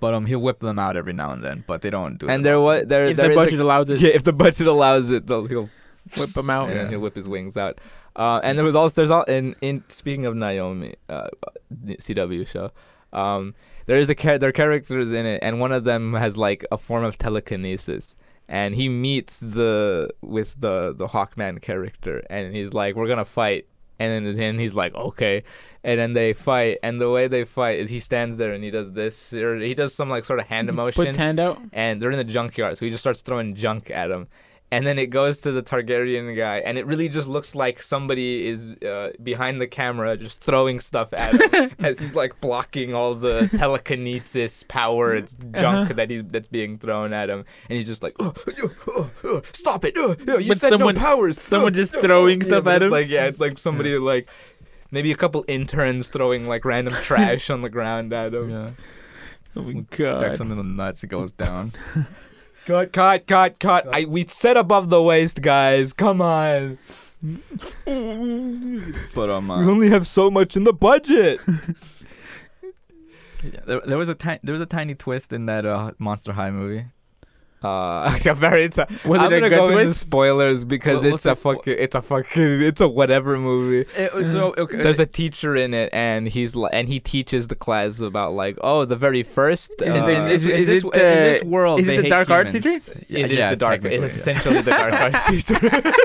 But um, he'll whip them out every now and then, but they don't do it. And there was there If there the is a- budget allows it, yeah, if the budget allows it, they'll, he'll whip them out. and Yeah. he'll whip his wings out. Uh, and there was also there's all in in speaking of Naomi, uh, the CW show, um, there is a char- there are characters in it, and one of them has like a form of telekinesis. And he meets the with the the Hawkman character, and he's like, "We're gonna fight," and then his hand, he's like, okay, and then they fight, and the way they fight is he stands there and he does this, or he does some like sort of hand Put motion, his hand out. and they're in the junkyard, so he just starts throwing junk at him. And then it goes to the Targaryen guy, and it really just looks like somebody is uh, behind the camera just throwing stuff at him as he's like blocking all the telekinesis power it's junk Uh-huh. that he that's being thrown at him, and he's just like, "Oh, oh, oh, oh, "Stop it! Oh, oh, you But said someone- no powers." someone just throwing Yeah, stuff but at it's him? Like yeah, it's like somebody like maybe a couple interns throwing like random trash on the ground at him. Yeah. Oh my Decks god. him in the nuts. It goes down. Cut, cut, cut, cut. I, we said above the waist, guys. Come on. But um, We only have so much in the budget. there, there was a ti- there was a tiny twist in that uh, Monster High movie. Uh, I'm very t- Was I'm it a good gonna go into twist? spoilers because What- it's what's a the spo- fucking, it's a fucking, it's a whatever movie. so okay, There's a teacher in it, and he's li- and he teaches the class about like, oh, the very first. Uh, in, in this, Is it- in this, is in it, this uh, world, Is they it the hate dark arts humans. teacher? it is the dark. It technically, is yeah. essentially the dark arts teacher.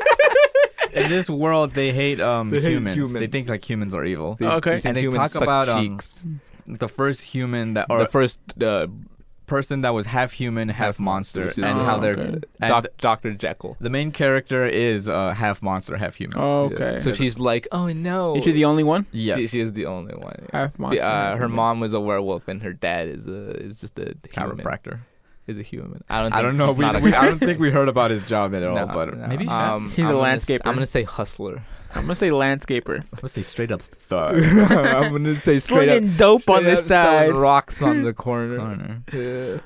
in this world, they hate um They hate humans. They humans. think like humans are evil. They- Okay. These And they humans talk suck about, um, cheeks. the first human that or the first uh, person that was half human, half, Half monster, monster, which is- and Oh, how they're okay. and doc- Doctor Jekyll. the main character is uh, half monster, half human. Oh, Yeah. okay. So she's like, oh no. Is she the only one? yes, She, she is the only one. yeah. Half Be- uh, her mom was a werewolf, and her dad is a is just a human. chiropractor. Is a human. I don't. Think I don't know. he's We, not a we, guy. I don't think we heard about his job at all. No, but no. maybe um, He's a I'm gonna landscaper. S- I'm gonna say hustler. I'm gonna say landscaper. I must say straight up thug. I'm gonna say straight up. Fucking dope on straight this up selling side. rocks on the corner. Corner. Yeah.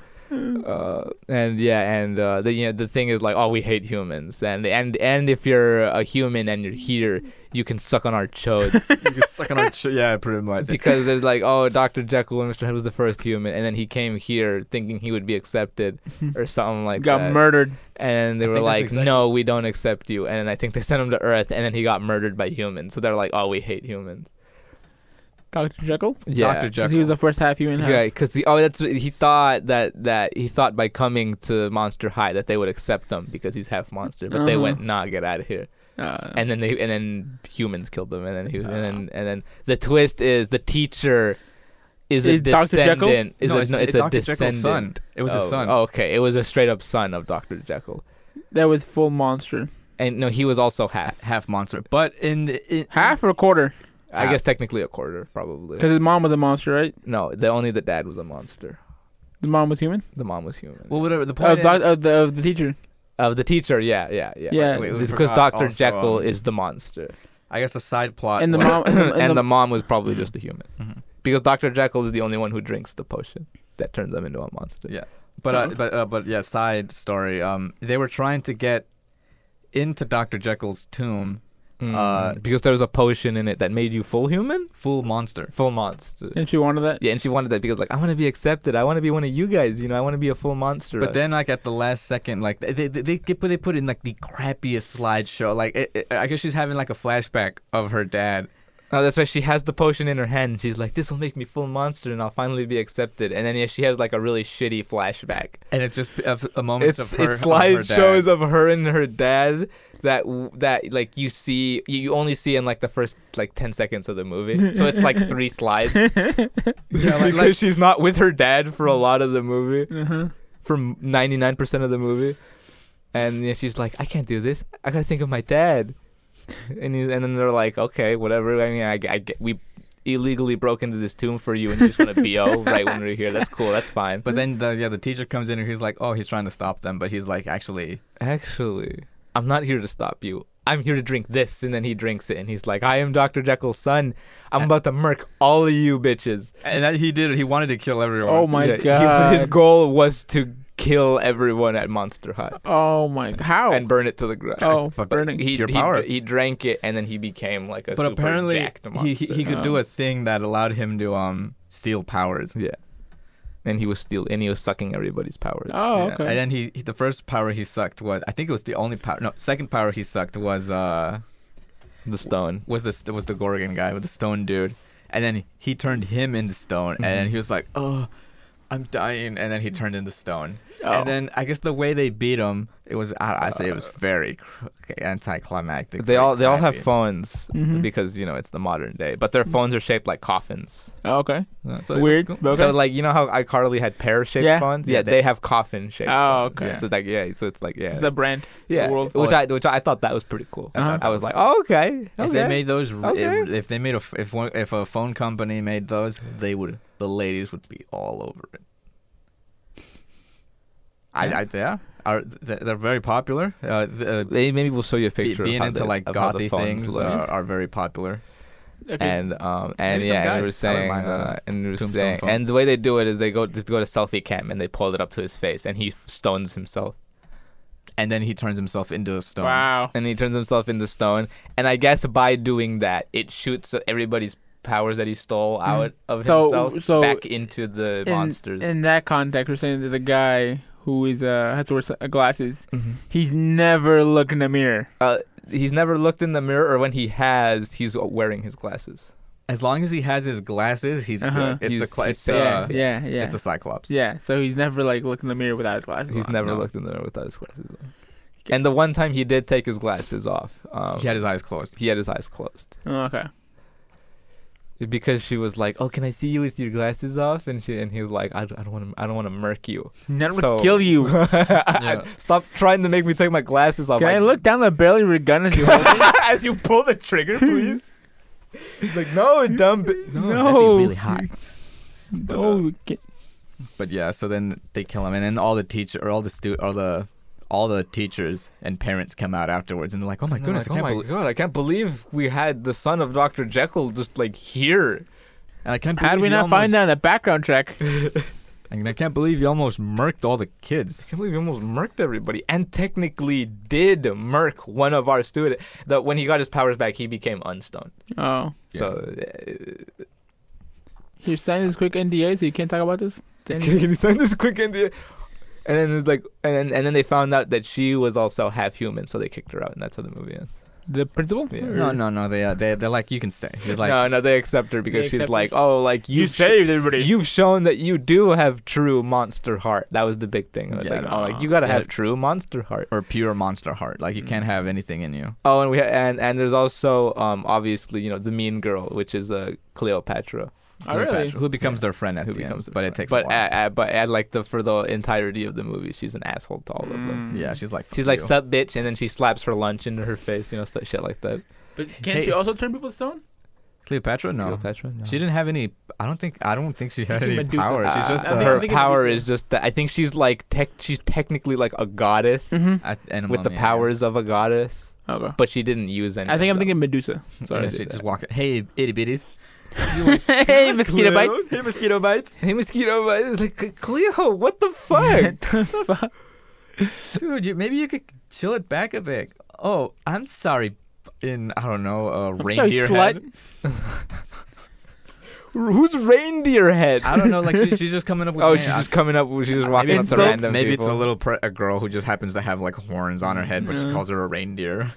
Uh, and yeah, and uh, the you know, the thing is like, oh, we hate humans, and and and if you're a human and you're here, you can suck on our chodes. you can suck on our ch- yeah, pretty much. because there's like, oh, Dr. Jekyll and Mr. Hyde was the first human, and then he came here thinking he would be accepted or something like Got that. murdered. And they I were think that's like, exactly- no, we don't accept you. And I think they sent him to Earth, and then he got murdered by humans. So they're like, oh, we hate humans. Dr. Jekyll? Dr. Jekyll. He was the first half human. half- Yeah, because oh, that's he thought that that he thought by coming to Monster High that they would accept him because he's half monster, but they Uh-huh. went nah, get out of here. Uh, And then they and then humans killed them, and then he was, and then Uh. and then the twist is the teacher is, a Is Dr. Jekyll? descendant. Is no, a, it's, no, it's, it's a Dr. descendant. Jekyll's son. It was Oh, his son. oh, okay, it was a straight up son of Doctor Jekyll, that was full monster. and no, he was also half. half monster. But in, the- in Half or a quarter? I guess technically a quarter, probably. Because his mom was a monster, right? No, the only the dad was a monster. The mom was human? The mom was human. well, whatever the Of, point. doc- of, the, of the teacher. Of Uh, the teacher, yeah, yeah, yeah. Yeah. Wait, we because forgot Doctor also, Jekyll um, is the monster, I guess the side plot. And the was- mom. And the, and, the, Mm. mom was probably just a human. Mhm. Because Doctor Jekyll is the only one who drinks the potion that turns him into a monster. Yeah. But uh, Oh. but uh, but yeah, side story. Um, they were trying to get into Doctor Jekyll's tomb, Mm, Uh, because there was a potion in it that made you full human, full monster. full monster. and she wanted that? Yeah, and she wanted that because like I want to be accepted. I want to be one of you guys. You know, I want to be a full monster. But then, like at the last second, like they they they, get, they put in like the crappiest slideshow. Like it, it- I guess she's having like a flashback of her dad. No, that's why she has the potion in her hand. She's like, "This will make me full monster, and I'll finally be accepted." And then yeah, she has like a really shitty flashback. And it's just of a moment It's of her. it's of her dad. slideshows of her and her dad that w- that like you see you, you only see in like the first like ten seconds of the movie. So it's like three slides Yeah, like- because she's not with her dad for a lot of the movie, Uh-huh. for ninety nine percent of the movie, and yeah, she's like, "I can't do this. I gotta think of my dad," and he, and then they're like, "Okay, whatever. I mean, I, I get we." Illegally broke into this tomb for you, and you just want to bo right when we're here. That's cool. That's fine. But then the yeah the teacher comes in and he's like, oh, he's trying to stop them, but he's like, actually, Actually, I'm not here to stop you. I'm here to drink this. And then he drinks it and he's like, I am Dr. Jekyll's son. I'm about to murk all of you bitches. and that he did it. He wanted to kill everyone. Oh my Yeah, he- god. his goal was to kill everyone at Monster High oh my. How? and burn it to the ground. oh, But- burning. He, Your he, power. he drank it and then he became like a But super apparently, jacked he, monster. um, he he could do Oh. a thing that allowed him to um steal powers. yeah. And he was steal and he was sucking everybody's powers. oh, Yeah, okay. And then he, he- the first power he sucked was I think it was the only power no second power he sucked was uh The stone. was this was the Gorgon guy with the stone dude, and then Mm-hmm. he turned him into stone, and then Mhm. he was like oh. I'm dying, and then he turned into stone. Oh. And then I guess the way they beat him, it was I, I say it was Uh. very cr- anticlimactic. They very all they all have crappy. phones Mm-hmm. Mhm. because you know it's the modern day, but their phones are shaped like coffins. Oh, okay. Uh, so- Weird. but Okay. So like you know how iCarly had pear shaped Yeah. phones? Yeah, Yeah, they- they, have coffin shaped. Oh, phones. okay. So like yeah, so it's like yeah, the brand. yeah, the world- which I which I thought that was pretty cool. I Uh-huh. thought I was like, oh, okay, If okay. they made those, r- if, Okay. if they made a, f- if one, if a phone company made those, they would, the ladies would be all over it. I, I yeah, are th- they're very popular. Uh, th- uh, Maybe maybe we'll show you a be- picture. being of how into the- like of how the gothy phones things look. are, are very popular. Okay. and um and Maybe some yeah, guy. and they were I wouldn't saying mind uh, a and they were tombstone saying phone. and the way they do it is they go they go to selfie cam and they pull it up to his face and he stones himself And then he turns himself into a um, stone. wow. and he turns himself into stone and I guess by doing that it shoots everybody's powers that he stole out of Mm-hmm. So- himself so back into the In- monsters. In that context, we're saying that the guy who is uh has to wear s- uh, glasses, Mhm. he's never look in the mirror. Uh, he's never looked in the mirror, or when he has, he's wearing his glasses. As long as he has his glasses, he's Uh-huh. good. It's He's- the cla- he's it's, safe. uh, Yeah, yeah. it's a cyclops. yeah, so he's never like looked in the mirror without his glasses. He's on. never no. looked in the mirror without his glasses. on. And the one time he did take his glasses off, um, He had his eyes closed. he had his eyes closed Oh, okay. because she was like, "Oh, can I see you with your glasses off?" And she and he was like, "I don't want to. I don't want to murk you. Never So- kill you. Stop trying to make me take my glasses off." Can I look down the barrel of your gun as you hold it? as you pull the trigger, please? He's like, "No, dumb." bi-" No. that'd be really hot. No, get- But yeah, so then they kill him, and then all the teacher or all the stu- all the all the teachers and parents come out afterwards, and they're like, "Oh my And they're goodness, like, I can't oh my believe, god! I can't believe we had the son of Doctor Jekyll just like here. and I can't believe how do we he not almost, find that in the background track? And I can't believe you almost murked all the kids." I can't believe he almost murked everybody, and technically did murk one of our students. That when he got his powers back, he became unstoned. Oh, So uh, you signed this quick NDA, so you can't talk about this. uh, Damn can it. you sign this quick in the? And then it was like, and then, and then they found out that she was also half human, so they kicked her out, and that's how the movie ends. The principal? Yeah. Or- No, no, no. They uh, they they're like, "You can stay." They're like, no, no, they accept her They because she's accept like, her. oh, like You you've sh- saved everybody. You've shown that you do have true monster heart. That was the big thing. It was Yeah. like, oh, uh-huh. like you gotta Yeah. have true monster heart. "Or pure monster heart. Like Mm. you can't have anything in you." Oh, and we ha- and and there's also um obviously you know the mean girl, which is uh, Cleopatra, Oh, really? Cleopatra, Who becomes their friend at who the becomes, end? their But it friend. takes. a but while. at, at, but at like the for the entirety of the movie, she's an asshole to all of them. Mm. yeah, she's like. She's "Fuck like you." sub bitch, and then she slaps her lunch into her face, you know, stuff, shit like that. But can't Hey. she also turn people to stone? Cleopatra. No, Cleopatra. No. she didn't have any. I don't think. I don't think she had think any Medusa- power. She's Uh, just. I think- Uh, her I think it's power Medusa. is just that. I think she's like tech. She's technically like a goddess Mm-hmm. at- and with the ammonia, yeah. powers of a goddess, Okay. but she didn't use any. I think of I'm them. thinking Medusa. Sorry, Yeah, I did she that. just walk. Hey, itty bitties. hey, mosquito bites. Hey, mosquito bites. Hey, mosquito bites. It's like Cleo. What the fuck? Fuck. Dude, you, maybe you could chill it back a bit. Oh, I'm sorry. In I don't know, uh, sorry, reindeer slut. head. Who's reindeer head? I don't know. Like she, she's just coming up with. Oh, man, she's I- just coming up. She's just walking Maybe, up it's, to a, random maybe it's a people. Mm-hmm. little pre- a girl who just happens to have like horns on her head, but she Yeah. calls her a reindeer.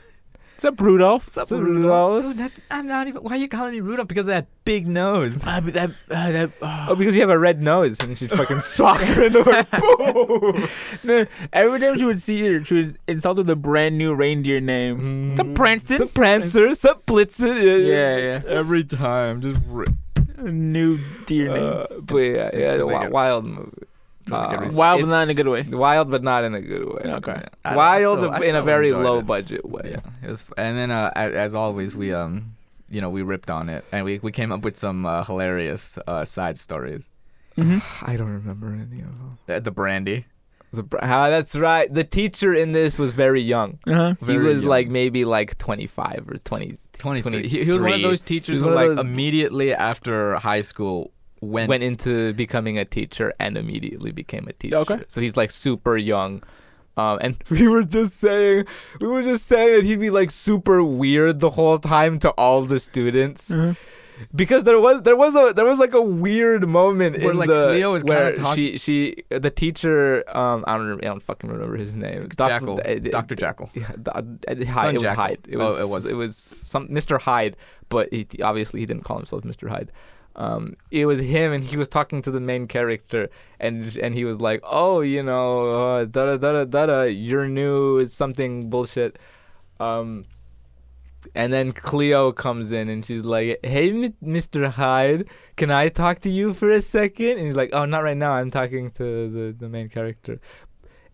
What's up, Rudolph? What's up, Rudolph? Dude, that, I'm not even. Why are you calling me Rudolph? Because of that big nose. Ah, but that, ah, that, ah. Oh, because you have a red nose, and she fucking sock her in the way. No, every time she would see her, she would insult her with a brand new reindeer name. Boom. Sup, Mm. Princeton? Sup, Prancer. Sup, Blitzen. Yeah, yeah. Every time, just ri- A new deer name. Uh, but yeah, yeah, Until they wi- get- wild movie. until they get Uh, recent- Wild, but not in a good way. Wild, but not in a good way. Okay. I- I Wild still- I in a still very enjoyed low it. budget way. Yeah, it was. f- And then, uh, as, as always, we um, you know, we ripped on it, and we we came up with some uh, hilarious uh, side stories. Mm-hmm. I don't remember any of them. Uh, the brandy. The, br- ah, that's right. The teacher in this was very young. Uh-huh. Very he was young. like maybe like 25 or 20 23. He, he was one of 23. those teachers He was who, one like, of those- immediately after high school went. went into becoming a teacher and immediately became a teacher. Okay. So he's like super young. Um, and we were just saying, we were just saying that he'd be like super weird the whole time to all the students Uh-huh. because there was there was a there was like a weird moment Where, in like, the Cleo is kinda where talk- she she the teacher um I don't remember, I don't fucking remember his name Jackal. uh, uh, Dr. Jackal. yeah, the- uh, uh, Son Hyde. It was Jackal. Hyde. It Oh, was, it was. it was some Mr. Hyde, but he, obviously he didn't call himself Mr. Hyde. um, it was him, and he was talking to the main character, and and he was like, "Oh, you know, uh, da da da da da, you're new, it's something bullshit." Um, and then Cleo comes in, and she's like, "Hey, M- Mr. Hyde, can I talk to you for a second? And he's like, "Oh, not right now. I'm talking to the the main character."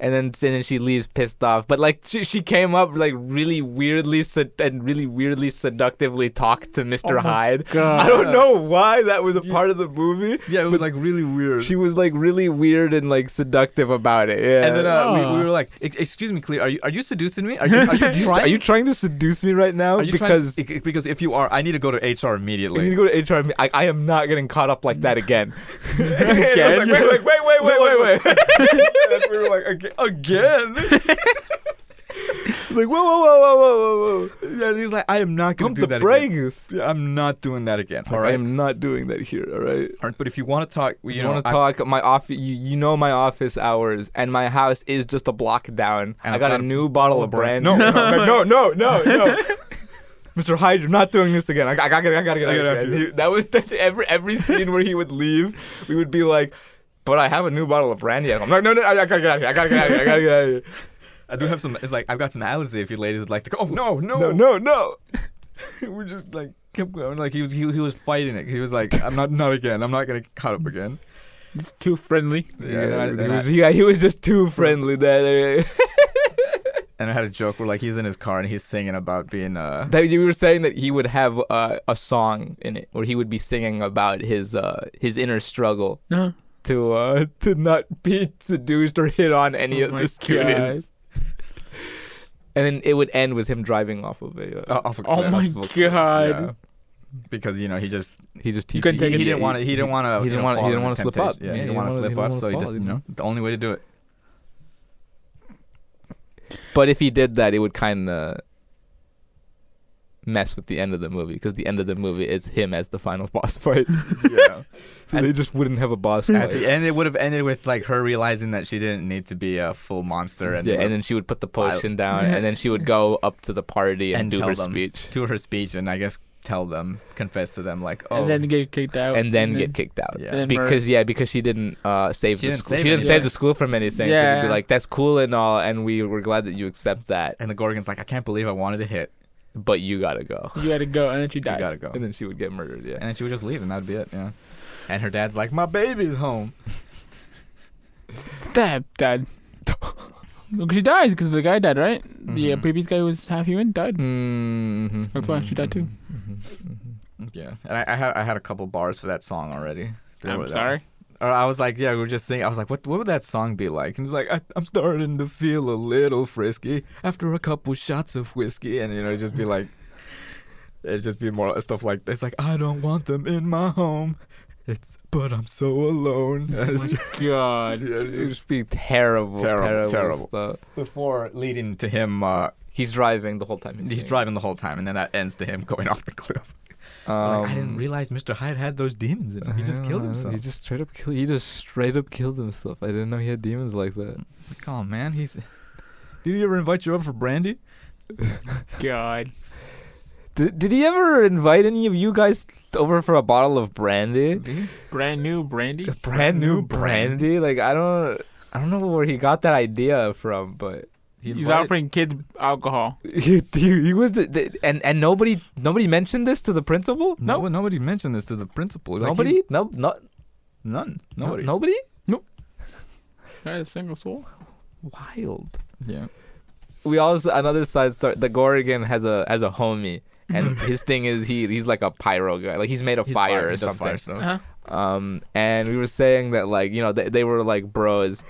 And then and then she leaves pissed off. But like she, she came up like really weirdly sed- and really weirdly seductively talked to Mr. Oh my Hyde. God. I don't know why that was a part of the movie. Yeah, it was like really weird. She was like really weird and like seductive about it. Yeah. and then uh, we, we Oh. were like, "Ex- "Excuse me, Cleo, are you are you seducing me? Are you, are you Are you- trying? are you trying to seduce me right now? are you trying- because i- i- because if you are, I need to go to HR if you immediately. go to HR, I, I am not getting caught up like that again. Again? And I was like, wait, wait, wait, wait, wait, wait, wait. And we were like, "Aga- again? like, whoa, whoa, whoa, whow, whoa, whoa, whoa. Yeah, and he's like, I am not gonna Pump do the that. Again. brakes. Yeah, I'm not doing that again. Like, All right. I am not doing that here, all right? All right, But if you want to talk, you, You, know, want I- to talk? My office, you, you know my office hours, and my house is just a block down. And I I've got got a a new bottle of brand. brand. No, no, no, no, no, no. Mr. Hyde, you're not doing this again. I, I, gotta, I gotta get I out gotta of have here. to- He- That was that, every every scene where he would leave, we would be like, "But I have a new bottle of brandy." I'm like, "No, no, I, I gotta get out of here. I gotta get out of here. I gotta get out of here." I do have some. It's like I've got some Alizé if you ladies would like to go. Oh no, no, No, no, no. We're just like kept going. Like he was, he, he was fighting it. He was like, I'm not, not again. I'm not gonna get caught up again. It's too friendly. Yeah, Yeah, and, I, he, and I- was, he, he was just too friendly. That and I had a joke where like he's in his car and he's singing about being uh That you were saying that he would have uh, a song in it, where he would be singing about his uh, his inner struggle No. to uh, to not be seduced or hit on any Oh of my the God. students. And then it would end with him driving off of a. Uh, uh, off a Oh cliff. my Off a cliff. God. Because you know he just he just he, couldn't he, take it. didn't want to he didn't want to he didn't wanna- he didn't wanna slip up. yeah, he didn't want to wanna- slip he didn't up wanna so he fall, just you didn't know the only way to do it But if he did that, it would kind of mess with the end of the movie because the end of the movie is him as the final boss fight. yeah so At- they just wouldn't have a boss at fight. the end it would have ended with like her realizing that she didn't need to be a full monster and, yeah, would've- and then she would put the potion down, and then she would go up to the party and, And do tell her them. speech, to her speech and I guess tell them confess to them like oh And then get kicked out. and then get kicked out. yeah. and then murder. because yeah, because she didn't uh, save She the didn't school. save she didn't anything. save the school from anything. So they'd be Yeah. like, "That's cool and all, and we were glad that you accept that, and the Gorgon's like I can't believe I wanted to hit but you gotta go." You gotta go, and then she you dies. gotta go And then she would get murdered. Oh. Yeah. and then she would just leave and that'd be it yeah and her dad's like my baby's home Stab, dad. Because she dies, because the guy died, right? The uh, Mhm. previous guy who was half human, died. Mm. Mm-hmm. That's why she died too. Mm-hmm. yeah and I, I had I had a couple bars for that song already They were- I'm that- sorry. Or I was like, yeah, we were just singing. I was like, what, what would that song be like? And he's like, I, I'm starting to feel a little frisky after a couple shots of whiskey, and you know, it'd just be like, it'd just be more stuff like it's like I don't want them in my home. It's but I'm so alone. It's just- God. yeah, it's It just would be terrible, Terrible, terrible, terrible. stuff. Before leading to him, uh, He's driving the whole time. He's, he's singing. driving the whole time, and then that ends to him going off the cliff. Um, like, I didn't realize Mr. Hyde had those demons in him. He just yeah, killed himself. He just straight up killed. He just straight up killed himself. I didn't know he had demons like that. Like, oh man, he's. Did he ever invite you over for brandy? God. Did, did he ever invite any of you guys over for a bottle of brandy? Brand new brandy? A brand New new brandy? Like I don't I don't know where he got that idea from, but He He's invited- offering kids alcohol. he, he, he was the, and and nobody nobody mentioned this to the principal? No, one- nobody mentioned this to the principal. Like, he- nobody? no, not none. Nobody. No, nobody? Not a single soul. Wild. Yeah. We also another side story. The Gorgon has a has a homie, and his thing is he he's like a pyro guy. Like he's made of He's fire, he or does something. fire stuff. Uh-huh. um, and we were saying that like you know they, they were like bros,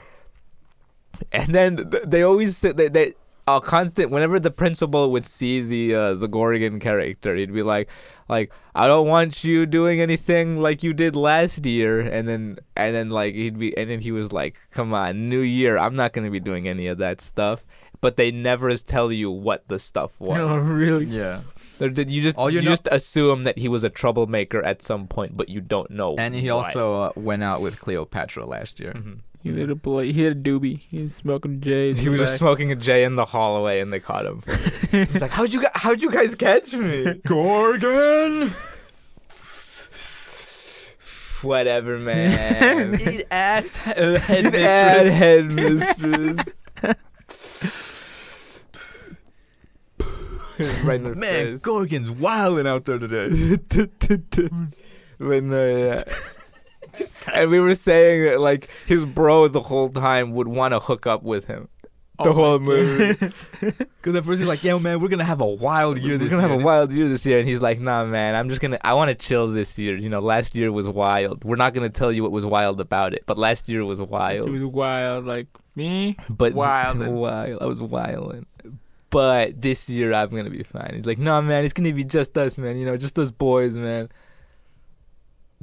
and then th- they always said that they. A constant whenever the principal would see the uh, the Gorgon character, he'd be like, like I don't want you doing anything like you did last year, and then and then like he'd be and then he was like, come on, New Year, I'm not gonna be doing any of that stuff. But they never tell you what the stuff was. No, really. Yeah. They're- did you just All you you know- just assume that he was a troublemaker at some point, but you don't know. And he why. also uh, went out with Cleopatra last year. Mhm. He hit a boy. He hit a doobie. He was smoking J's. He was just smoking a J in the hallway, and they caught him. He's like, "How'd you gu- how'd you guys catch me?" Gorgon. Whatever, man. Eat ass, Eat headmistress. ad, headmistress. right in her Man, face. Gorgon's wilding out there today. But no, yeah. and we were saying that like his bro the whole time would want to hook up with him. The Oh, whole movie. Because at first he's like, "Yo, man, we're gonna have a wild year We're this gonna year." have a wild year this year, and he's like, "Nah, man, I'm just gonna. I want to chill this year. You know, last year was wild. We're not gonna tell you what was wild about it, but last year was It wild. was wild, like me. But wildin'. wild. I was wilding. But this year I'm gonna be fine. He's like, "Nah, man, it's gonna be just us, man. You know, just us boys, man."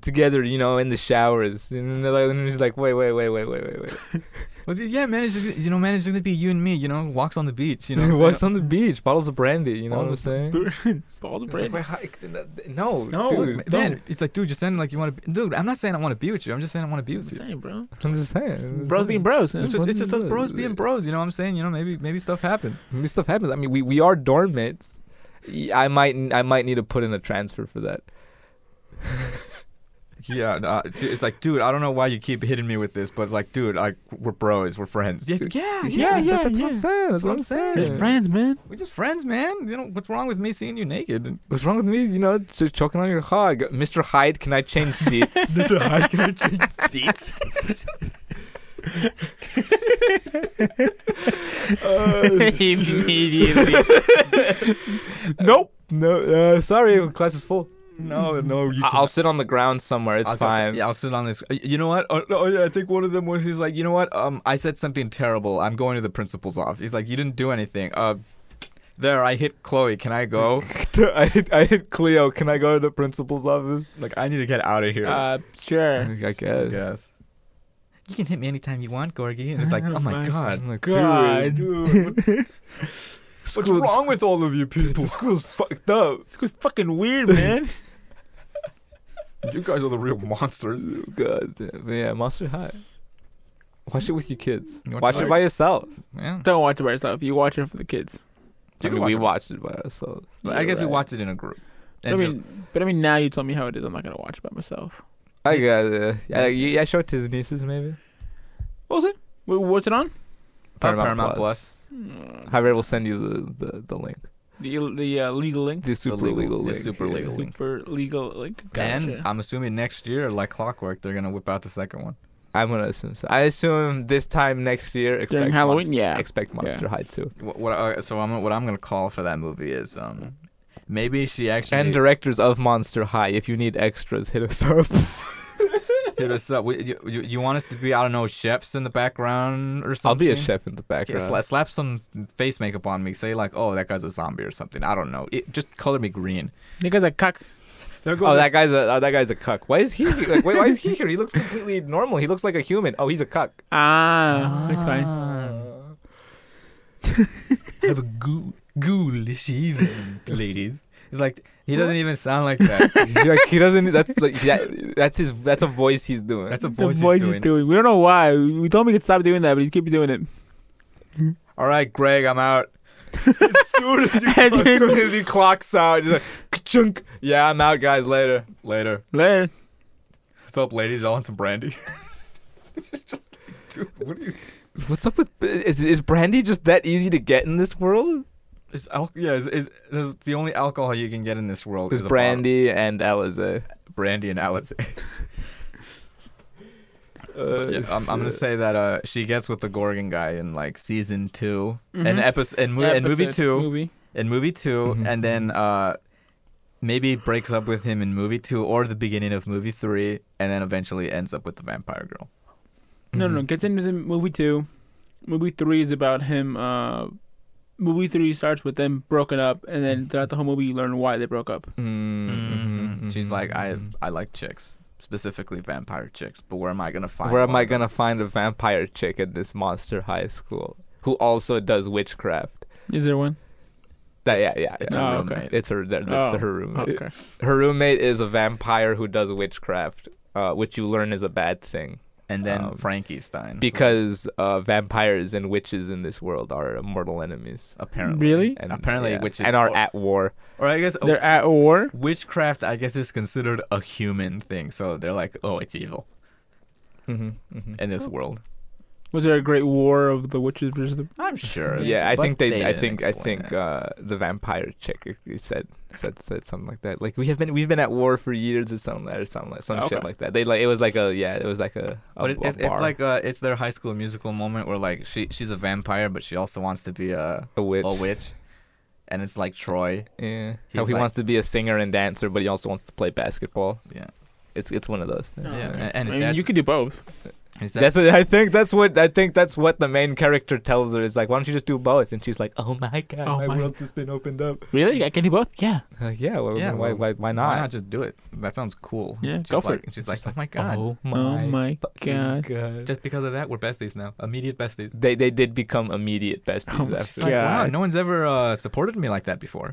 Together, you know, in the showers, and they're like- and he's like, "Wait, wait, wait, wait, wait, wait, wait." Well, dude, yeah, man, it's just, you know, man, it's gonna be you and me. You know, walks on the beach. You know, walks on the beach, bottles of brandy. You know what I'm Bottles saying? All the It's bread. like, wait, how- no, No, dude, man, don't. it's like, dude, you're saying like you want to. Be, dude, I'm not saying I want to be with you. I'm just saying I want to be with you. Same, bro. I'm just saying. Bros being bros. huh? It's just, it's just us Yeah. bros being bros. You know what I'm saying? You know, maybe maybe stuff happens. I mean, stuff happens. I mean, we, we are dorm mates. Y- I might I might need to put in a transfer for that. Yeah, nah, d- it's like, dude, I don't know why you keep hitting me with this, but like, dude, like we're bros, we're friends. Yes, yeah, Yeah, that's, yeah, that's what yeah. I'm saying. That's what I'm There's saying. friends, man. we're just friends, man. You know what's wrong with me seeing you naked? What's wrong with me? You know, just choking on your hog, Mr. Hyde. Can I change seats? Mr. Hyde, can I change seats? Oh, Immediately. nope. No. Uh, sorry, class is full. No, no, you. I- I'll sit on the ground somewhere. It's I'll go fine. sit- yeah, I'll sit on this. uh, You know what? Oh, no, yeah, I think one of them was he's like, you know what? Um, I said something terrible. I'm going to the principal's office. He's like, you didn't do anything. Uh, there, I hit Chloe. Can I go? I hit, I hit Cleo. Can I go to the principal's office? like, I need to get out of here. uh, sure. I guess. yes. You can hit me anytime you want, Gorgie. And it's like, oh my god, I'm like, God. dude, dude, what's wrong with all of you people? school's fucked up. This was fucking weird, man. you guys are the real monsters. God damn. But yeah, Monster High. Watch it with your kids. You Watch, watch it it? by yourself. Yeah. Don't watch it by yourself. You watch it for the kids. You can watch it. watched it by ourselves. But I guess we You're right. watched it in a group. But I mean, but I mean, now you told me how it is. I'm not gonna watch it by myself. I got it. Yeah, you- yeah, show it to the nieces maybe. What was it? Wh- What's it on? Paramount Plus. Mm, Javier will send you the, the, the link. The the uh, legal link. The super legal- legal the link. super yeah. legal. link. Super legal link. and Gotcha. I'm assuming next year, like clockwork, they're gonna whip out the second one. I'm gonna assume. So. I assume this time next year. Expect during Halloween, Monst- yeah. Expect Monster High too. What, what uh, so I'm what I'm gonna call for that movie is um maybe she actually And directors of Monster High. If you need extras, hit us up. hit us up. We, you, you- you want us to be I don't know chefs in the background or something? I'll be a chef in the Okay, background. sla- slap some face makeup on me. Say like, oh, that guy's a zombie or something. I don't know. It, just color me green. Niggas a cuck. Oh, that guy's a oh, that guy's a cuck. Why is he like? Why, why is he here? He looks completely normal. He looks like a human. Oh, he's a cuck. Ah, it's fine. Uh, Have a goo- ghoulish evening. ladies. He's like, he doesn't even sound like that. like he doesn't. That's like that, That's his. That's a voice he's doing. That's a The voice, voice he's doing. he's doing. We don't know why. We told him he could stop doing that, but he keeps doing it. All right, Greg, I'm out. soon as, you, as soon as he clocks out, he's like, chunk. Yeah, I'm out, guys. Later. Later. Later. What's up, ladies? Y'all want some brandy? What's up with is is brandy just that easy to get in this world? It's al- yeah, is, is, there's the only alcohol you can get in this world It's is a brandy and Alize. bottle. brandy, and Alice. Uh, Yeah, I'm, I'm gonna shit. say that uh, she gets with the Gorgon guy in like season 2 Mm-hmm. and episode and, mo- and movie Episode, two Movie. and movie 2 Mm-hmm. Mhm. and then uh, maybe breaks up with him in movie two or the beginning of movie three, and then eventually ends up with the vampire girl. No, no, Mhm. no. Gets into the movie two. Movie three is about him. Uh, movie three starts with them broken up, and then throughout the whole movie, you learn why they broke up. Mm-hmm. Mm, mm-hmm. She's like, I mhm. I like chicks, specifically vampire chicks. But where am I gonna find? Where am one I of them? gonna find a vampire chick at this monster high school who also does witchcraft? Is there one? That, yeah, yeah, It's yeah. her Oh, roommate. okay. It's her. That, that's Oh, her roommate. Okay. Her roommate is a vampire who does witchcraft, uh, which you learn is a bad thing. and then Um, Frankenstein. because uh, vampires and witches in this world are mortal enemies. apparently, Really? and apparently, yeah, witches and are or, at war. or I guess oh, They're at war. witchcraft. I guess is considered a human thing, so they're like, oh, it's evil Mm-hmm, in this world. Was there a great war of the witches versus the? I'm sure. Yeah, I but think they. I didn't think. I explain think it. uh, the vampire chick said said said something like that. Like we have been we've been at war for years or something like- or something like, some shit Okay. like that. They like it was like a yeah it was like a. a, But it, a it, bar, it's like uh, it's their high school musical moment where like she she's a vampire, but she also wants to be a a witch. a witch, and it's like Troy. Yeah. How He's he like- wants to be a singer and dancer, but he also wants to play basketball. Yeah, It's it's one of those things. yeah, okay. and, and I his mean, dad's- you could do both. his dad- That's what I think. That's what I think. That's what the main character tells her. Is like, why don't you just do both? And she's like, Oh my god, Oh my, my- world has been opened up. Really, I can do both. Yeah. Uh, yeah, well, Yeah, yeah. Why, well, why, why not? Why not just do it? That sounds cool. Yeah, she's go for like, it. She's like, oh my god. Oh Oh my fucking God. Just because of that, we're besties now. Immediate besties. They they did become immediate Oh besties my She's after. like, Yeah. wow, no one's ever uh, supported me like that before,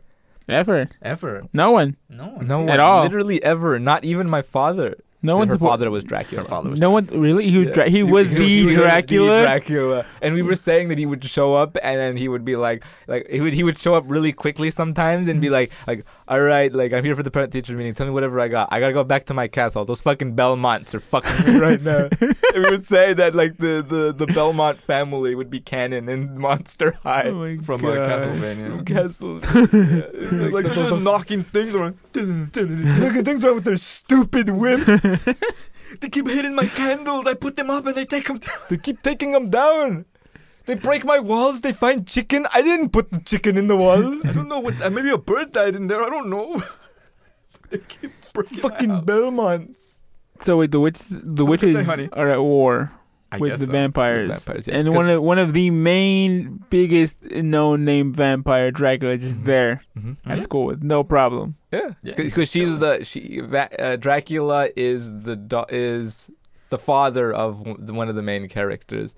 Ever. ever. No one. No one. No, At one, all. literally ever. Not even my father. No one. Her support- father was Dracula. Her father was No one really. He was. Yeah. Dra- he was was- he the was Dracula. Dracula. And we were saying that he would show up, and then he would be like, like he would he would show up really quickly sometimes, and be like, like, all right, like I'm here for the parent teacher meeting. Tell me whatever I got. I gotta go back to my castle. Those fucking Belmonts are fucking me right now. and we would say that like the, the the Belmont family would be canon in Monster High. Oh my from uh, God. Castlevania. Castle, yeah. It's like, they're just knocking things around, knocking things around with their stupid whips. They keep hitting my candles. I put them up and they take them down. They keep taking them down. They break my walls. They find chicken. I didn't put the chicken in the walls. I don't know what. Uh, maybe a bird died in there. I don't know. they keep breaking Fucking my house. Belmonts. So wait, the witches. The day, witches honey. are at war I with guess the so. vampires. Vampires, yes, and 'cause- one of one of the main biggest known name vampire Dracula is just there Mm-hmm. at school with no problem. Yeah, Yeah. because she's the she Va- uh, Dracula is the da- is the father of w- the- one of the main characters,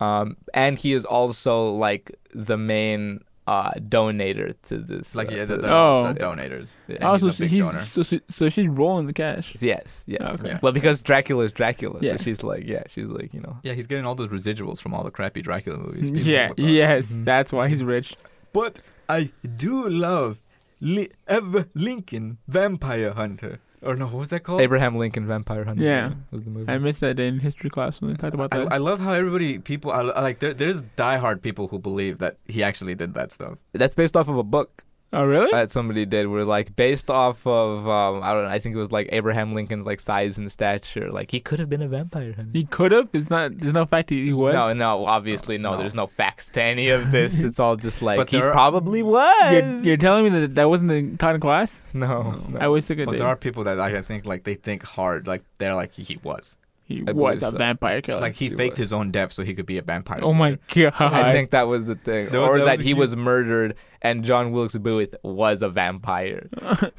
um, and he is also like the main uh donator to this. Like uh, yeah, to the, the, this- Oh. the donators. Yeah. And also, he's a big she- donor. so, she, so she's rolling the cash. Yes, yes. Okay. Yeah. Well, because Dracula is Dracula, Yeah. so she's like, yeah, she's like, you know. Yeah, he's getting all those residuals from all the crappy Dracula movies. people Mm, Yeah, look up. yes, Mhm. that's why he's rich. But I do love Li- Ev- Lincoln Vampire Hunter. Or no, what was that called? Abraham Lincoln Vampire Hunter. Yeah. was the movie. I missed that day in history class when they talked about I, that. I love how everybody, people, I, I like there, there's diehard people who believe that he actually did that stuff. That's based off of a book oh, really? that somebody did. Where like based off of um, I don't know. I think it was like Abraham Lincoln's like size and stature. Like he could have been a vampire hunter. he could have. It's not. There's no fact he, he was. No, no, obviously no, No. There's no facts to any of this. It's all just like But he there are- probably was. You're, you're telling me that that wasn't the taught in class? no, No. no. I was sick of But it. there are people that like, I think like they think hard, like they're like he was, He I was believe a so. vampire killer. like he he faked was. his own death so he could be a vampire. oh my god! I think that was the thing, There was- or there was that a he huge- was murdered and John Wilkes Booth was a vampire. I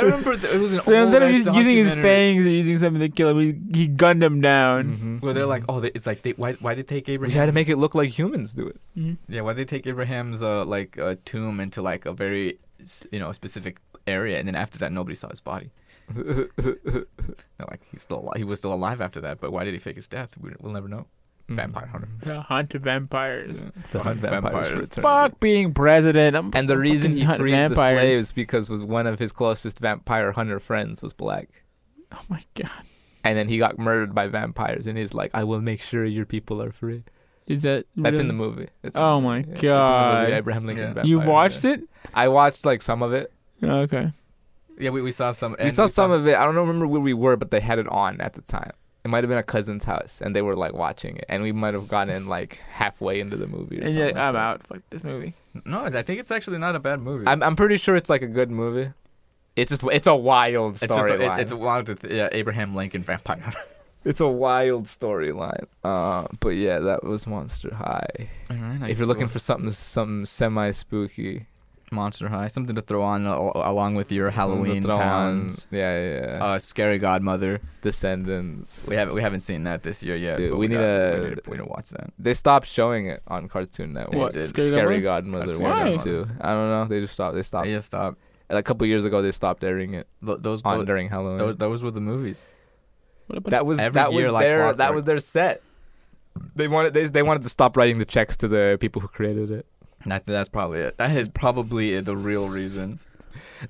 remember th- it was an so old instead of ass just using his documentary fangs or using something to kill him, he, he gunned him down. where they're like, oh, they, it's like they why why they take We Abraham? had to make it look like humans do it. Yeah, why they take Abraham's uh, like uh, tomb into like a very s- you know specific area, and then after that nobody saw his body. They're like he's still alive. he was still alive after that, but why did he fake his death? We, we'll never know. Vampire hunter. The hunt of vampires. The hunt vampires. for Vampires. eternity. Fuck being president. I'm And the reason he fucking hunt freed the vampires. slaves because was one of his closest vampire hunter friends was black. Oh my god. And then he got murdered by vampires, and he's like, "I will make sure your people are free." Is that That's in really- the movie. It's Oh in the my movie. It's in the God. movie, Abraham Lincoln. Yeah. Vampire You Hunter. watched it? I watched like some of it. Oh, okay. Yeah, we, we saw some. we saw some of it. I don't remember where we were, but they had it on at the time. It might have been a cousin's house, and they were like watching it, and we might have gotten in like halfway into the movie. Or And something you're like like, I'm that. out. Fuck this movie. No, I think it's actually not a bad movie. I'm I'm pretty sure it's like a good movie. It's just it's a wild it's just storyline. it, it's wild to th- yeah, Abraham Lincoln vampire hunter. It's a wild storyline. Uh, but yeah, that was Monster High. All right, if you're looking for something something semi spooky, Monster High, something to throw on al- along with your Halloween pounds. yeah, yeah, yeah. Uh, scary Godmother. Descendants. We haven't we haven't seen that this year yet. Dude, but we need gotta- a- we need, to, we need to watch that. They stopped showing it on Cartoon Network. What, did. Scary Scary Godmother? Godmother Cartoon one and Why? two. I don't know. They just stopped. They stopped. Yeah, stop. A couple years ago, they stopped airing it Th- Those on those, during Halloween. those those were the movies. What about That was Every that year, was like their that clockwork. was their set. They wanted they, they wanted to stop writing the checks to the people who created it. And I think that's probably it. That is probably the real reason.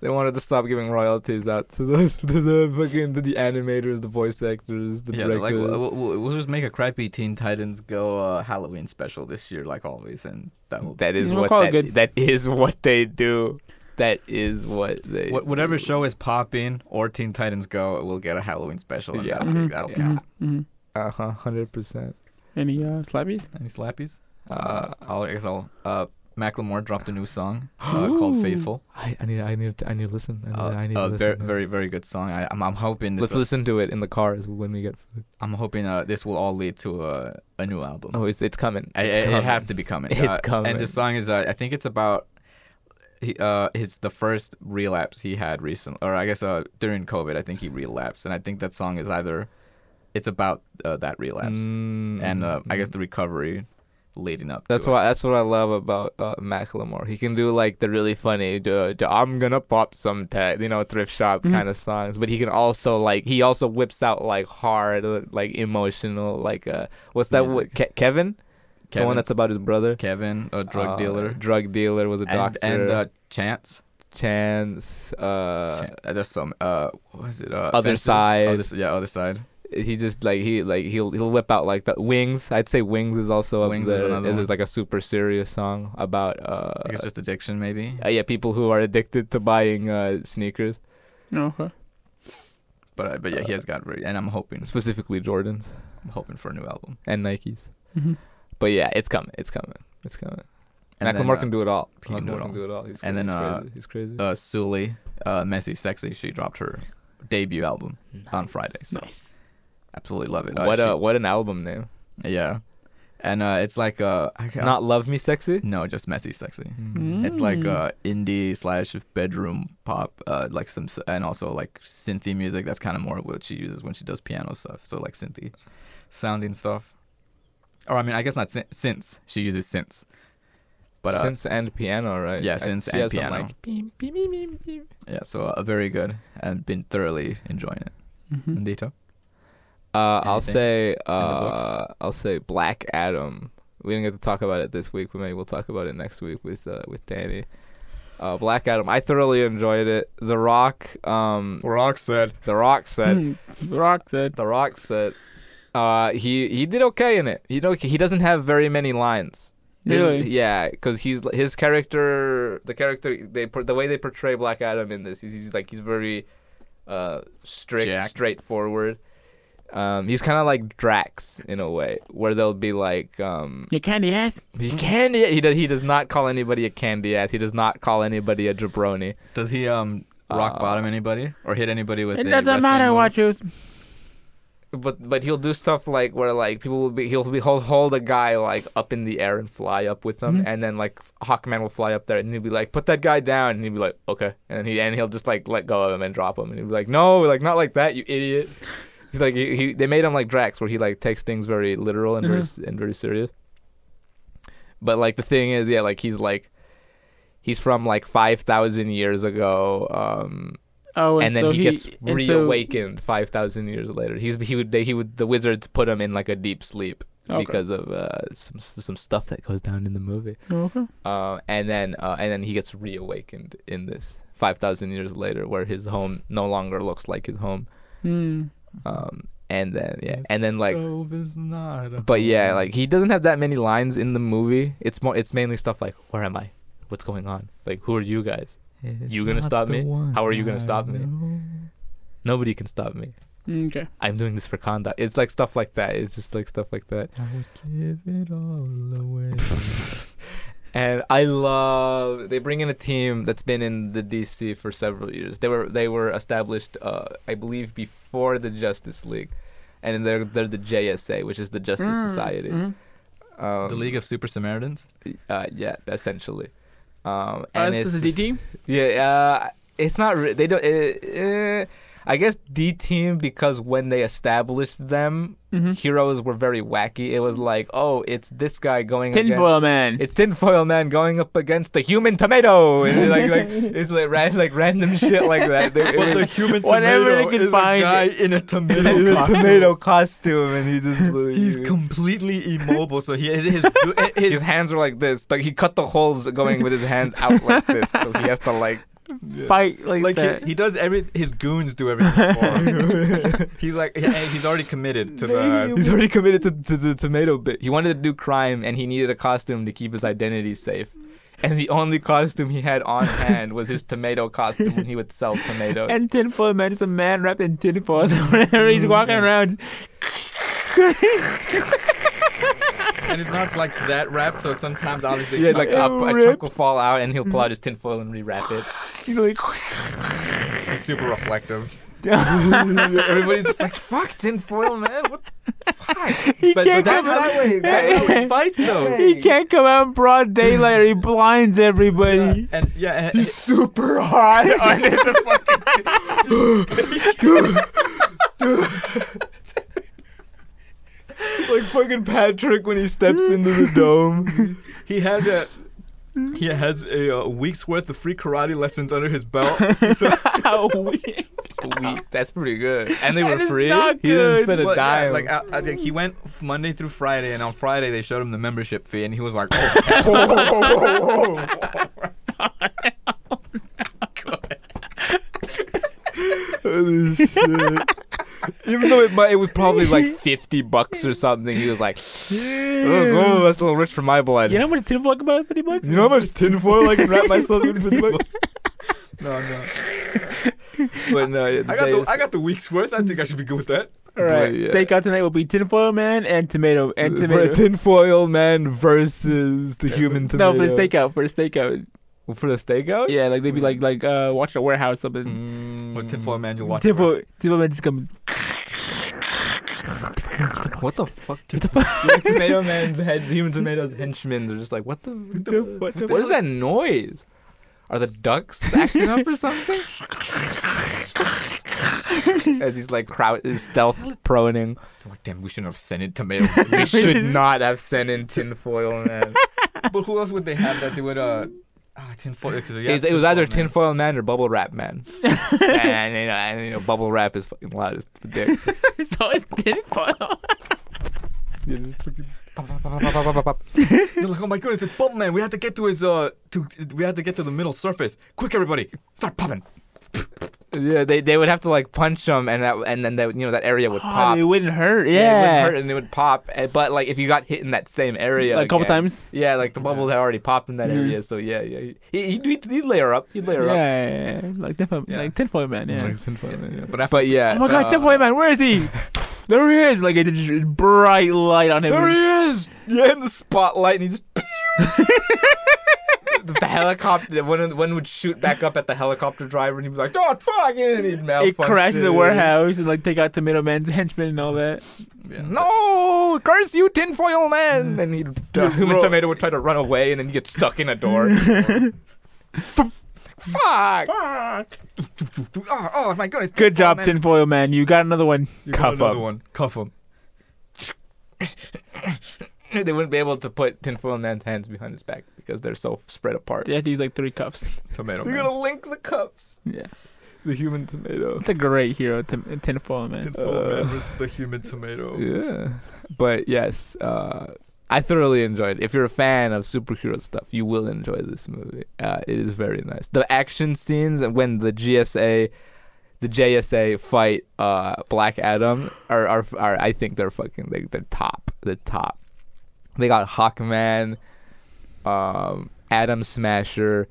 They wanted to stop giving royalties out to those to the fucking to the animators, the voice actors, the yeah, they're directors. like we'll, we'll, we'll just make a crappy Teen Titans Go uh, Halloween special this year, like always, and that will. That is We'll what call it that, good. that is what they do. That is what they. Wh- whatever do. show is popping or Teen Titans Go, we'll get a Halloween special. And Yeah. that'll, Mhm. that'll Yeah. count. hmm Uh huh. Hundred percent. Any uh, slappies? Any slappies? Uh, I'll, I guess I'll. Uh, Macklemore dropped a new song uh, called Ooh. "Faithful." I, I need I need to, I need to listen. I need, Uh, I need a to very, listen. very, very good song. I, I'm, I'm hoping this. Let's listen to it in the car as when we get food. I'm hoping uh, this will all lead to a, a new album. Oh, it's it's coming. I- It's I- coming. It has to be coming. Uh, It's coming. And the song is, uh, I think it's about he, uh, his the first relapse he had recently, or I guess uh, during COVID, I think he relapsed, and I think that song is either it's about uh, that relapse Mm, and uh, I guess mm. the recovery leading up. That's to why. That's what I love about uh, Macklemore. He can do like the really funny, the, the "I'm gonna pop some tag," you know, thrift shop Mm-hmm. Mhm. kind of songs. But he can also like he also whips out like hard, uh, like emotional, like uh, what's that? Music. What, Ke- Kevin? it. the one Kevin, that's about his brother, Kevin, a drug Uh, dealer, drug dealer was a and, doctor, and uh, Chance. Chance. Uh, Chan- uh, there's some. Uh, what was it? Uh, Other Fences? Side. Other, s- yeah, other side. he just like he like he'll he'll whip out like the wings. I'd say wings is also up Wings is there. another It's one. just like a super serious song about I think uh, it's just addiction, maybe. uh, yeah people who are addicted to buying uh, sneakers, No. Okay. But uh, but yeah, he has got. Re- and I'm hoping specifically Jordans I'm hoping for a new album. and Nikes. Mhm. But yeah, it's coming. It's coming. It's coming. And And then, Macklemore uh, can do it all. he can do it Macklemore all. can do it all. He's And crazy. then, uh, he's crazy. He's crazy. uh, Sully, uh, Messy Sexy, she dropped her debut album on Friday. So Nice. absolutely love it. Uh, what she- a what an album name. yeah, and uh, it's like uh, I ca- Not love me sexy. no, just Messy Sexy. Mm. It's like uh, indie slash bedroom pop, uh, like some s- and also like synthy music. That's kind of more what she uses when she does piano stuff. So like synthy sounding stuff, or I mean, I guess not syn- synths. She uses synths, but uh, synth and piano, right? yeah, I- synths she and has some, piano. like, beep, beep, beep, beep, beep. yeah, so uh, very good and been thoroughly enjoying it. Mm-hmm. Mhm. Dito? Uh, I'll Anything say books? uh, I'll say Black Adam. We didn't get to talk about it this week, but maybe we'll talk about it next week with uh, with Danny. Uh, Black Adam. I thoroughly enjoyed it. The Rock. Um, Rock said. the Rock said. Hmm, The Rock said. The Rock said. Uh, he he did okay in it. He do he doesn't have very many lines. His- Really? yeah, because he's his character. The character they por- the way they portray Black Adam in this, he's, he's like he's very uh, strict, Jacked. straightforward. Um, he's kind of like Drax in a way, where they'll be like, um, Your candy ass. he candy. He does. He does not call anybody a candy ass. He does not call anybody a jabroni. Does he um rock Uh, bottom anybody or hit anybody with? It a doesn't wrestling matter move? what you. But but he'll do stuff like where like people will be he'll be he'll hold a guy like up in the air and fly up with them Mhm. and then like Hawkman will fly up there and he'll be like put that guy down and he'll be like okay and he and he'll just like let go of him and drop him and he'll be like no like not like that you idiot he's like he, he they made him like Drax where he like takes things very literal and very Mhm. s and very serious but like the thing is yeah like he's like he's from like five thousand years ago um Oh, and, and then so he, gets and so- reawakened five thousand years later. He's he would they, he would the wizards put him in like a deep sleep Okay. because of uh, some some stuff that goes down in the movie. Okay. Uh, and then uh, and then he gets reawakened in this five thousand years later, where his home no longer looks like his home. Hmm. Um, and then yeah, and then like Stove is not a but yeah, home. like he doesn't have that many lines in the movie. It's more it's mainly stuff like where am I, what's going on, like who are you guys? It's you gonna not stop the me? one How are you gonna I stop me? know. Nobody can stop me. Okay. I'm doing this for conduct. It's like stuff like that. It's just like stuff like that. I would give it all away. and I love they bring in a team that's been in the DC for several years. They were they were established, uh, I believe, before the Justice League, and they're they're the JSA, which is the Justice Mm, Society. mhm. Um, the League of Super Samaritans. uh, yeah, essentially. Um, Uh, and this it's is just- DT. yeah, uh, it's not. Re- they don't. Uh, uh, eh, I guess D Team because when they established them, Mhm. heroes were very wacky. It was like, oh, it's this guy going against- Mm-hmm. Tinfoil man. It's tinfoil man going up against the human tomato. And it's like, like it's like, ran, like random shit like that. They- it was- human Whatever they can find. in a in tomato a tomato costume, and he just He's completely immobile, so he his, his, his, his hands were like this. Like he cut the holes going with his hands out like this, so he has to like. fight like, like that. he, he does every his goons do everything. For him. he's like he- and he's already committed to the. He's already committed to, to the tomato bit. He wanted to do crime, and he needed a costume to keep his identity safe. And the only costume he had on hand was his tomato costume when he would sell tomatoes. and tinfoil man is a man wrapped in tinfoil. So whenever Mm-hmm. he's walking around, and it's not like that wrap, so sometimes obviously yeah, like a, a Rip. chunk will fall out, and he'll pull out his Mm-hmm. tinfoil and rewrap it. he's like, it's super reflective. Everybody's just like, "Fuck tinfoil, man! What? Fuck!" he But, but can't that's come out. that way. That's how he fights, though. He can't come out in broad daylight. or He blinds everybody. And yeah, and, He's super high on his fucking. like fucking Patrick when he steps into the dome. he had a. He has a, uh week's worth of free karate lessons under his belt. So, How weird. That's pretty good. And they That were is free. not He didn't good. spend a Well, yeah, dime. like, I, I, like he went f- Monday through Friday, and on Friday they showed him the membership fee, and he was like, oh, Holy shit. Even though it might, it was probably like fifty bucks or something, he was like, "Oh, some of us a little rich for my blood." You know how much tinfoil can buy with fifty bucks? You know how much tinfoil I can wrap myself in for bucks? no, no. But no, yeah, I got Jay is- the I got the week's worth. I think I should be good with that. All right. Yeah. Takeout tonight will be tinfoil man and tomato and for a tomato. tinfoil man versus the human tomato. no, for the stakeout. For the stakeout. Well, For the stakeout? Yeah, like they'd be like like uh watching a warehouse something. Mm. What tinfoil man you watch? Tinfoil, tinfoil man just come. What the fuck? The tomato man's head, the human tomato's henchmen. They're just like, what the? What, the, What the what is that noise? Are the ducks acting up or something? As he's like crou- he's stealth proning. They're like, damn, we shouldn't have sent in tomato. We should not have sent in tinfoil man. but who else would they have that they would uh? Ah, tinfoil. 'cause you It's- have it was either tinfoil man. tinfoil man or bubble wrap man. and, you know, and, you know, bubble wrap is fucking loudest for dicks. It's always tinfoil. Yeah, just fucking pop, pop, pop, pop, pop, pop, pop, pop. They're like, oh my goodness, it's Bubble Man. We have to get to his uh, to we have to get to the middle surface. Quick, everybody, start popping. Yeah, they they would have to like punch them, and that and then that you know that area would Oh, pop. it wouldn't hurt. Yeah. it would hurt and it would pop. eh, But like if you got hit in that same area, like a couple again- times. Yeah, like the bubbles had already popped in that Mhm. area. So yeah, yeah, he he'd, he'd, he'd layer up. He'd Yeah, layer up. yeah, yeah. like tinfoil, Yeah. like tinfoil man. Yeah. Yeah, But, but yeah. oh my god, uh, tinfoil man, where is he? there he is. Like it just bright light on him. There he is. Yeah, in the spotlight, and he just. the helicopter. One of- one would shoot back up at the helicopter driver, and he'd be like, "Oh fuck!" And he'd malfunction. it crashed in the warehouse and like take out tomato man's henchmen and all that. No, curse you, tinfoil man! And he'd, the human tomato would try to run away, and then he'd get stuck in a door. Fuck! Oh, oh my goodness. Good tinfoil job, man. tinfoil man. You got another one. You got Cuff another him. one. Cuff him. They wouldn't be able to put tinfoil man's hands behind his back because they're so spread apart. They have to use like three cuffs. Tomato You're man. gonna link the cups. Yeah, The human tomato. it's a great hero, tin- tinfoil man. Tinfoil man Uh, versus the human tomato. Yeah. But yes, uh, I thoroughly enjoyed. it. If you're a fan of superhero stuff, you will enjoy this movie. Uh, it is very nice. The action scenes and when the GSA, the JSA fight uh, Black Adam are, are are I think they're fucking they, they're top. They're top. They got Hawkman, um, Adam Smasher,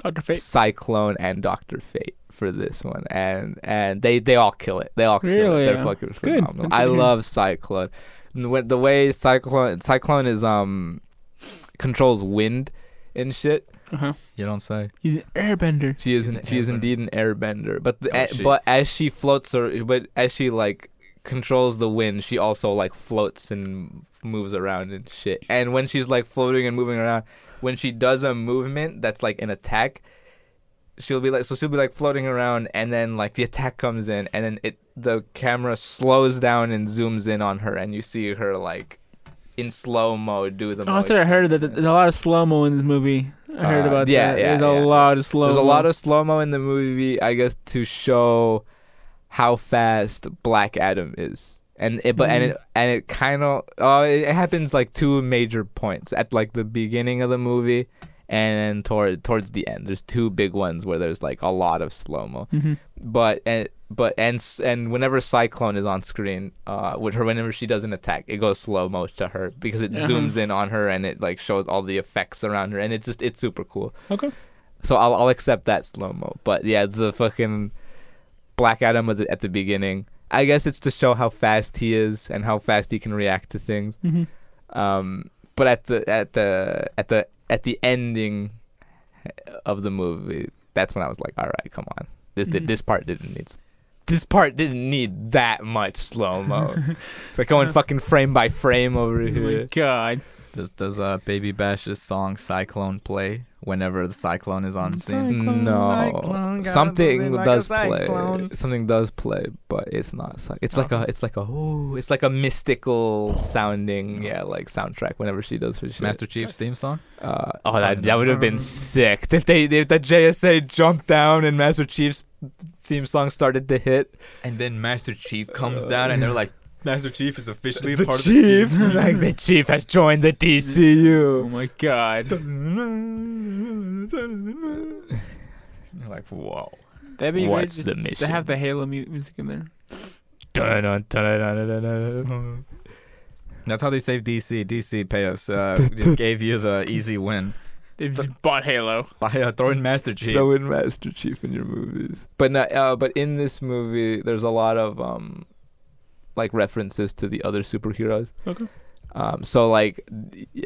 Doctor Fate. Cyclone, and Doctor Fate for this one, and and they they all kill it. They all kill Really? it. They're fucking good. phenomenal. Good to I hear. love Cyclone. The way- the way Cyclone Cyclone is um controls wind and shit. Uh-huh. You don't say. He's an airbender. She is She's an- an she is airbender. indeed an airbender, but the, Oh, a- she- but as she floats or but as she like controls the wind, she also like floats and moves around and shit. And when she's like floating and moving around, when she does a movement that's like an attack, she'll be like so she'll be like floating around and then like the attack comes in and then it the camera slows down and zooms in on her and you see her like in slow mo do the Oh, I said I heard that there's a lot of slow mo in this movie. I heard Uh, about yeah, that. yeah, there's a yeah. lot of slow. There's a lot of slow mo in the movie, I guess, to show how fast Black Adam is, and it, but and it and it kind of uh, it it happens like two major points at like the beginning of the movie, and toward towards the end. There's two big ones where there's like a lot of slow mo hmm but and but and s- and whenever Cyclone is on screen, uh, with her whenever she does an attack, it goes slow mo to her because it Yeah. zooms in on her and it like shows all the effects around her, and it's just it's super cool. Okay. So I'll I'll accept that slow mo, but yeah, the fucking Black Adam at the, at the beginning. I guess it's to show how fast he is and how fast he can react to things. hmm Um, but at the at the at the at the ending of the movie, that's when I was like, all right, come on, this did Mhm. this part didn't need. This part didn't need that much slow mo. it's like going fucking frame by frame over Oh my here. god. Does does uh Baby Bash's song Cyclone play whenever the cyclone is on scene? Cyclone, No, cyclone, gotta something move it like does a play. cyclone. Uh-huh. Something does play, but it's not. cy- It's like a. It's like a. Ooh, it's like a mystical sounding. Yeah, like soundtrack. Whenever she does her shit. Master Chief's theme song. Uh, oh, that, that would have been sick if they if the JSA jumped down and Master Chief's theme song started to hit. And then Master Chief comes down and they're like, Uh, Master Chief is officially the part Chief, of the team. like the Chief has joined the Oh DCU. my god. You're like, whoa. That'd be What's great. the just- just To mission? have the Halo mu- music in there. Dun, dun, dun, dun, dun, dun, dun. That's how they save DC. DC pay us. Uh, we just gave you the easy win They just bought Halo. by uh, throwing Master Chief. Throw in Master Chief in your movies, but not, uh, but in this movie, there's a lot of um, like references to the other superheroes. Okay. Um, so like,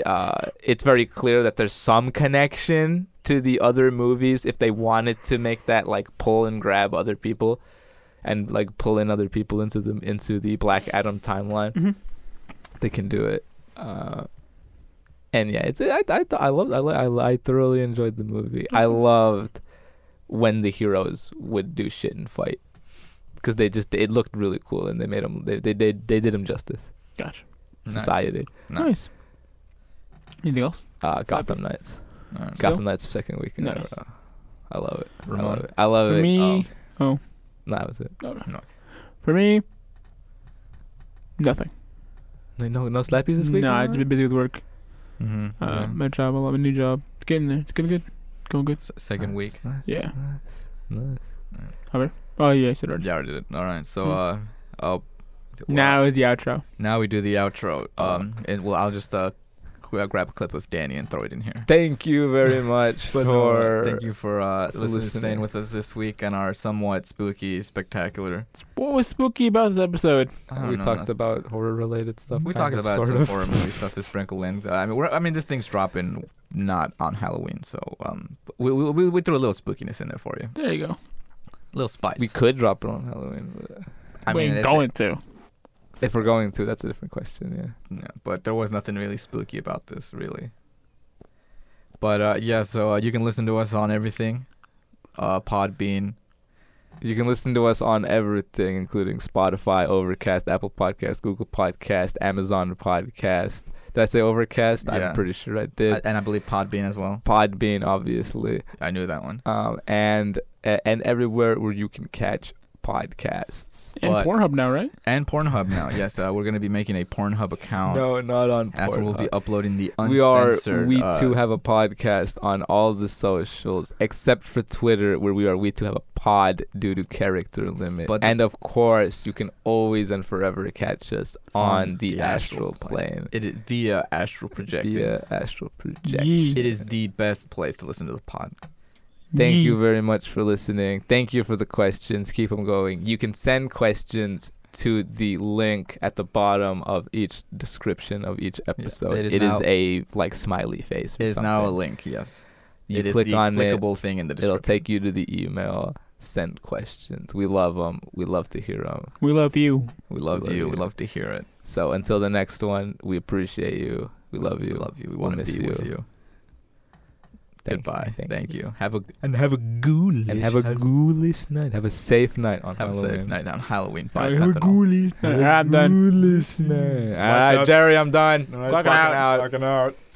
uh, it's very clear that there's some connection to the other movies if they wanted to make that like pull and grab other people, and like pull in other people into the into the Black Adam timeline. Mm-hmm. Mhm. They can do it. Uh, and yeah, it's I I I loved I li- I thoroughly enjoyed the movie. I Mm-hmm. loved when the heroes would do shit and fight because they just it looked really cool and they made them they they they, they did them justice Gotcha. Nice. society. Nice. Nice. Anything else? Uh, Gotham Knights. Alright. So- Gotham Knights second week. In Nice. a row. I love it. I Ramon. love it. I love For it. me- Um, oh. no, that was it. For me, nothing. No, no, no slappies this week. No, I've Ramon? been busy with work. Mhm. Uh, Yeah. My job, I love my new job. It's getting there. It's getting good. It's going good. S- second week. Nice, Yeah. Nice. nice. Oh, yeah, I said already. Yeah, I did it. All right. Hmm. So, uh, I'll, Now is the outro. now we do the outro. Oh. Um, and well, I'll just uh, qu- uh, grab a clip of Danny and throw it in here. Thank you very much But for. no, uh, thank you for, uh, for listening, listening. staying with us this week on our somewhat spooky, spectacular. What was spooky about this episode? I don't We know, talked that's- about horror related stuff. We talked kind of, about sort some of. horror movie stuff to sprinkle in. I mean, we're, I mean, this thing's dropping not on Halloween, so um, we, we, we, we threw a little spookiness in there for you, There you go. a little spice. We could drop it on Halloween. But I we mean, ain't it- going to. if we're going to, that's a different question. Yeah. Yeah, but there was nothing really spooky about this, really. But uh, yeah, so uh, you can listen to us on everything, uh, Podbean. You can listen to us on everything, including Spotify, Overcast, Apple Podcast, Google Podcast, Amazon Podcast. Did I say Overcast? Yeah. I'm pretty sure I I- did. and I believe Podbean as well. Podbean, obviously, I knew that one. um, and and everywhere where you can catch podcasts. And But- Pornhub now, right? And Pornhub now. yes, uh, we're gonna be making a Pornhub account. No, not on After we'll be Pornhub. uploading the we are. uncensored. We uh, too have a podcast on all the socials except for Twitter, where we are. We too have a pod due to character limit. But- and of course, you can always and forever catch us on, On the, the astral astral, plane. it is the uh, astral projecting. via astral projection. Yee. It is the best place to listen to the pod. Thank Yee. you very much for listening. Thank you for the questions. Keep them going. You can send questions to the link at the bottom of each description of each episode. it is It is now- a like smiley face. Or It is now a something. link. Yes. You it is click the on it. clickable thing in the description. It'll take you to the email. Send questions. We love them. We love to hear them. We love you. We love, love you. you. We love to hear it. So until the next one, we appreciate you. We love you. We love you. We We'll want to miss be with you. you. Thank you, Goodbye. thank Thank you. Have a And have a ghoulish. And have a ghoulish night. Have a safe night on have a Halloween. safe night on Halloween. I Bye. have a Taco. ghoulish. I'm done. Ghoulish night. All right, out. Jerry, I'm done. All right, Clocking fucking out. Fucking out.